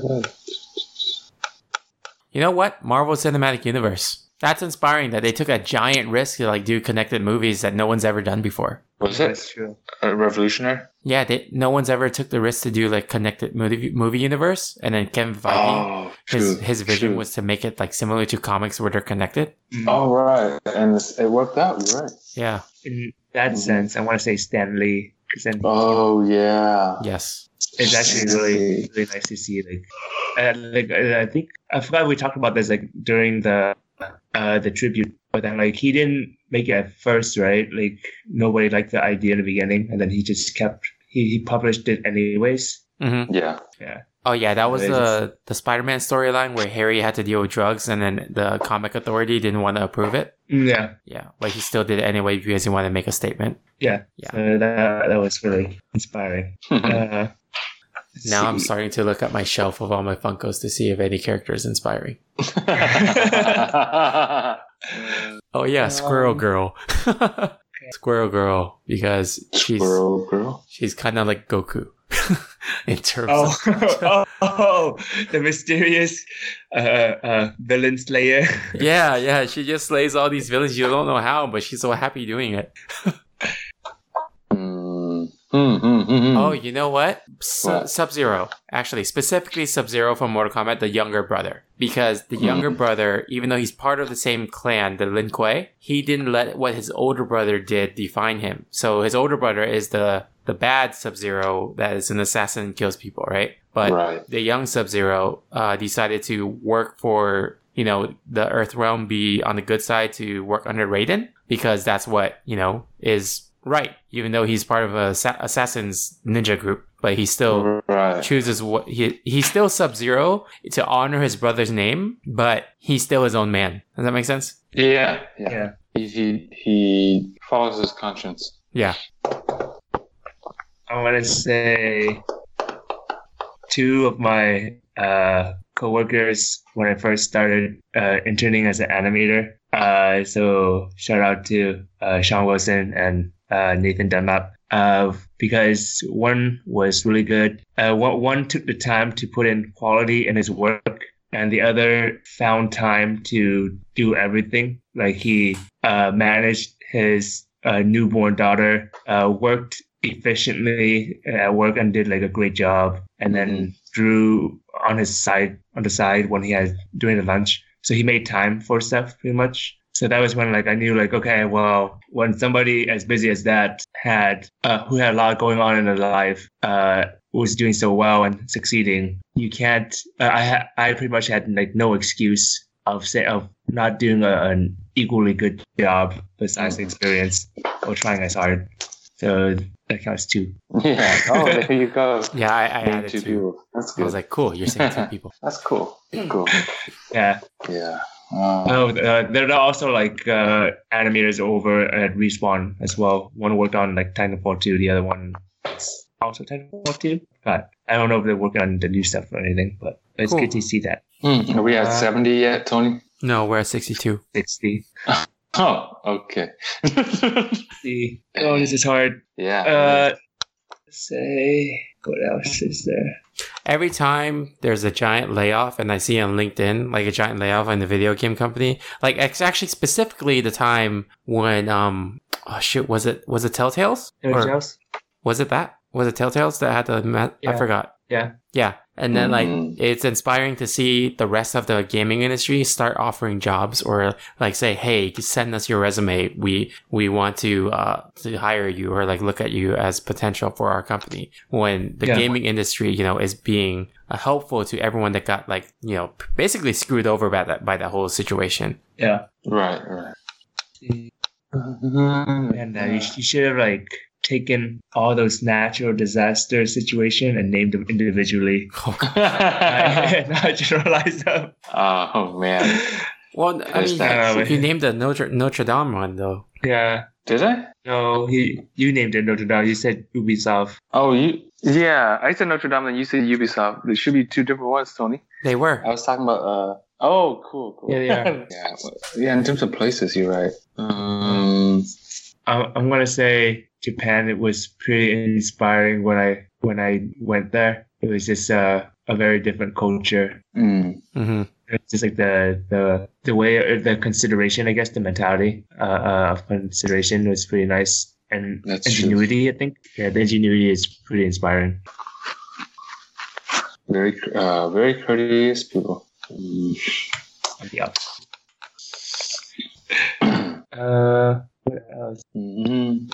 [SPEAKER 5] you know what marvel cinematic universe that's inspiring that they took a giant risk to like do connected movies that no one's ever done before
[SPEAKER 7] Was
[SPEAKER 6] That's
[SPEAKER 7] it
[SPEAKER 6] true.
[SPEAKER 7] a revolutionary?
[SPEAKER 5] yeah they, no one's ever took the risk to do like connected movie, movie universe and then kevin feige
[SPEAKER 7] Oh,
[SPEAKER 5] his,
[SPEAKER 7] true,
[SPEAKER 5] his vision
[SPEAKER 7] true.
[SPEAKER 5] was to make it like similar to comics where they're connected
[SPEAKER 6] Mm.
[SPEAKER 7] Oh right, and it's- it worked out. You're right.
[SPEAKER 5] yeah
[SPEAKER 6] In that
[SPEAKER 7] Mhm.
[SPEAKER 6] sense, I want to say Stanley. Because then
[SPEAKER 7] Oh yeah.
[SPEAKER 5] yes
[SPEAKER 6] it's actually really, really nice to see. Like, uh, like uh, I think I forgot we talked about this like during the uh the tribute, but then like he didn't make it at first, right? Like nobody liked the idea in the beginning, and then he just kept he, he published it anyways.
[SPEAKER 5] mm-hmm
[SPEAKER 7] Yeah.
[SPEAKER 6] Yeah.
[SPEAKER 5] Oh yeah, that was
[SPEAKER 6] They
[SPEAKER 5] the the Spider-Man storyline where Harry had to deal with drugs, and then the comic authority didn't want to approve it.
[SPEAKER 6] Yeah.
[SPEAKER 5] Yeah, but he still did it anyway because he wanted to make a statement.
[SPEAKER 6] Yeah.
[SPEAKER 5] Yeah.
[SPEAKER 6] So that that was really inspiring. Uh, let's
[SPEAKER 5] Hmm. Now I'm
[SPEAKER 6] see.
[SPEAKER 5] starting to look at my shelf of all my Funkos to see if any character is inspiring. Oh yeah, Squirrel
[SPEAKER 6] Um,
[SPEAKER 5] Girl, Squirrel Girl, because she's
[SPEAKER 7] Squirrel girl.
[SPEAKER 5] she's kind of like Goku in terms
[SPEAKER 6] Oh,
[SPEAKER 5] of
[SPEAKER 6] oh, Oh, the mysterious uh, uh, villain slayer.
[SPEAKER 5] yeah, yeah. She just slays all these villains. You don't know how, but she's so happy doing it.
[SPEAKER 8] Hmm. Hmm, hmm, hmm, hmm.
[SPEAKER 5] Oh, you know what? Su-
[SPEAKER 8] What?
[SPEAKER 5] Sub Zero, actually, specifically Sub Zero from Mortal Kombat, the younger brother, because the younger brother, even though he's part of the same clan, the Lin Kuei, he didn't let what his older brother did define him. So his older brother is the the bad Sub Zero that is an assassin and kills people, right? But
[SPEAKER 8] Right.
[SPEAKER 5] the young Sub Zero uh, decided to work for you know the Earth Realm, be on the good side to work under Raiden because that's what you know is right. Even though he's part of a assa- assassin's ninja group, but he still
[SPEAKER 7] Mm-hmm.
[SPEAKER 8] Right.
[SPEAKER 5] chooses what he he's still Sub Zero to honor his brother's name, but he's still his own man. Does that make sense?
[SPEAKER 8] Yeah. Yeah.
[SPEAKER 6] Yeah.
[SPEAKER 8] He, he he follows his conscience.
[SPEAKER 5] Yeah.
[SPEAKER 6] I want to say two of my uh, coworkers when I first started uh, interning as an animator. Uh, so shout out to uh, Sean Wilson and uh, Nathan Dunlap. Uh, because one was really good. Uh, one, one took the time to put in quality in his work, and the other found time to do everything. Like he uh, managed his uh, newborn daughter, uh, worked efficiently at work, and did like a great job. And then drew on his side on the side when he had during the lunch. So he made time for stuff pretty much. So that was when like I knew like okay, well, when somebody as busy as that had uh, who had a lot going on in their life uh, was doing so well and succeeding, you can't. Uh, I ha- I pretty much had like no excuse of say of not doing a, an equally good job besides the experience or trying as hard. So that counts too.
[SPEAKER 8] Yeah. Oh, there you go.
[SPEAKER 5] Yeah, I, I
[SPEAKER 8] Name
[SPEAKER 5] added
[SPEAKER 8] two
[SPEAKER 5] two.
[SPEAKER 8] people. That's
[SPEAKER 5] I
[SPEAKER 8] good.
[SPEAKER 5] was like, cool, you're saying two people.
[SPEAKER 8] That's cool. Cool.
[SPEAKER 6] Yeah.
[SPEAKER 8] Yeah. Uh,
[SPEAKER 6] Oh, uh, there are also like uh, animators over at Respawn as well. One worked on like Titanfall 2, the other one is also Titanfall 2. God, I don't know if they're working on the new stuff or anything, but it's
[SPEAKER 5] Cool.
[SPEAKER 6] good to see that.
[SPEAKER 8] hmm, Are we at
[SPEAKER 6] Uh,
[SPEAKER 8] seventy yet, Tony?
[SPEAKER 5] No, we're at sixty-two.
[SPEAKER 6] 60.
[SPEAKER 8] Oh, okay.
[SPEAKER 6] See. Oh, this is hard.
[SPEAKER 8] yeah.
[SPEAKER 6] Uh, say, what else is there?
[SPEAKER 5] Every time there's a giant layoff, and I see on LinkedIn like a giant layoff in the video game company, like it's actually specifically the time when um oh shoot was it was it Telltale's
[SPEAKER 6] Anything
[SPEAKER 5] Or
[SPEAKER 6] else?
[SPEAKER 5] was it that was it Telltale's that had the ma- I
[SPEAKER 6] Yeah.
[SPEAKER 5] forgot
[SPEAKER 6] Yeah.
[SPEAKER 5] yeah and then
[SPEAKER 8] Mm.
[SPEAKER 5] like it's inspiring to see the rest of the gaming industry start offering jobs or like say hey send us your resume we we want to uh to hire you or like look at you as potential for our company when the
[SPEAKER 6] Yeah.
[SPEAKER 5] gaming industry you know is being uh, helpful to everyone that got like you know basically screwed over by that by that whole situation
[SPEAKER 6] Yeah.
[SPEAKER 8] right. Right.
[SPEAKER 6] And uh, you, you should have like taken all those natural disaster situation and named them individually. Not generalize them.
[SPEAKER 8] oh man.
[SPEAKER 5] well i mean
[SPEAKER 6] uh,
[SPEAKER 8] Exactly.
[SPEAKER 5] you named the notre, notre dame one though
[SPEAKER 6] Yeah.
[SPEAKER 8] Did I?
[SPEAKER 6] No, he. You named it Notre Dame. You said Ubisoft.
[SPEAKER 8] Oh, you.
[SPEAKER 7] Yeah, I said Notre Dame and you said Ubisoft. There should be two different ones, Tony.
[SPEAKER 5] they were
[SPEAKER 8] I was talking about. Uh, oh, cool. cool.
[SPEAKER 6] yeah.
[SPEAKER 8] Yeah, well, yeah. In terms of places, you're right. Um,
[SPEAKER 6] I'm, I'm gonna say Japan. It was pretty inspiring when I when I went there. It was just uh, a very different culture.
[SPEAKER 8] mm,
[SPEAKER 5] hmm
[SPEAKER 6] It's just like the the the way or the consideration, I guess, the mentality uh, uh, of consideration was pretty nice. And
[SPEAKER 8] That's true.
[SPEAKER 6] ingenuity, I think. Yeah, the ingenuity is pretty inspiring.
[SPEAKER 8] very, uh, very courteous people. Mm.
[SPEAKER 6] Yeah. uh, what else?
[SPEAKER 8] Mhm.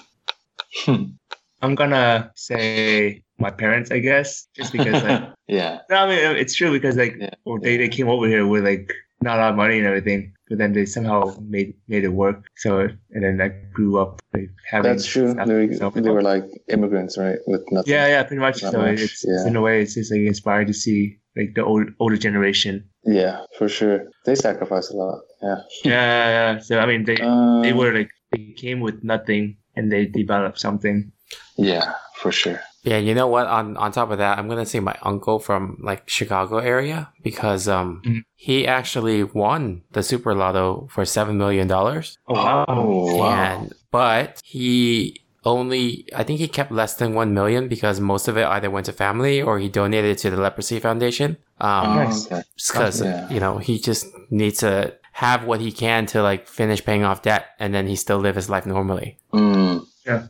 [SPEAKER 6] I'm gonna say my parents, I guess, just because like
[SPEAKER 8] Yeah.
[SPEAKER 6] no, I mean it's true because like
[SPEAKER 8] Yeah.
[SPEAKER 6] well, they, they came over here with like not a lot of money and everything, but then they somehow made made it work. So and then I grew up like having
[SPEAKER 8] That's true.
[SPEAKER 6] stuff.
[SPEAKER 8] They,
[SPEAKER 6] So-
[SPEAKER 8] they were like immigrants, right? With nothing.
[SPEAKER 6] yeah, yeah, pretty much.
[SPEAKER 8] Not
[SPEAKER 6] so
[SPEAKER 8] much,
[SPEAKER 6] It's,
[SPEAKER 8] yeah.
[SPEAKER 6] in a way, it's just like inspiring to see like the old older generation.
[SPEAKER 8] Yeah, for sure. They sacrificed a lot. Yeah.
[SPEAKER 7] Hmm.
[SPEAKER 6] Yeah, yeah, yeah. So I mean,
[SPEAKER 7] Uh,
[SPEAKER 6] they
[SPEAKER 8] Um,
[SPEAKER 6] they were like they came with nothing and they developed something.
[SPEAKER 8] Yeah, for sure.
[SPEAKER 5] Yeah, you know what? On on top of that, I'm gonna say my uncle from like Chicago area because um
[SPEAKER 6] Mhm.
[SPEAKER 7] Mm-hmm.
[SPEAKER 5] he actually won the Super Lotto for seven million dollars.
[SPEAKER 6] Oh wow!
[SPEAKER 8] Oh wow.
[SPEAKER 5] And but he only I think he kept less than one million because most of it either went to family or he donated it to the Leprosy Foundation. Um,
[SPEAKER 6] Nice.
[SPEAKER 7] okay.
[SPEAKER 5] because
[SPEAKER 7] Yeah.
[SPEAKER 5] you know he just needs to have what he can to like finish paying off debt and then he still live his life normally
[SPEAKER 7] Mm,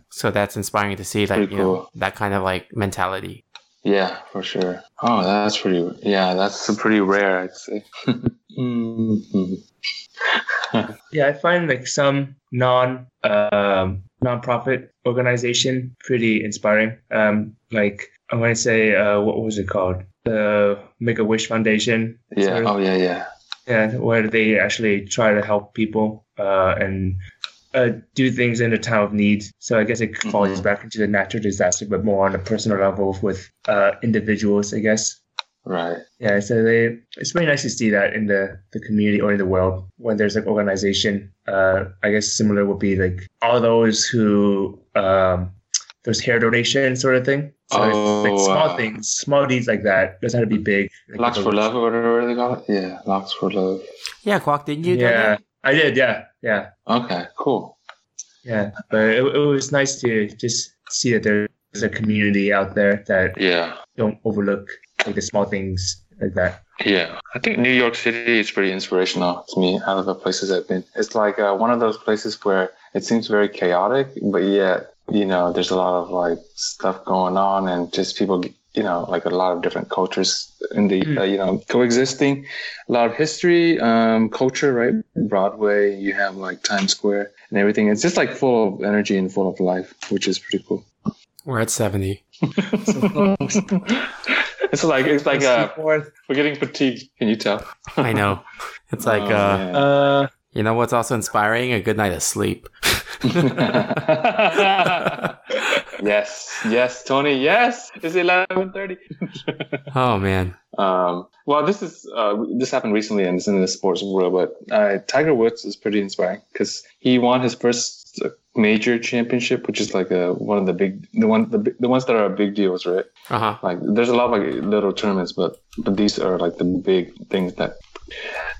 [SPEAKER 5] so that's inspiring to see like
[SPEAKER 7] Pretty
[SPEAKER 5] you know
[SPEAKER 7] cool.
[SPEAKER 5] that kind of like mentality
[SPEAKER 7] yeah, for sure. Oh, that's pretty. Yeah, that's pretty rare, I'd say. Mhm.
[SPEAKER 6] Yeah, I find like some non um nonprofit organization pretty inspiring. Um, like I want to say, uh, what was it called? The Make a Wish Foundation.
[SPEAKER 7] Yeah.
[SPEAKER 6] Sort of.
[SPEAKER 7] Oh, yeah, yeah.
[SPEAKER 6] Yeah, where they actually try to help people uh, and uh, do things in a time of need. So I guess it falls
[SPEAKER 7] Mhm.
[SPEAKER 6] back into the natural disaster, but more on a personal level with uh, individuals, I guess.
[SPEAKER 7] Right.
[SPEAKER 6] Yeah, so they, it's very nice to see that in the, the community or in the world when there's like organization. Uh, I guess similar would be like all those who um, those hair donations sort of thing. So it's like
[SPEAKER 7] Oh,
[SPEAKER 6] small
[SPEAKER 7] uh,
[SPEAKER 6] things, small deeds like that. Doesn't have to be big. Like
[SPEAKER 7] Locks for love, or whatever they call it. Yeah, locks for love.
[SPEAKER 5] yeah Kwok, didn't you
[SPEAKER 6] Yeah, I did. Yeah, yeah.
[SPEAKER 7] Okay, cool.
[SPEAKER 6] Yeah, but it, it was nice to just see that there's a community out there that
[SPEAKER 7] Yeah.
[SPEAKER 6] don't overlook like the small things like that.
[SPEAKER 7] Yeah, I think New York City is pretty inspirational to me out of the places I've been. It's like uh, one of those places where it seems very chaotic, but yet, you know, there's a lot of like stuff going on and just people, you know, like a lot of different cultures in the,
[SPEAKER 6] Mm.
[SPEAKER 7] uh, you know, coexisting. A lot of history, um, culture, right? Broadway, you have like Times Square and everything. It's just like full of energy and full of life, which is pretty cool.
[SPEAKER 5] we're at 70
[SPEAKER 7] It's like, it's like, uh,
[SPEAKER 6] Fourth,
[SPEAKER 7] we're getting fatigued. Can you tell?
[SPEAKER 5] i know it's like
[SPEAKER 7] Oh,
[SPEAKER 5] uh
[SPEAKER 7] man.
[SPEAKER 6] uh,
[SPEAKER 5] you know what's also inspiring a good night of sleep uh,
[SPEAKER 7] yes, yes, Tony. Yes, it's eleven thirty.
[SPEAKER 5] oh man
[SPEAKER 7] Um, well, this is uh, this happened recently, and it's in the sports world. But uh, Tiger Woods is pretty inspiring because he won his first uh, major championship, which is like a, one of the big, the one, the, big- the ones that are big deals, right?
[SPEAKER 5] uh-huh
[SPEAKER 7] Like there's a lot of like little tournaments, but but these are like the big things that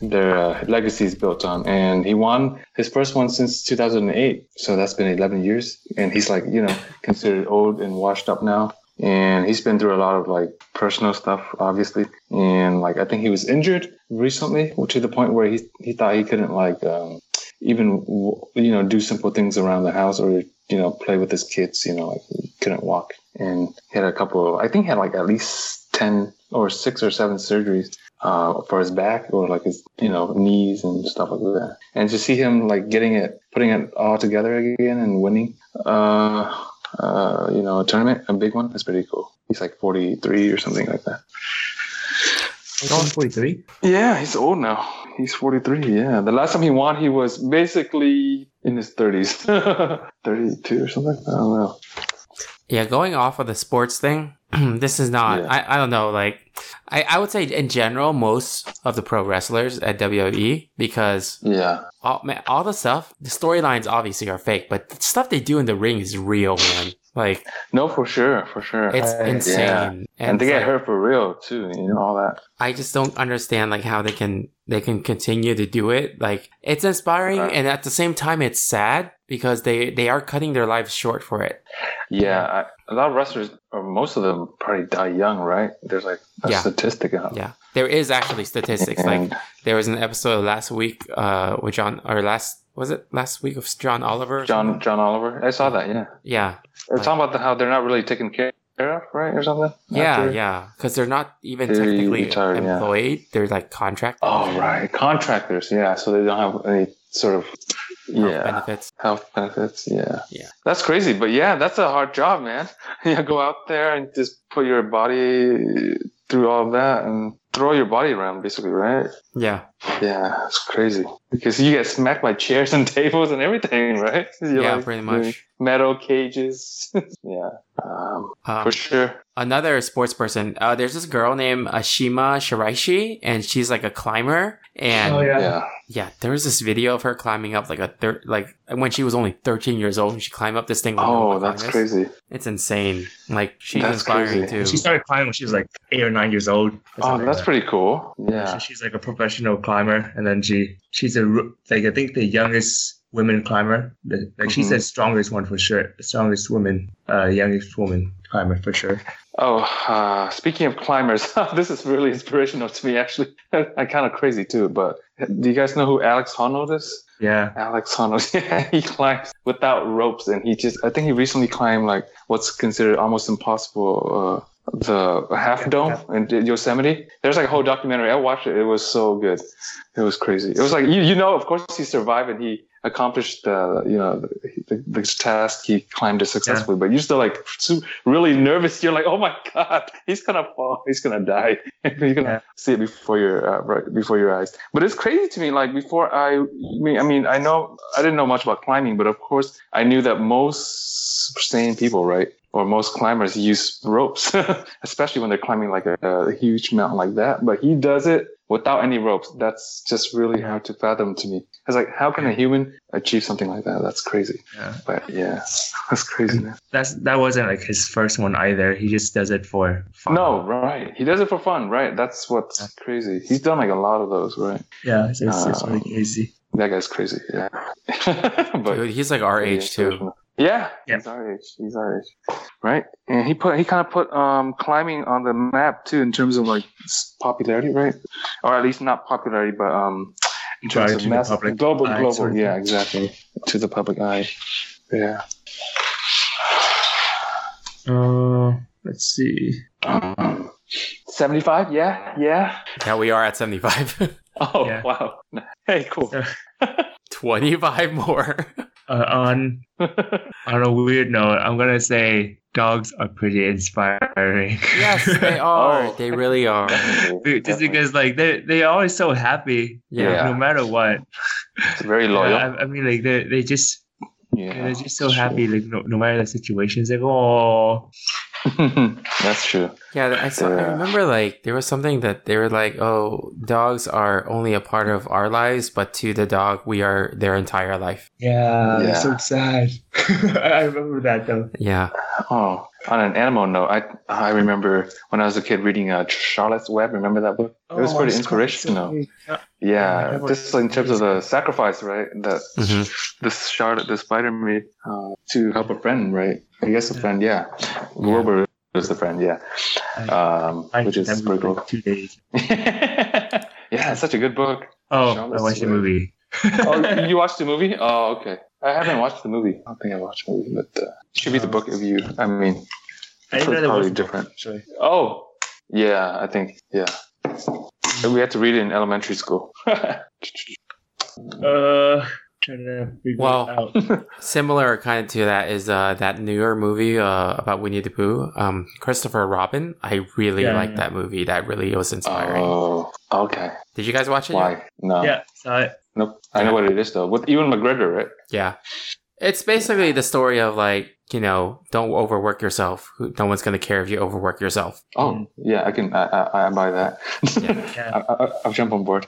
[SPEAKER 7] their uh, legacy is built on. And he won his first one since 2008, so that's been 11 years. And he's like you know considered old and washed up now. And he's been through a lot of like personal stuff, obviously. And like I think he was injured recently to the point where he he thought he couldn't like um, even w- you know do simple things around the house or you know play with his kids. You know like he couldn't walk and he had a couple. I think he had like at least ten or six or seven surgeries uh, for his back or like his you know knees and stuff like that. And to see him like getting it, putting it all together again and winning, uh, uh, you know, a tournament, a big one, that's pretty cool. He's like forty three or something like that.
[SPEAKER 6] forty three.
[SPEAKER 7] Yeah, he's old now. He's 43. Yeah, the last time he won, he was basically in his 30s, 32 or something. I don't know.
[SPEAKER 5] Yeah, going off of the sports thing, this is not.
[SPEAKER 7] Yeah.
[SPEAKER 5] I, I don't know. Like, I, I would say in general, most of the pro wrestlers at WWE because
[SPEAKER 7] Yeah,
[SPEAKER 5] all man, all the stuff, the storylines obviously are fake, but the stuff they do in the ring is real, man. Like
[SPEAKER 7] no, for sure, for sure.
[SPEAKER 5] it's
[SPEAKER 6] Uh,
[SPEAKER 5] insane,
[SPEAKER 7] yeah. and they
[SPEAKER 5] it's
[SPEAKER 7] get
[SPEAKER 5] like,
[SPEAKER 7] hurt for real too. You know all that.
[SPEAKER 5] I just don't understand like how they can they can continue to do it. Like it's inspiring,
[SPEAKER 7] Right.
[SPEAKER 5] and at the same time, it's sad because they they are cutting their lives short for it.
[SPEAKER 7] Yeah, I, a lot of wrestlers, or most of them, probably die young, right? There's like a
[SPEAKER 5] Yeah.
[SPEAKER 7] statistic out.
[SPEAKER 5] Yeah, there is actually statistics like.
[SPEAKER 7] And,
[SPEAKER 5] there was an episode last week uh with John or last was it last week of John Oliver? or
[SPEAKER 7] John
[SPEAKER 5] something?
[SPEAKER 7] John Oliver, I saw that. Yeah,
[SPEAKER 5] Yeah.
[SPEAKER 7] they're talking about the, how they're not really taken care of, right, or something.
[SPEAKER 5] Yeah,
[SPEAKER 7] After-
[SPEAKER 5] yeah. Because they're not even
[SPEAKER 7] They
[SPEAKER 5] technically
[SPEAKER 7] retired, yeah.
[SPEAKER 5] employed. They're like contract
[SPEAKER 7] Oh right, contractors. Yeah, so they don't have any sort of yeah
[SPEAKER 5] benefits.
[SPEAKER 7] health benefits. Yeah,
[SPEAKER 5] Yeah.
[SPEAKER 7] That's crazy, but yeah, that's a hard job, man. yeah, go out there and just put your body through all that and throw your body around, basically, right?
[SPEAKER 5] Yeah.
[SPEAKER 7] Yeah, it's crazy because you get smacked by chairs and tables and everything, right? You're
[SPEAKER 5] yeah,
[SPEAKER 7] like
[SPEAKER 5] pretty
[SPEAKER 7] doing
[SPEAKER 5] much.
[SPEAKER 7] Metal cages. yeah, um,
[SPEAKER 5] Um,
[SPEAKER 7] for sure.
[SPEAKER 5] another sports person. Uh, there's this girl named Ashima Shiraishi, and she's like a climber. And
[SPEAKER 6] Oh yeah.
[SPEAKER 7] Yeah,
[SPEAKER 5] yeah, there was this video of her climbing up like a thir- like when she was only 13 years old, and she climbed up this thing. with
[SPEAKER 7] Oh,
[SPEAKER 5] no
[SPEAKER 7] that's
[SPEAKER 5] harness.
[SPEAKER 7] crazy.
[SPEAKER 5] It's insane. Like she's
[SPEAKER 7] That's
[SPEAKER 5] inspiring
[SPEAKER 7] crazy.
[SPEAKER 5] too.
[SPEAKER 6] She started climbing when she was like eight or nine years old. or
[SPEAKER 7] Oh,
[SPEAKER 6] something
[SPEAKER 7] that's
[SPEAKER 6] like
[SPEAKER 7] pretty cool.
[SPEAKER 6] that.
[SPEAKER 7] Yeah.
[SPEAKER 6] So she's like a professional climber, and then she she's a ro- like I think the youngest women climber. The- Like she
[SPEAKER 7] Mhm.
[SPEAKER 6] said, strongest one for sure. Strongest woman, uh, youngest woman climber for sure.
[SPEAKER 7] Oh, uh, speaking of climbers, this is really inspirational to me, actually. I'm kind of crazy too, but do you guys know who Alex Honnold is?
[SPEAKER 6] Yeah.
[SPEAKER 7] Alex Honnold, yeah, he climbs without ropes, and he just, I think he recently climbed like what's considered almost impossible, uh, the half dome in Yosemite. There's like a whole documentary. I watched it. It was so good. It was crazy. It was like, you, you know, of course he survived and he accomplished, uh, you know, the, the task. He climbed it successfully, but you're still like su- really nervous. You're like, oh my God, he's going to fall. He's going to die. you're going to
[SPEAKER 6] Yeah.
[SPEAKER 7] see it before your, uh, right before your eyes. But it's crazy to me. Like before I, I mean, I mean, I know, I didn't know much about climbing, but of course I knew that most sane people, right? Or most climbers use ropes, especially when they're climbing like a, a huge mountain like that. But he does it without any ropes. That's just really hard to fathom to me. It's like, how can a human achieve something like that? That's crazy.
[SPEAKER 6] Yeah.
[SPEAKER 7] But yeah, that's crazy, man.
[SPEAKER 6] That's that wasn't like his first one either. He just does it for fun.
[SPEAKER 7] No, right. He does it for fun, right? That's what's crazy. He's done like a lot of those, right?
[SPEAKER 6] Yeah, it's, it's, it's really
[SPEAKER 7] Um,
[SPEAKER 6] crazy.
[SPEAKER 7] That guy's crazy. Yeah. but
[SPEAKER 5] Dude, he's like our age too.
[SPEAKER 7] Yeah,
[SPEAKER 6] Yeah.
[SPEAKER 7] he's our age. He's our age, right? And he put he kind of put um climbing on the map too in terms of like s- popularity, right? Or at least not popularity, but um in terms
[SPEAKER 6] Right,
[SPEAKER 7] of
[SPEAKER 6] to the
[SPEAKER 7] mass
[SPEAKER 6] public
[SPEAKER 7] global
[SPEAKER 6] eye,
[SPEAKER 7] global.
[SPEAKER 6] sort of
[SPEAKER 7] yeah,
[SPEAKER 6] thing.
[SPEAKER 7] exactly to the public eye. Yeah.
[SPEAKER 6] Uh, let's see. Um,
[SPEAKER 7] Seventy five. Yeah, yeah.
[SPEAKER 5] Yeah, we are at 75.
[SPEAKER 7] Oh
[SPEAKER 6] Yeah.
[SPEAKER 7] wow. Hey, cool.
[SPEAKER 6] So-
[SPEAKER 5] 25 more.
[SPEAKER 6] uh, on on a weird note, I'm gonna say dogs are pretty inspiring.
[SPEAKER 5] Yes, they are.
[SPEAKER 7] Oh.
[SPEAKER 5] They really are.
[SPEAKER 7] Definitely,
[SPEAKER 6] Dude, Just
[SPEAKER 7] definitely.
[SPEAKER 6] because like they they are always so happy,
[SPEAKER 5] Yeah.
[SPEAKER 6] no matter what.
[SPEAKER 7] It's very loyal.
[SPEAKER 6] Yeah, I, I mean, like they they just
[SPEAKER 7] yeah
[SPEAKER 6] they're just so
[SPEAKER 7] that's
[SPEAKER 6] happy, like no, no matter the situations. Like oh,
[SPEAKER 7] true. that's true.
[SPEAKER 5] Yeah, I, saw, I
[SPEAKER 7] Yeah.
[SPEAKER 5] remember like there was something that they were like, "Oh, dogs are only a part of our lives, but to the dog, we are their entire life."
[SPEAKER 6] yeah,
[SPEAKER 7] Yeah.
[SPEAKER 6] so sad. I remember that though.
[SPEAKER 5] Yeah,
[SPEAKER 7] Oh, on an animal note, I I remember when I was a kid reading uh, Charlotte's Web. Remember that book? It was
[SPEAKER 6] Oh,
[SPEAKER 7] pretty
[SPEAKER 6] it's quite-
[SPEAKER 7] inspirational.
[SPEAKER 6] Yeah. Yeah,
[SPEAKER 7] yeah,
[SPEAKER 6] that was-
[SPEAKER 7] just in terms of the sacrifice, right? That this Charlotte, the spider made uh, to help a friend, right? I guess a friend, yeah. Wilbur was the friend, yeah. Um,
[SPEAKER 6] I
[SPEAKER 7] which is
[SPEAKER 6] remember
[SPEAKER 7] pretty
[SPEAKER 6] for
[SPEAKER 7] cool.
[SPEAKER 6] two days.
[SPEAKER 7] yeah, it's such a good book.
[SPEAKER 6] Oh,
[SPEAKER 7] Charlotte's
[SPEAKER 6] I watched the
[SPEAKER 7] Web.
[SPEAKER 6] movie.
[SPEAKER 7] Oh, you watched the movie? Oh, okay. I haven't watched the movie. I don't think I watched the movie, but uh, should be the book if you. I mean,
[SPEAKER 6] I didn't know
[SPEAKER 7] it's
[SPEAKER 6] there was
[SPEAKER 7] probably different.
[SPEAKER 6] actually.
[SPEAKER 7] Oh, yeah, I think, yeah. We had to read it in elementary school.
[SPEAKER 6] Uh, trying to figure
[SPEAKER 5] Wow.
[SPEAKER 6] it out.
[SPEAKER 5] similar kind of to that is uh, that newer movie uh, about Winnie the Pooh, um, Christopher Robin. I really
[SPEAKER 6] Yeah,
[SPEAKER 5] like
[SPEAKER 6] yeah.
[SPEAKER 5] that movie. That really was inspiring.
[SPEAKER 7] oh, okay.
[SPEAKER 5] Did you guys watch it?
[SPEAKER 7] Why? No.
[SPEAKER 6] Yeah, so uh, I,
[SPEAKER 7] Nope. I know what it is, though. With Ewan McGregor, right?
[SPEAKER 5] Yeah. It's basically the story of like, you know, don't overwork yourself. Who- No one's going to care if you overwork yourself.
[SPEAKER 7] Oh,
[SPEAKER 6] Mm.
[SPEAKER 7] yeah, I can. I, I, I buy that.
[SPEAKER 6] yeah.
[SPEAKER 7] I, I, I'll jump on board.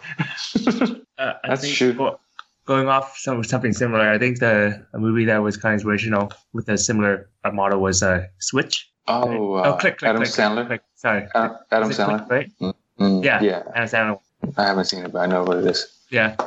[SPEAKER 7] Oh,
[SPEAKER 6] Uh, I
[SPEAKER 7] That's
[SPEAKER 6] think
[SPEAKER 7] true.
[SPEAKER 6] go- going off some, something similar, I think the a movie that was kind of inspirational with a similar uh, model was uh, Switch.
[SPEAKER 7] Oh, uh,
[SPEAKER 6] oh, click, click,
[SPEAKER 7] Adam
[SPEAKER 6] click,
[SPEAKER 7] Sandler.
[SPEAKER 6] Click, sorry,
[SPEAKER 7] Uh, Adam
[SPEAKER 6] Is it Click,
[SPEAKER 7] Sandler.
[SPEAKER 6] right?
[SPEAKER 7] Mm,
[SPEAKER 6] Yeah.
[SPEAKER 7] Yeah,
[SPEAKER 6] Adam Sandler.
[SPEAKER 7] I haven't seen it, but I know what it is.
[SPEAKER 6] Yeah.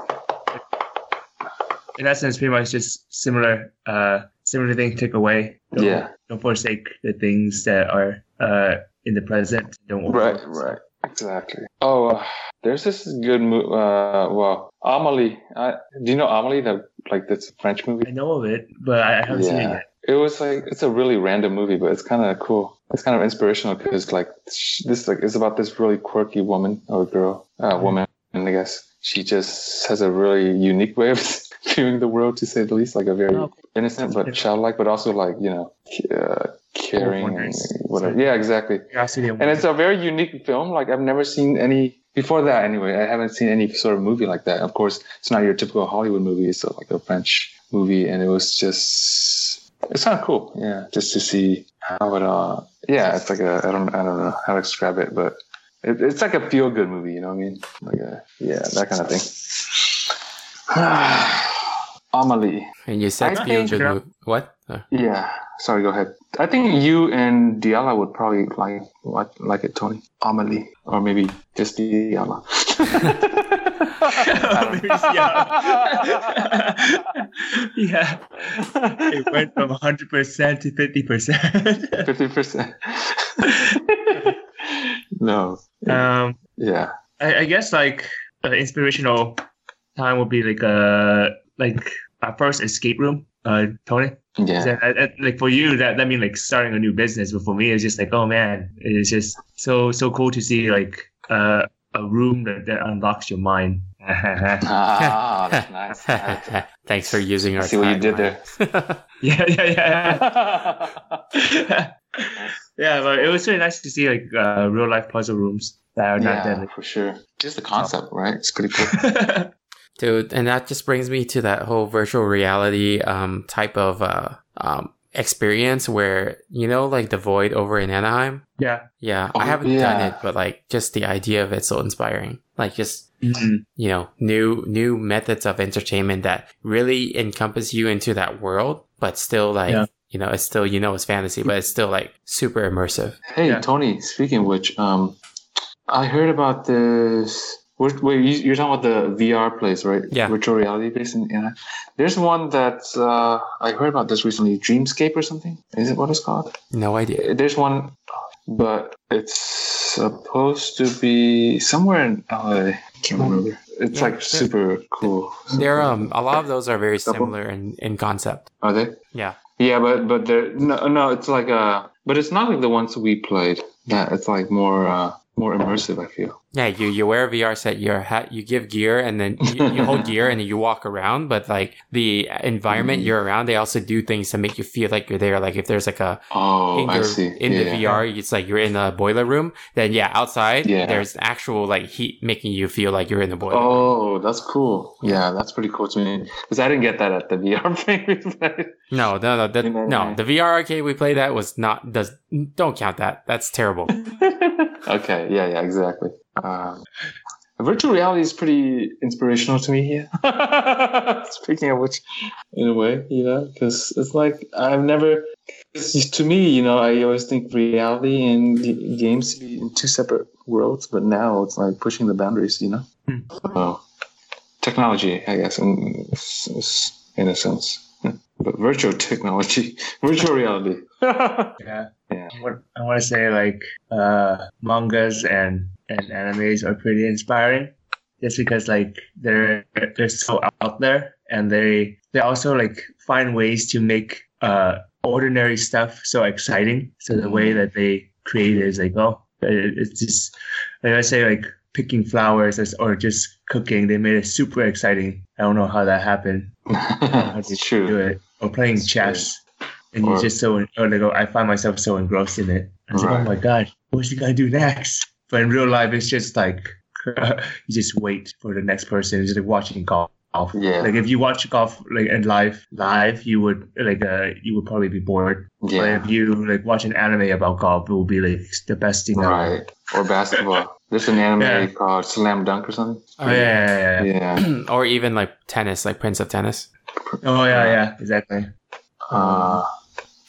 [SPEAKER 6] In that sense, pretty much just similar, uh, similar thing. Take away. Don't,
[SPEAKER 7] Yeah.
[SPEAKER 6] Don't forsake the things that are uh, in the present. Don't
[SPEAKER 7] Right,
[SPEAKER 6] overlook.
[SPEAKER 7] right, exactly. Oh, uh, there's this good movie. Uh, well, Amelie. I, do you know Amelie? The like this French movie.
[SPEAKER 6] I know of it, but I I haven't seen it
[SPEAKER 7] Yeah.
[SPEAKER 6] yet.
[SPEAKER 7] It was like it's a really random movie, but it's kind of cool. It's kind of inspirational because like sh- this like it's about this really quirky woman or girl, uh, woman, I guess. She just has a really unique way of viewing the world, to say the least. Like a very
[SPEAKER 6] Oh,
[SPEAKER 7] innocent but childlike, but also like you know, uh, caring, and
[SPEAKER 6] wonders.
[SPEAKER 7] whatever. Yeah, exactly.
[SPEAKER 6] Curiosity
[SPEAKER 7] And it's a very unique film. Like I've never seen any before that. Anyway, I haven't seen any sort of movie like that. Of course, it's not your typical Hollywood movie. It's like a French movie, and it was just it's kind of cool. Yeah, just to see how it. Uh, yeah, it's like a I don't I don't know how to describe it, but it, it's like a feel good movie. You know what I mean? Like a, yeah, that kind of thing. Amelie.
[SPEAKER 5] And you said
[SPEAKER 7] I
[SPEAKER 5] Beyond
[SPEAKER 7] think-
[SPEAKER 5] Good Mo- What? Uh,
[SPEAKER 7] Yeah. Sorry, go ahead. I think you and Diala would probably like like, like it, Tony. Amelie. Or maybe just Diala.
[SPEAKER 6] yeah. yeah. It went from 100% to 50%.
[SPEAKER 7] Fifty percent. No.
[SPEAKER 6] um,
[SPEAKER 7] Yeah.
[SPEAKER 6] I, I guess like uh, inspirational time would be like uh like our first escape room. Uh, Tony, Is
[SPEAKER 7] Yeah.
[SPEAKER 6] that- uh, uh, like for you, that that mean like starting a new business. But for me, it's just like, oh man, it's just so so cool to see like uh, a room that, that unlocks your mind. yeah,
[SPEAKER 7] Ah, that's nice. I
[SPEAKER 5] Thanks for using our
[SPEAKER 7] see what you
[SPEAKER 5] time,
[SPEAKER 7] did
[SPEAKER 5] Mike.
[SPEAKER 7] there.
[SPEAKER 6] yeah, yeah. yeah, but it was really nice to see like uh, real life puzzle rooms that are not
[SPEAKER 7] yeah, for sure. Just the concept, right? It's pretty cool.
[SPEAKER 6] that.
[SPEAKER 5] Dude, and that just brings me to that whole virtual reality um, type of uh, um, experience where, you know, like the void over in Anaheim?
[SPEAKER 6] yeah.
[SPEAKER 5] Yeah,
[SPEAKER 7] Oh,
[SPEAKER 5] I haven't
[SPEAKER 7] yeah.
[SPEAKER 5] done it, but like just the idea of it's so inspiring. Like just
[SPEAKER 6] Mhm.
[SPEAKER 5] you know new new methods of entertainment that really encompass you into that world but still like
[SPEAKER 6] Yeah.
[SPEAKER 5] you know it's still you know it's fantasy but it's still like super immersive
[SPEAKER 7] Hey,
[SPEAKER 6] Yeah.
[SPEAKER 7] Tony. Speaking of which, um, I heard about this. Wait, wait, you- you're talking about the VR place, right?
[SPEAKER 5] Yeah.
[SPEAKER 7] Virtual reality place. In, yeah. There's one that uh, I heard about this recently. Dreamscape or something. Is it what it's called? Eh,
[SPEAKER 5] no idea
[SPEAKER 7] There's one, but it's supposed to be somewhere in LA. Can't remember. It's
[SPEAKER 5] Hmm. Yeah,
[SPEAKER 7] like super cool.
[SPEAKER 5] there um a lot of those are very
[SPEAKER 7] Couple.
[SPEAKER 5] similar in in concept
[SPEAKER 7] Are they?
[SPEAKER 5] yeah
[SPEAKER 7] Yeah, but but there no no it's like uh but it's not like the ones we played. That it's like more uh more immersive. I feel.
[SPEAKER 5] yeah you you wear a vr set your hat you give gear and then you, you hold gear and you walk around but like the environment
[SPEAKER 7] Mm.
[SPEAKER 5] you're around they also do things to make you feel like you're there like if there's like a
[SPEAKER 7] Oh,
[SPEAKER 5] in,
[SPEAKER 7] I
[SPEAKER 5] your-
[SPEAKER 7] see.
[SPEAKER 5] in
[SPEAKER 7] yeah.
[SPEAKER 5] the VR, it's like you're in a boiler room. Then yeah, outside
[SPEAKER 7] Yeah.
[SPEAKER 5] there's actual like heat making you feel like you're in the boiler. room.
[SPEAKER 7] Oh, that's cool. Yeah, that's pretty cool to me because I didn't get that at the VR thing we played.
[SPEAKER 5] No, no, no, that,
[SPEAKER 7] You know,
[SPEAKER 5] no.
[SPEAKER 7] right.
[SPEAKER 5] The VR arcade we played that was not does don't count that. That's terrible.
[SPEAKER 7] okay, yeah, yeah, exactly. Um, virtual reality is pretty inspirational to me here. Speaking of which, in a way, you know, because it's like I've never. 'cause To me, you know, I always think reality and g- games to be in two separate worlds, but now it's like pushing the boundaries, you know.
[SPEAKER 6] Hmm.
[SPEAKER 7] So, technology, I guess, in, in a sense, Hmm. but virtual technology, virtual reality.
[SPEAKER 6] Yeah.
[SPEAKER 7] Yeah.
[SPEAKER 6] I want, I want to say like uh, mangas and and animes are pretty inspiring, just because like they're they're so out there and they they also like find ways to make uh ordinary stuff so exciting. So the way that they create it is like oh it- it's just like I say like picking flowers as- or just cooking they made it super exciting. I don't know how that happened how
[SPEAKER 7] That's
[SPEAKER 6] did you
[SPEAKER 7] Ah, true.
[SPEAKER 6] do it or playing
[SPEAKER 7] It's
[SPEAKER 6] chess and
[SPEAKER 7] Or-
[SPEAKER 6] you're just so or like, oh, i find myself so engrossed in it i was
[SPEAKER 7] Right.
[SPEAKER 6] like oh my god what's he gonna do next but in real life it's just like you just wait for the next person it's like watching golf
[SPEAKER 7] Yeah.
[SPEAKER 6] like if you watch golf like in live live you would like uh you would probably be bored but
[SPEAKER 7] Yeah.
[SPEAKER 6] if you like watch an anime about golf it will be like the best thing ever
[SPEAKER 7] Right. Or basketball. There's an anime
[SPEAKER 6] Yeah.
[SPEAKER 7] called Slam Dunk or something.
[SPEAKER 6] oh yeah yeah, yeah, yeah.
[SPEAKER 7] Yeah.
[SPEAKER 5] or even like tennis, like Prince of Tennis.
[SPEAKER 6] oh yeah yeah exactly
[SPEAKER 5] Um,
[SPEAKER 7] Uh,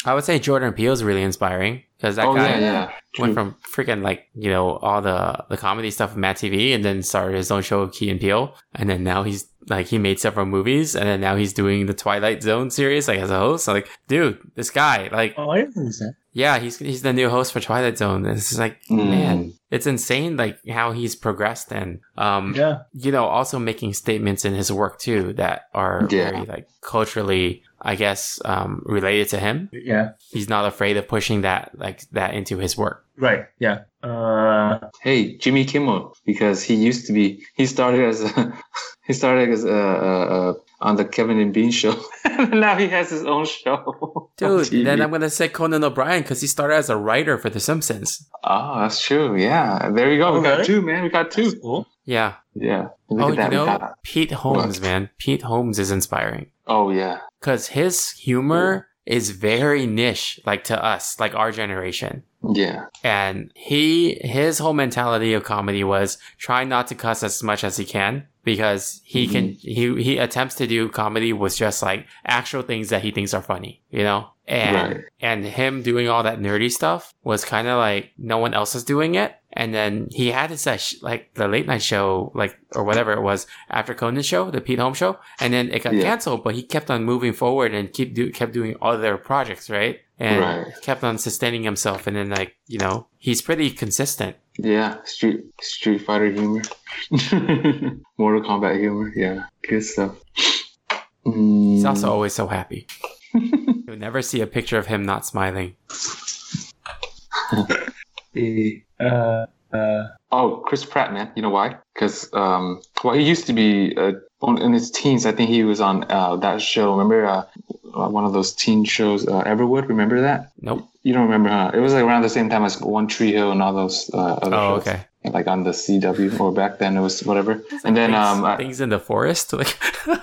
[SPEAKER 5] I would say Jordan Peele is really inspiring because that
[SPEAKER 7] oh,
[SPEAKER 5] guy
[SPEAKER 7] yeah, yeah.
[SPEAKER 5] went from freaking like you know all the the comedy stuff of Matt TV, and then started his own show Key and Peele, and then now he's like he made several movies, and then now he's doing the Twilight Zone series like as a host. I'm like, dude, this guy, like,
[SPEAKER 6] oh i didn't think so.
[SPEAKER 5] yeah, he's he's the new host for Twilight Zone. And it's just like,
[SPEAKER 7] Mm.
[SPEAKER 5] man, it's insane like how he's progressed and um,
[SPEAKER 6] yeah
[SPEAKER 5] you know, also making statements in his work too that are
[SPEAKER 7] Yeah.
[SPEAKER 5] very like culturally, I guess, um, related to him.
[SPEAKER 6] yeah
[SPEAKER 5] He's not afraid of pushing that like that into his work.
[SPEAKER 6] right yeah uh
[SPEAKER 7] Hey, Jimmy Kimmel, because he used to be, he started as a, he started as a, a, a on the Kevin and Bean show. now he has his own show.
[SPEAKER 5] Dude, then I'm
[SPEAKER 7] going
[SPEAKER 5] gonna say Conan O'Brien because he started as a writer for The Simpsons.
[SPEAKER 7] Oh, that's true. Yeah. There you go. we got
[SPEAKER 6] Okay.
[SPEAKER 7] two, man. We got two.
[SPEAKER 6] cool
[SPEAKER 5] Yeah.
[SPEAKER 7] Yeah. Look
[SPEAKER 5] oh,
[SPEAKER 7] at that.
[SPEAKER 5] you
[SPEAKER 7] we
[SPEAKER 5] know,
[SPEAKER 7] got that.
[SPEAKER 5] Pete Holmes, man. Pete Holmes is inspiring
[SPEAKER 7] Oh, yeah.
[SPEAKER 5] because his humor is very niche, like to us, like our generation.
[SPEAKER 7] Yeah.
[SPEAKER 5] And he, his whole mentality of comedy was try not to cuss as much as he can because he
[SPEAKER 7] Mm-hmm.
[SPEAKER 5] can, he, he attempts to do comedy with just like actual things that he thinks are funny, you know? And,
[SPEAKER 7] Right.
[SPEAKER 5] and him doing all that nerdy stuff was kind of like no one else is doing it. And then he had his uh, sh- like the late night show, like or whatever it was after Conan's show, the Pete Holmes show, and then it got
[SPEAKER 7] Yeah.
[SPEAKER 5] canceled. But he kept on moving forward and keep do- kept doing other projects, right? And
[SPEAKER 7] Right.
[SPEAKER 5] kept on sustaining himself. And then like you know, he's pretty consistent.
[SPEAKER 7] Yeah, Street Street Fighter humor, Mortal Kombat humor. Yeah, good stuff. Mm,
[SPEAKER 5] He's also always so happy. You'll never see a picture of him not smiling.
[SPEAKER 6] The uh, uh,
[SPEAKER 7] oh Chris Pratt, man. You know why? Because um, well, he used to be uh, on- in his teens. I think he was on uh, that show. Remember uh, uh, one of those teen shows, uh, Everwood. Remember that?
[SPEAKER 5] Nope.
[SPEAKER 7] You don't remember, huh? It was like around the same time as One Tree Hill and all those uh, other
[SPEAKER 5] Oh,
[SPEAKER 7] shows.
[SPEAKER 5] okay.
[SPEAKER 7] Like on the CW or back then it was whatever. And then um, I-
[SPEAKER 5] things in the forest, like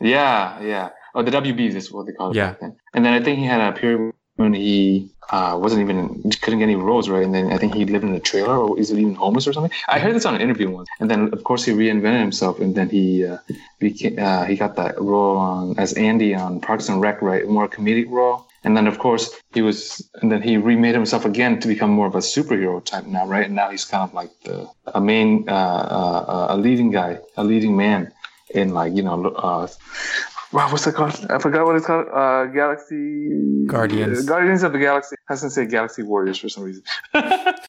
[SPEAKER 7] Yeah, yeah. Oh, the WBs is what they call it.
[SPEAKER 5] Yeah.
[SPEAKER 7] back then. And then I think he had a period when he uh, wasn't even couldn't get any roles, right? And then I think he lived in a trailer, or is it even homeless or something? I heard this on an interview once. And then of course he reinvented himself, and then he uh, became uh, he got that role on as Andy on Parks and Rec, right? More comedic role. And then of course he was, and then he remade himself again to become more of a superhero type now, right? And now he's kind of like the a main, uh, uh, uh, a leading guy, a leading man in like you know uh,
[SPEAKER 9] Wow, what's that called? I forgot what it's called. Uh, Galaxy
[SPEAKER 5] Guardians.
[SPEAKER 9] Guardians of the Galaxy. I was gonna say Galaxy Warriors for some reason.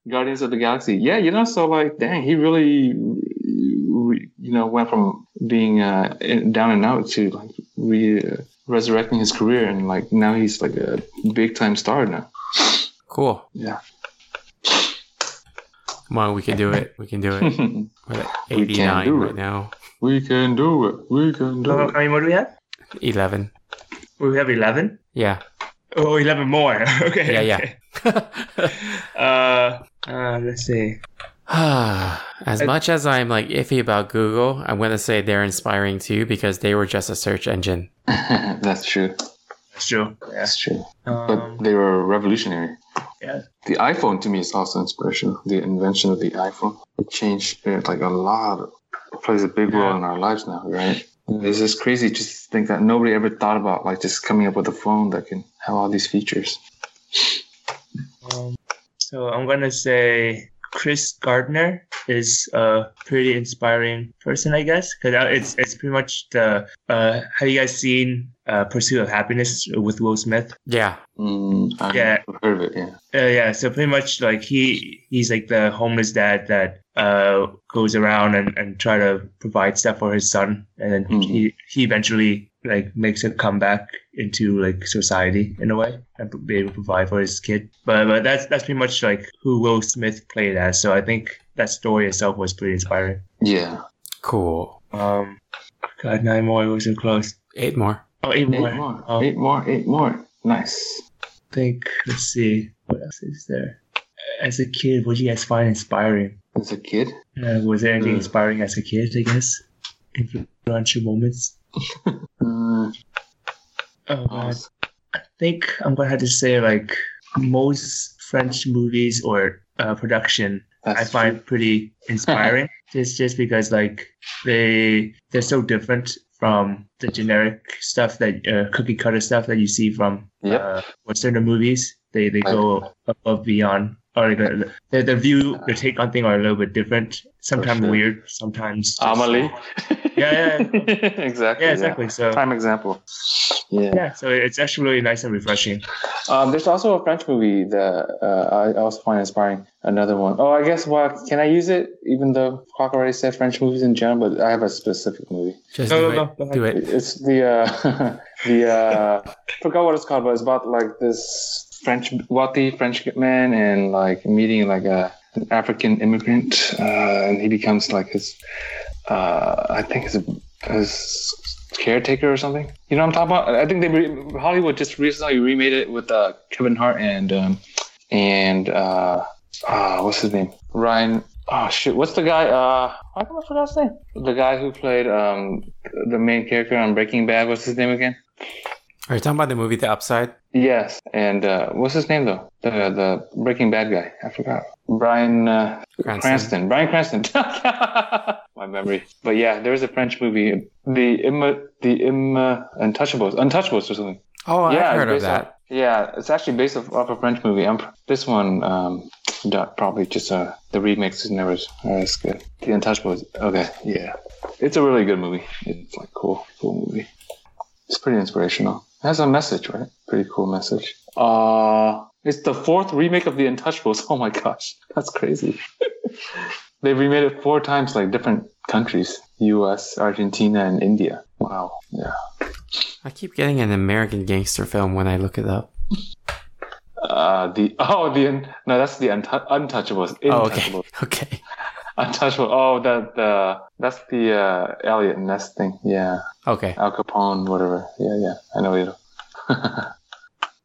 [SPEAKER 7] Guardians of the Galaxy. Yeah, you know, so like, dang, he really, you know, went from being uh, in- down and out to like re- resurrecting his career, and like now he's like a big time star now.
[SPEAKER 5] cool.
[SPEAKER 7] Yeah,
[SPEAKER 5] Come on, we can do it. We can do it. We're at
[SPEAKER 7] We can
[SPEAKER 5] 89
[SPEAKER 7] do
[SPEAKER 5] right
[SPEAKER 7] it.
[SPEAKER 5] now.
[SPEAKER 7] we can do it. We can do
[SPEAKER 6] how
[SPEAKER 7] it.
[SPEAKER 6] many more do we have?
[SPEAKER 5] 11.
[SPEAKER 6] We have 11?
[SPEAKER 5] Yeah.
[SPEAKER 6] Oh, 11 more. okay.
[SPEAKER 5] Yeah, yeah.
[SPEAKER 6] okay. Uh, uh, let's see.
[SPEAKER 5] as much as I'm like iffy about Google, I'm going to say they're inspiring too because they were just a search engine.
[SPEAKER 7] That's true.
[SPEAKER 6] That's true. Yeah.
[SPEAKER 7] That's true. But
[SPEAKER 6] Um,
[SPEAKER 7] they were revolutionary.
[SPEAKER 6] yeah.
[SPEAKER 7] The iPhone to me is also inspirational. The invention of the iPhone it changed uh, like a lot. of- It plays a big role in our lives now, right? It's just crazy just to think that nobody ever thought about like just coming up with a phone that can have all these features.
[SPEAKER 6] Um, so I'm gonna say Chris Gardner is a pretty inspiring person, I guess, because it's it's pretty much the. Uh, have you guys seen uh, Pursuit of Happiness with Will Smith?
[SPEAKER 5] Yeah.
[SPEAKER 7] Mm, I've
[SPEAKER 6] Yeah.
[SPEAKER 7] heard of it. Yeah,
[SPEAKER 6] Uh, yeah, so pretty much like he he's like the homeless dad that uh goes around and and try to provide stuff for his son, and then
[SPEAKER 7] Mhm.
[SPEAKER 6] he he eventually like makes a comeback into like society in a way and be able to provide for his kid. But but that's that's pretty much like who Will Smith played as. So I think that story itself was pretty inspiring.
[SPEAKER 7] yeah.
[SPEAKER 5] Cool.
[SPEAKER 6] Um, God, nine more. It was so close.
[SPEAKER 5] Eight more.
[SPEAKER 6] Oh, eight
[SPEAKER 7] Eight
[SPEAKER 6] more.
[SPEAKER 7] more.
[SPEAKER 6] Um,
[SPEAKER 7] Eight more. Eight more. Nice.
[SPEAKER 6] think. Let's see. What else is there? As a kid, what do you guys find inspiring?
[SPEAKER 7] As a kid,
[SPEAKER 6] Uh, was there anything
[SPEAKER 7] Mm.
[SPEAKER 6] inspiring as a kid? I guess influential moments.
[SPEAKER 7] uh,
[SPEAKER 6] Mm, Oh, God. I think I'm gonna have to say like most French movies or uh, production
[SPEAKER 7] that's
[SPEAKER 6] I find pretty inspiring. just just because like they they're so different from the generic stuff that uh, cookie cutter stuff that you see from
[SPEAKER 7] Yep.
[SPEAKER 6] uh, Western movies. They they go above beyond. Or like the, the, the view, the take on thing are a little bit different. Sometimes
[SPEAKER 7] sure.
[SPEAKER 6] weird, sometimes just-
[SPEAKER 7] Amelie.
[SPEAKER 6] Yeah, yeah,
[SPEAKER 7] exactly.
[SPEAKER 6] yeah, exactly. So
[SPEAKER 7] Prime example. Yeah.
[SPEAKER 6] yeah, so it's actually really nice and refreshing.
[SPEAKER 7] Um, there's also a French movie that uh, I also find inspiring. Another one. Oh, I guess. Well, can I use it? Even though Hawk already said French movies in general, but I have a specific movie.
[SPEAKER 5] Just
[SPEAKER 6] No,
[SPEAKER 5] do
[SPEAKER 6] no,
[SPEAKER 5] it.
[SPEAKER 6] no, go ahead.
[SPEAKER 5] Do it.
[SPEAKER 7] It's the uh, the uh, I forgot what it's called, but it's about like this French wealthy French man and like meeting like a an African immigrant, uh, and he becomes like his uh, I think his his caretaker or something. You know what I'm talking about? I think they re- Hollywood just recently remade it with uh, Kevin Hart and um, and uh, uh, what's his name? Ryan. Oh shoot! What's the guy? Uh, I think I forgot his name. The guy who played um the main character on Breaking Bad. What's his name again?
[SPEAKER 5] Are you talking about the movie The Upside?
[SPEAKER 7] Yes. And uh, what's his name though? The the Breaking Bad guy. I forgot. Brian uh,
[SPEAKER 5] Cranston.
[SPEAKER 7] Cranston. Brian Cranston. My memory. But yeah, there was a French movie, the Imma, the Imma Untouchables, Untouchables or something.
[SPEAKER 5] Oh,
[SPEAKER 7] yeah,
[SPEAKER 5] I've
[SPEAKER 7] it's
[SPEAKER 5] heard of
[SPEAKER 7] based
[SPEAKER 5] that.
[SPEAKER 7] off- yeah, it's actually based off, off a French movie. Um, this one, um, not- probably just uh, the remix is never as- as good. The Untouchables, okay, yeah, it's a really good movie. It's like cool, cool movie. It's pretty inspirational. It has a message, right? Pretty cool message. Uh it's the fourth remake of The Untouchables. Oh my gosh, that's crazy. they remade it four times, like different countries: U.S., Argentina, and India. Wow, yeah.
[SPEAKER 5] I keep getting an American gangster film when I look it up.
[SPEAKER 7] Uh, the oh the un- no that's the untou- untouchables.
[SPEAKER 5] Oh, okay.
[SPEAKER 7] Untouchables.
[SPEAKER 5] Okay.
[SPEAKER 7] Untouchable. Oh, that the that's the uh, Elliot Ness thing. Yeah,
[SPEAKER 5] Okay.
[SPEAKER 7] Al Capone, whatever. Yeah, yeah. I know you.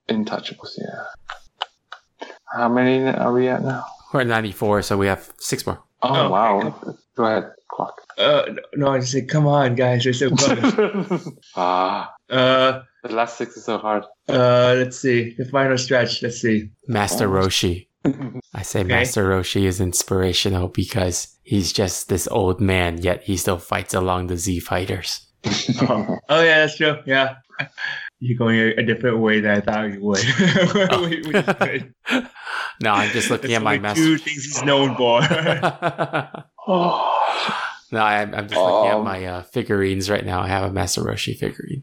[SPEAKER 7] untouchables. Yeah. How many are we at now?
[SPEAKER 5] We're at 94, so we have six more.
[SPEAKER 7] Oh,
[SPEAKER 6] Oh.
[SPEAKER 7] wow. Go ahead, clock.
[SPEAKER 6] Uh, no, I just said, come on, guys, we're so close.
[SPEAKER 7] ah,
[SPEAKER 6] uh,
[SPEAKER 7] the last six is so hard.
[SPEAKER 6] uh, let's see the final stretch. Let's see.
[SPEAKER 5] Master Roshi. I say Master Roshi is inspirational because he's just this old man, yet he still fights along the Z fighters.
[SPEAKER 6] Oh yeah, that's true. Yeah, you're going a, a different way than I thought you would. We- we-
[SPEAKER 5] No, I'm just looking
[SPEAKER 6] That's
[SPEAKER 5] at my
[SPEAKER 6] only
[SPEAKER 5] master.
[SPEAKER 6] Two things he's known for.
[SPEAKER 7] oh,
[SPEAKER 5] no, I'm, I'm just looking at
[SPEAKER 7] Um,
[SPEAKER 5] my uh, figurines right now. I have a Master Roshi figurine.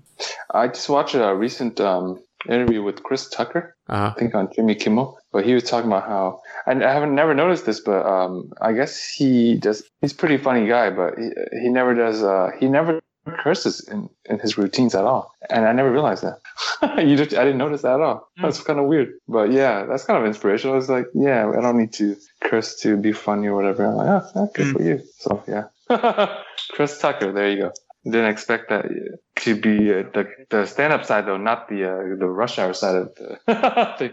[SPEAKER 7] I just watched a recent um, interview with Chris Tucker.
[SPEAKER 5] Uh,
[SPEAKER 7] I think on Jimmy Kimmel, but he was talking about how, and I haven't never noticed this, but um, I guess he does. He's a pretty funny guy, but he, he never does. Uh, he never curses in, in his routines at all, and I never realized that. you just, I didn't notice that at all. That's kind of weird, but yeah, that's kind of inspirational. It's like, yeah, I don't need to curse to be funny or whatever. I'm like, oh, that's good for you. So yeah, Chris Tucker, there you go. Didn't expect that to be uh, the the stand up side though, not the uh, the rush hour side of the thing.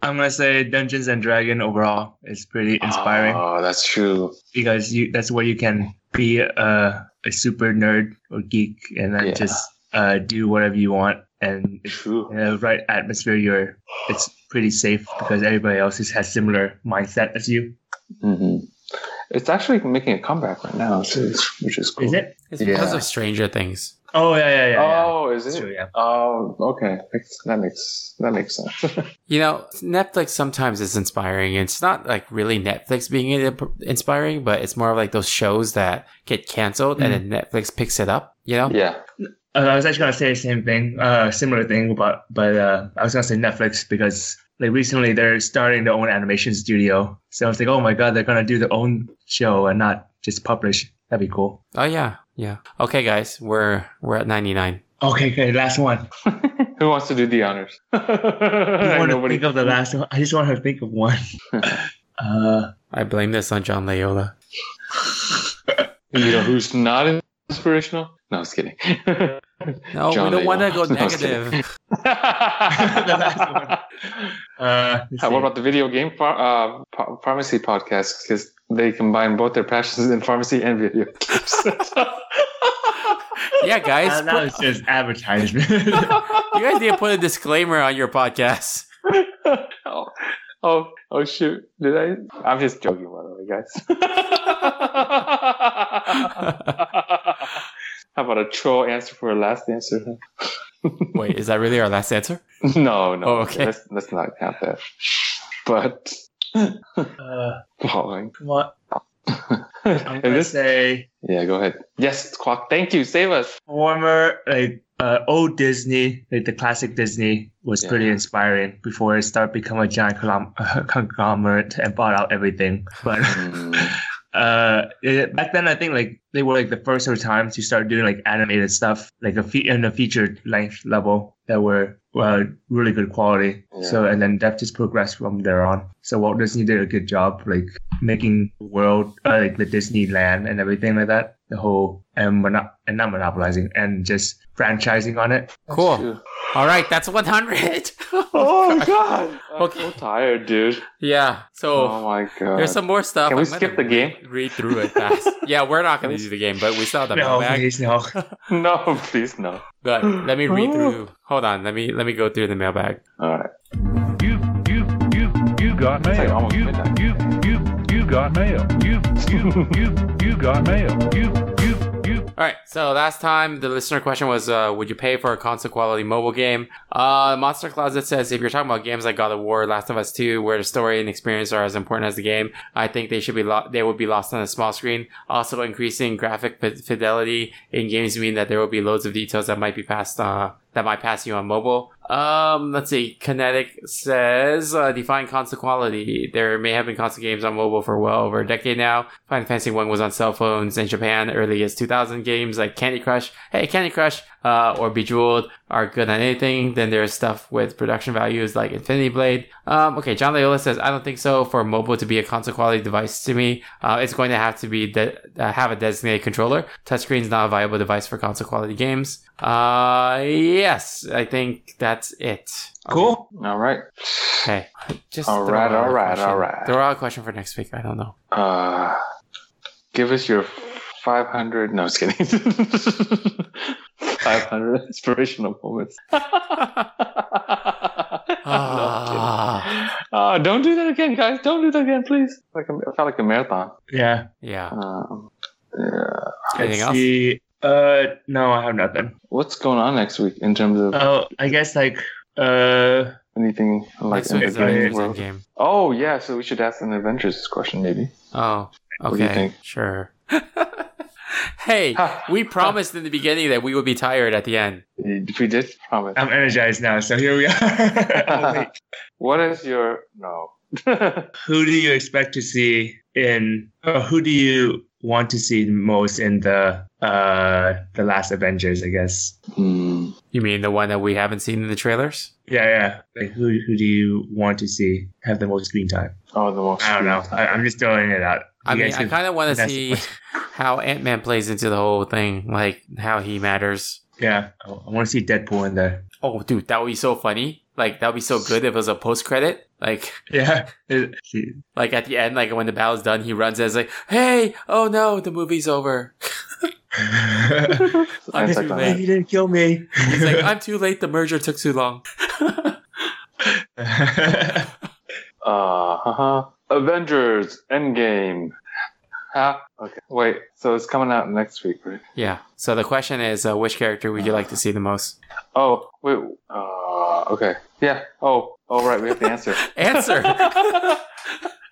[SPEAKER 6] I'm gonna say Dungeons and Dragon overall is pretty
[SPEAKER 5] Ah.
[SPEAKER 6] inspiring
[SPEAKER 7] Oh, that's true.
[SPEAKER 6] because you that's where you can be a, a super nerd or geek and then
[SPEAKER 7] Yeah.
[SPEAKER 6] just uh, do whatever you want and it's
[SPEAKER 7] True.
[SPEAKER 6] in the right atmosphere you're it's pretty safe because everybody else is, has similar mindset as you.
[SPEAKER 7] hmm It's actually making a comeback right now, which is, which is cool.
[SPEAKER 6] Is it?
[SPEAKER 5] it's because
[SPEAKER 7] Yeah.
[SPEAKER 5] of Stranger Things.
[SPEAKER 6] Oh yeah yeah yeah. yeah.
[SPEAKER 7] Oh, is
[SPEAKER 6] That's
[SPEAKER 7] it?
[SPEAKER 6] true, yeah.
[SPEAKER 7] Oh, okay. That makes that makes sense.
[SPEAKER 5] You know, Netflix sometimes is inspiring. It's not like really Netflix being in- inspiring, but it's more of like those shows that get canceled and then Netflix picks it up, you know?
[SPEAKER 7] Mm. yeah.
[SPEAKER 6] Uh, I was actually gonna say the same thing, uh, similar thing, but but uh, I was gonna say Netflix because like recently they're starting their own animation studio, so I was like, oh my god, they're gonna do their own show and not just publish. That'd be cool.
[SPEAKER 5] Oh yeah, yeah. Okay, guys, we're we're at 99.
[SPEAKER 6] Okay, okay, last one.
[SPEAKER 7] Who wants to do the honors?
[SPEAKER 6] I want to
[SPEAKER 7] Nobody.
[SPEAKER 6] think of the last one. I just want to think of one. uh,
[SPEAKER 5] I blame this on John Layola.
[SPEAKER 7] You know who's not inspirational? No, I was kidding.
[SPEAKER 5] No, we
[SPEAKER 7] John
[SPEAKER 5] don't want to go
[SPEAKER 7] Layola. No, I'm just
[SPEAKER 5] negative.
[SPEAKER 6] last uh, let's
[SPEAKER 7] Uh,
[SPEAKER 6] see.
[SPEAKER 7] what about the video game phar- uh, ph- pharmacy podcast? Because they combine both their passions in pharmacy and video games.
[SPEAKER 5] yeah, guys,
[SPEAKER 6] Uh, that was just advertisement.
[SPEAKER 5] put- you guys need to put a disclaimer on your podcast.
[SPEAKER 7] oh, oh, oh, shoot! Did I? I'm just joking, by the way, guys. How about a troll answer for a last answer?
[SPEAKER 5] Wait, is that really our last answer?
[SPEAKER 7] no, no.
[SPEAKER 5] Oh, okay.
[SPEAKER 7] Let's, let's not count that. But
[SPEAKER 6] uh,
[SPEAKER 7] following.
[SPEAKER 6] come on, I'm
[SPEAKER 7] And
[SPEAKER 6] gonna
[SPEAKER 7] this,
[SPEAKER 6] say.
[SPEAKER 7] yeah, go ahead. Yes, Quack. Thank you. Save us.
[SPEAKER 6] former like uh, old Disney, like the classic Disney, was
[SPEAKER 7] Yeah.
[SPEAKER 6] pretty inspiring before it started becoming a giant colum- conglomerate and bought out everything. But
[SPEAKER 7] Mm.
[SPEAKER 6] uh, it, back then, I think like they were like the first of time to start doing like animated stuff, like a fe- in a feature length level that were well really good quality.
[SPEAKER 7] Yeah.
[SPEAKER 6] So and then that just progressed from there on. So Walt Disney did a good job like making the world uh, like the Disneyland and everything like that. The whole and mono- and not monopolizing and just franchising on it.
[SPEAKER 5] Cool. All right, that's 100.
[SPEAKER 7] Oh my god! I'm
[SPEAKER 5] Okay.
[SPEAKER 7] so tired, dude.
[SPEAKER 5] yeah. So
[SPEAKER 7] Oh my god.
[SPEAKER 5] there's some more stuff.
[SPEAKER 7] Can we
[SPEAKER 5] I'm gonna
[SPEAKER 7] skip the
[SPEAKER 5] re-
[SPEAKER 7] game?
[SPEAKER 5] Read through it fast. yeah, we're not going to do the game, but we saw the
[SPEAKER 6] No,
[SPEAKER 5] mailbag.
[SPEAKER 6] please no.
[SPEAKER 7] No, please no.
[SPEAKER 5] But let me read through. Hold on. Let me let me go through the mailbag.
[SPEAKER 7] All right.
[SPEAKER 10] You, you, you, you got
[SPEAKER 7] It's like
[SPEAKER 10] mail.
[SPEAKER 7] almost
[SPEAKER 10] You,
[SPEAKER 7] midnight.
[SPEAKER 10] you, you, you got mail. You, you, you, you got mail. You, you, you,
[SPEAKER 5] All right. So last time the listener question was, uh, would you pay for a console quality mobile game? Uh, Monster Closet says, if you're talking about games like God of War, Last of Us 2, where the story and experience are as important as the game, I think they should be lo- they would be lost on a small screen. Also, increasing graphic fi- fidelity in games mean that there will be loads of details that might be passed uh, that might pass you on mobile. Um, let's see. Kinetic says, uh, define console quality. There may have been console games on mobile for well over a decade now. Final Fantasy 1 was on cell phones in Japan early as 2000. Games like Candy Crush, hey, Candy Crush, uh, or Bejeweled are good on anything. Then there's stuff with production values like Infinity Blade. Um, okay, John Loyola says, I don't think so for mobile to be a console quality device to me. Uh, it's going to have to be de- uh, have a designated controller. Touchscreen is not a viable device for console quality games. Uh, yes, I think that's it.
[SPEAKER 6] Cool.
[SPEAKER 7] All right.
[SPEAKER 5] Okay. Just
[SPEAKER 7] All
[SPEAKER 5] throw out
[SPEAKER 7] right,
[SPEAKER 5] a
[SPEAKER 7] all right,
[SPEAKER 5] question.
[SPEAKER 7] all right.
[SPEAKER 5] Throw out a question for next week. I don't know.
[SPEAKER 7] Uh, give us your 500. No, it's kidding. 500 inspirational moments.
[SPEAKER 5] Ah,
[SPEAKER 7] Oh, don't do that again, guys. Don't do that again, please. Like a, it felt like a marathon.
[SPEAKER 6] Yeah.
[SPEAKER 5] yeah.
[SPEAKER 7] Um, yeah.
[SPEAKER 5] Anything
[SPEAKER 6] Let's
[SPEAKER 5] else?
[SPEAKER 6] see. Uh, no, I have nothing.
[SPEAKER 7] What's going on next week in terms of
[SPEAKER 6] Oh, I guess like uh,
[SPEAKER 7] anything like
[SPEAKER 5] Next week is
[SPEAKER 6] an
[SPEAKER 7] entertainment
[SPEAKER 6] Avengers
[SPEAKER 5] Avengers
[SPEAKER 7] world?
[SPEAKER 5] Endgame.
[SPEAKER 7] Oh yeah, so we should ask an adventures question maybe.
[SPEAKER 5] Oh, okay.
[SPEAKER 7] do you think?
[SPEAKER 5] Sure. hey, we promised in the beginning that we would be tired at the end.
[SPEAKER 7] We did promise.
[SPEAKER 6] I'm energized now, so here we are. Oh, wait.
[SPEAKER 7] What is your no?
[SPEAKER 6] Who do you expect to see in? Or who do you want to see most in the uh the last Avengers? I guess.
[SPEAKER 7] Hmm.
[SPEAKER 5] You mean the one that we haven't seen in the trailers?
[SPEAKER 6] Yeah, yeah. Like who who do you want to see have the most screen time?
[SPEAKER 7] Oh, the most.
[SPEAKER 6] I don't know. I, I'm just throwing it out.
[SPEAKER 5] I
[SPEAKER 6] You
[SPEAKER 5] mean,
[SPEAKER 6] guys
[SPEAKER 5] I
[SPEAKER 6] can-
[SPEAKER 5] kind of want to
[SPEAKER 6] that's the
[SPEAKER 5] see how Ant Man plays into the whole thing, like how he matters.
[SPEAKER 6] yeah, I, want to see Deadpool in there.
[SPEAKER 5] Oh, dude, that would be so funny. Like that would be so good if it was a post credit. Like,
[SPEAKER 6] Yeah,
[SPEAKER 5] like at the end, like when the battle's done, he runs as like, "Hey, oh no, the movie's over." I'm
[SPEAKER 7] That's
[SPEAKER 5] too
[SPEAKER 7] like
[SPEAKER 5] late.
[SPEAKER 6] "Oh, you didn't kill me.
[SPEAKER 5] He's like, "I'm too late. The merger took too long."
[SPEAKER 7] Uh huh. Avengers Endgame. Huh? Okay. Wait. So it's coming out next week, right?
[SPEAKER 5] Yeah. So the question is, uh, which character would you like to see the most?
[SPEAKER 7] Oh wait. Uh. Okay. Yeah. Oh. Oh right. We have the answer.
[SPEAKER 5] Answer.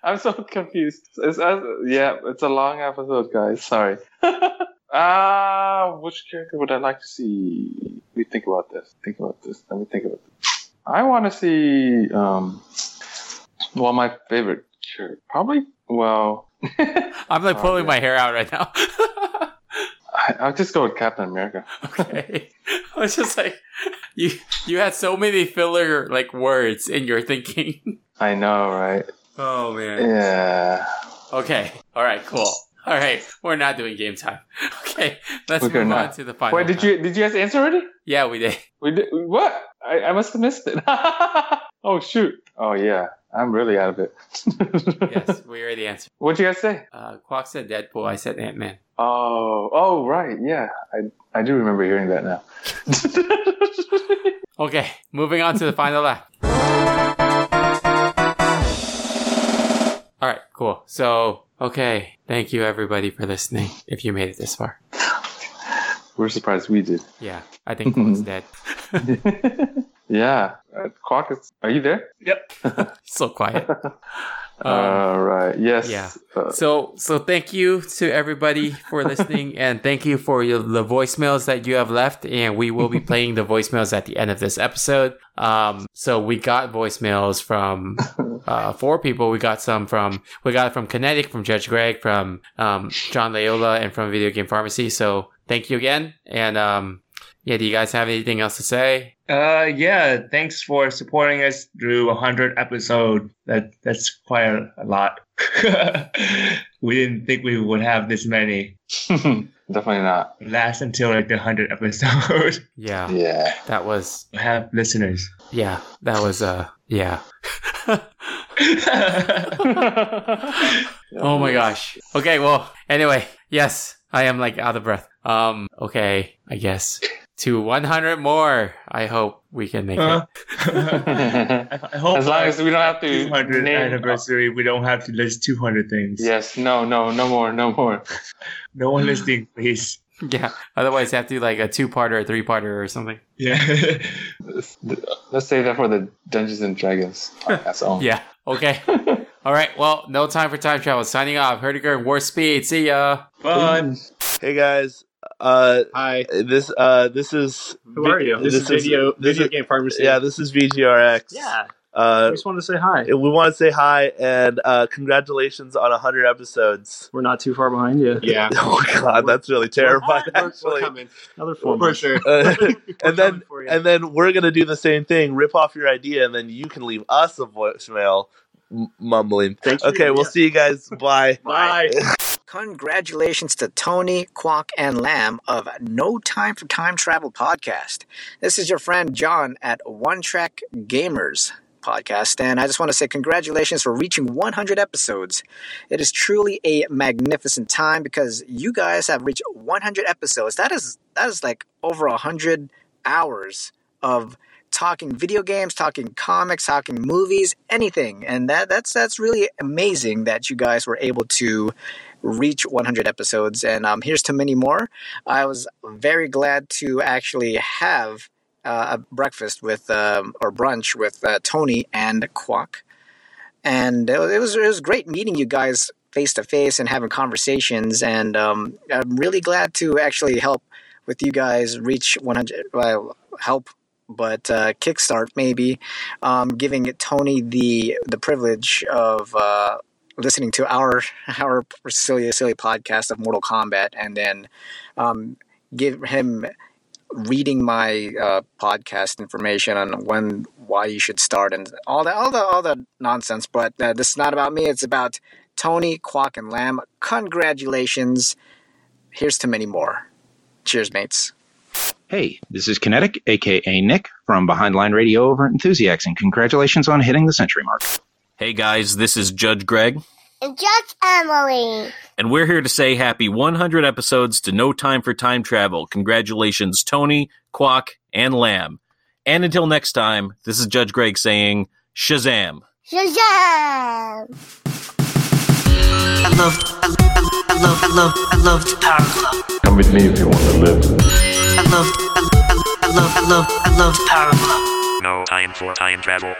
[SPEAKER 7] I'm so confused. It's, uh, yeah, it's a long episode, guys. Sorry. Ah, which character would I like to see? Let me think about this. Think about this. Let me think about this. I want to see. Um, well, my favorite character, probably. Well,
[SPEAKER 5] I'm like
[SPEAKER 7] Oh,
[SPEAKER 5] pulling
[SPEAKER 7] yeah.
[SPEAKER 5] my hair out right now.
[SPEAKER 7] I, I'll just go with Captain America.
[SPEAKER 5] okay. I was just like, you you had so many filler like words in your thinking.
[SPEAKER 7] I know, right?
[SPEAKER 5] Oh man.
[SPEAKER 7] Yeah.
[SPEAKER 5] Okay. All right. Cool. All right. We're not doing game time. Okay. Let's
[SPEAKER 7] Okay,
[SPEAKER 5] move
[SPEAKER 7] no.
[SPEAKER 5] on to the final.
[SPEAKER 7] Wait,
[SPEAKER 5] round.
[SPEAKER 7] did you did you guys answer already?
[SPEAKER 5] Yeah, we did.
[SPEAKER 7] We did what? I, I must have missed it. oh shoot! Oh yeah, I'm really out of it.
[SPEAKER 5] Yes, we already answered.
[SPEAKER 7] What'd you guys say?
[SPEAKER 5] Uh, Quark said Deadpool. I said Ant Man.
[SPEAKER 7] Oh, oh, right, yeah. I I do remember hearing that now.
[SPEAKER 5] Okay. Moving on to the final lap. All right. Cool. So, okay. Thank you everybody for listening. If you made it this far.
[SPEAKER 7] We're surprised we did.
[SPEAKER 5] Yeah, I think Quark's dead.
[SPEAKER 7] yeah, uh, Quark is. Are you there?
[SPEAKER 5] so quiet. Um,
[SPEAKER 7] All right. Yes.
[SPEAKER 5] yeah.
[SPEAKER 7] Uh,
[SPEAKER 5] so so thank you to everybody for listening and thank you for your, the voicemails that you have left and we will be playing the voicemails at the end of this episode um so we got voicemails from uh four people we got some from we got it from kinetic from judge greg from um john layola and from video game pharmacy so thank you again and um yeah do you guys have anything else to say
[SPEAKER 6] Uh, yeah. Thanks for supporting us through 100 episode. That that's quite a, a lot. we didn't think we would have this many.
[SPEAKER 7] definitely not.
[SPEAKER 6] Last until like the 100 episode.
[SPEAKER 5] yeah
[SPEAKER 7] Yeah.
[SPEAKER 5] that was
[SPEAKER 6] have listeners.
[SPEAKER 5] yeah that was uh yeah Oh my gosh. Okay, well, anyway, yes, I am like out of breath. Um, okay, I guess to 100 more. I hope we can make
[SPEAKER 6] Huh?
[SPEAKER 5] it.
[SPEAKER 6] I I hope
[SPEAKER 7] as long as we don't have to
[SPEAKER 6] 200
[SPEAKER 7] name-
[SPEAKER 6] anniversary, we don't have to list 200 things.
[SPEAKER 7] Yes. No. No. No more. No more.
[SPEAKER 6] No one listening, please.
[SPEAKER 5] Yeah. Otherwise, you have to do like a two-parter, a three-parter, or something.
[SPEAKER 6] Yeah.
[SPEAKER 8] Let's save that for the Dungeons and Dragons podcast. only.
[SPEAKER 5] Yeah. Okay. All right. Well, no time for time travel. Signing off. Herdiger, War Speed. See ya.
[SPEAKER 6] Fun.
[SPEAKER 11] Hey guys. Uh,
[SPEAKER 12] Hi.
[SPEAKER 11] this uh, this is
[SPEAKER 12] Who are you? This, is video
[SPEAKER 11] this
[SPEAKER 12] video
[SPEAKER 11] is-
[SPEAKER 12] game pharmacy.
[SPEAKER 11] Yeah, this is VGRX.
[SPEAKER 12] Yeah. I
[SPEAKER 11] Uh,
[SPEAKER 12] just wanted to say hi.
[SPEAKER 11] we want to say hi and uh, congratulations on hundred episodes.
[SPEAKER 12] We're not too far behind you.
[SPEAKER 11] Yeah. Oh God, that's really terrifying.
[SPEAKER 12] We're- We're,
[SPEAKER 11] Actually.
[SPEAKER 12] coming. Another four
[SPEAKER 11] For
[SPEAKER 12] months.
[SPEAKER 11] sure. Uh,
[SPEAKER 12] We're
[SPEAKER 11] and
[SPEAKER 12] coming
[SPEAKER 11] then
[SPEAKER 12] for you.
[SPEAKER 11] and then we're gonna do the same thing. Rip off your idea, and then you can leave us a voicemail m- mumbling.
[SPEAKER 12] Thanks for
[SPEAKER 11] okay,
[SPEAKER 12] your
[SPEAKER 11] we'll
[SPEAKER 12] idea.
[SPEAKER 11] see you guys. Bye.
[SPEAKER 12] Bye.
[SPEAKER 13] Congratulations to Tony, Kwok, and Lamb of No Time for Time Travel podcast. This is your friend John at One Track Gamers podcast, and I just want to say congratulations for reaching 100 episodes. It is truly a magnificent time because you guys have reached 100 episodes. That is that is like over 100 hours of talking video games, talking comics, talking movies, anything. And that that's that's really amazing that you guys were able to reach 100 episodes, and um, here's to many more. I was very glad to actually have uh, a breakfast with um, or brunch with uh, Tony and Quack, and it was, it was it was great meeting you guys face to face and having conversations, and um, I'm really glad to actually help with you guys reach 100. Well, help. But uh, kickstart maybe um, giving Tony the the privilege of uh, listening to our our silly silly podcast of Mortal Kombat, and then um, give him reading my uh, podcast information on when why you should start and all that all the all the nonsense. But uh, this is not about me. It's about Tony Quack and Lamb. Congratulations! Here's to many more. Cheers, mates.
[SPEAKER 14] Hey, this is Kinetic, aka Nick, from Behind Line Radio over at Enthusiacs, and congratulations on hitting the century mark.
[SPEAKER 15] Hey guys, this is Judge Greg,
[SPEAKER 16] And Judge Emily.
[SPEAKER 15] and we're here to say happy 100 episodes to No Time for Time Travel. Congratulations, Tony, Quack, and Lamb. And until next time, this is Judge Greg saying, Shazam.
[SPEAKER 16] Shazam!
[SPEAKER 2] I loved, I, I, I loved, I loved, I loved Power Glove.
[SPEAKER 3] Come with me if you want to live.
[SPEAKER 2] I loved, I, I, I loved, I loved, I loved Power Glove.
[SPEAKER 4] No time for time travel.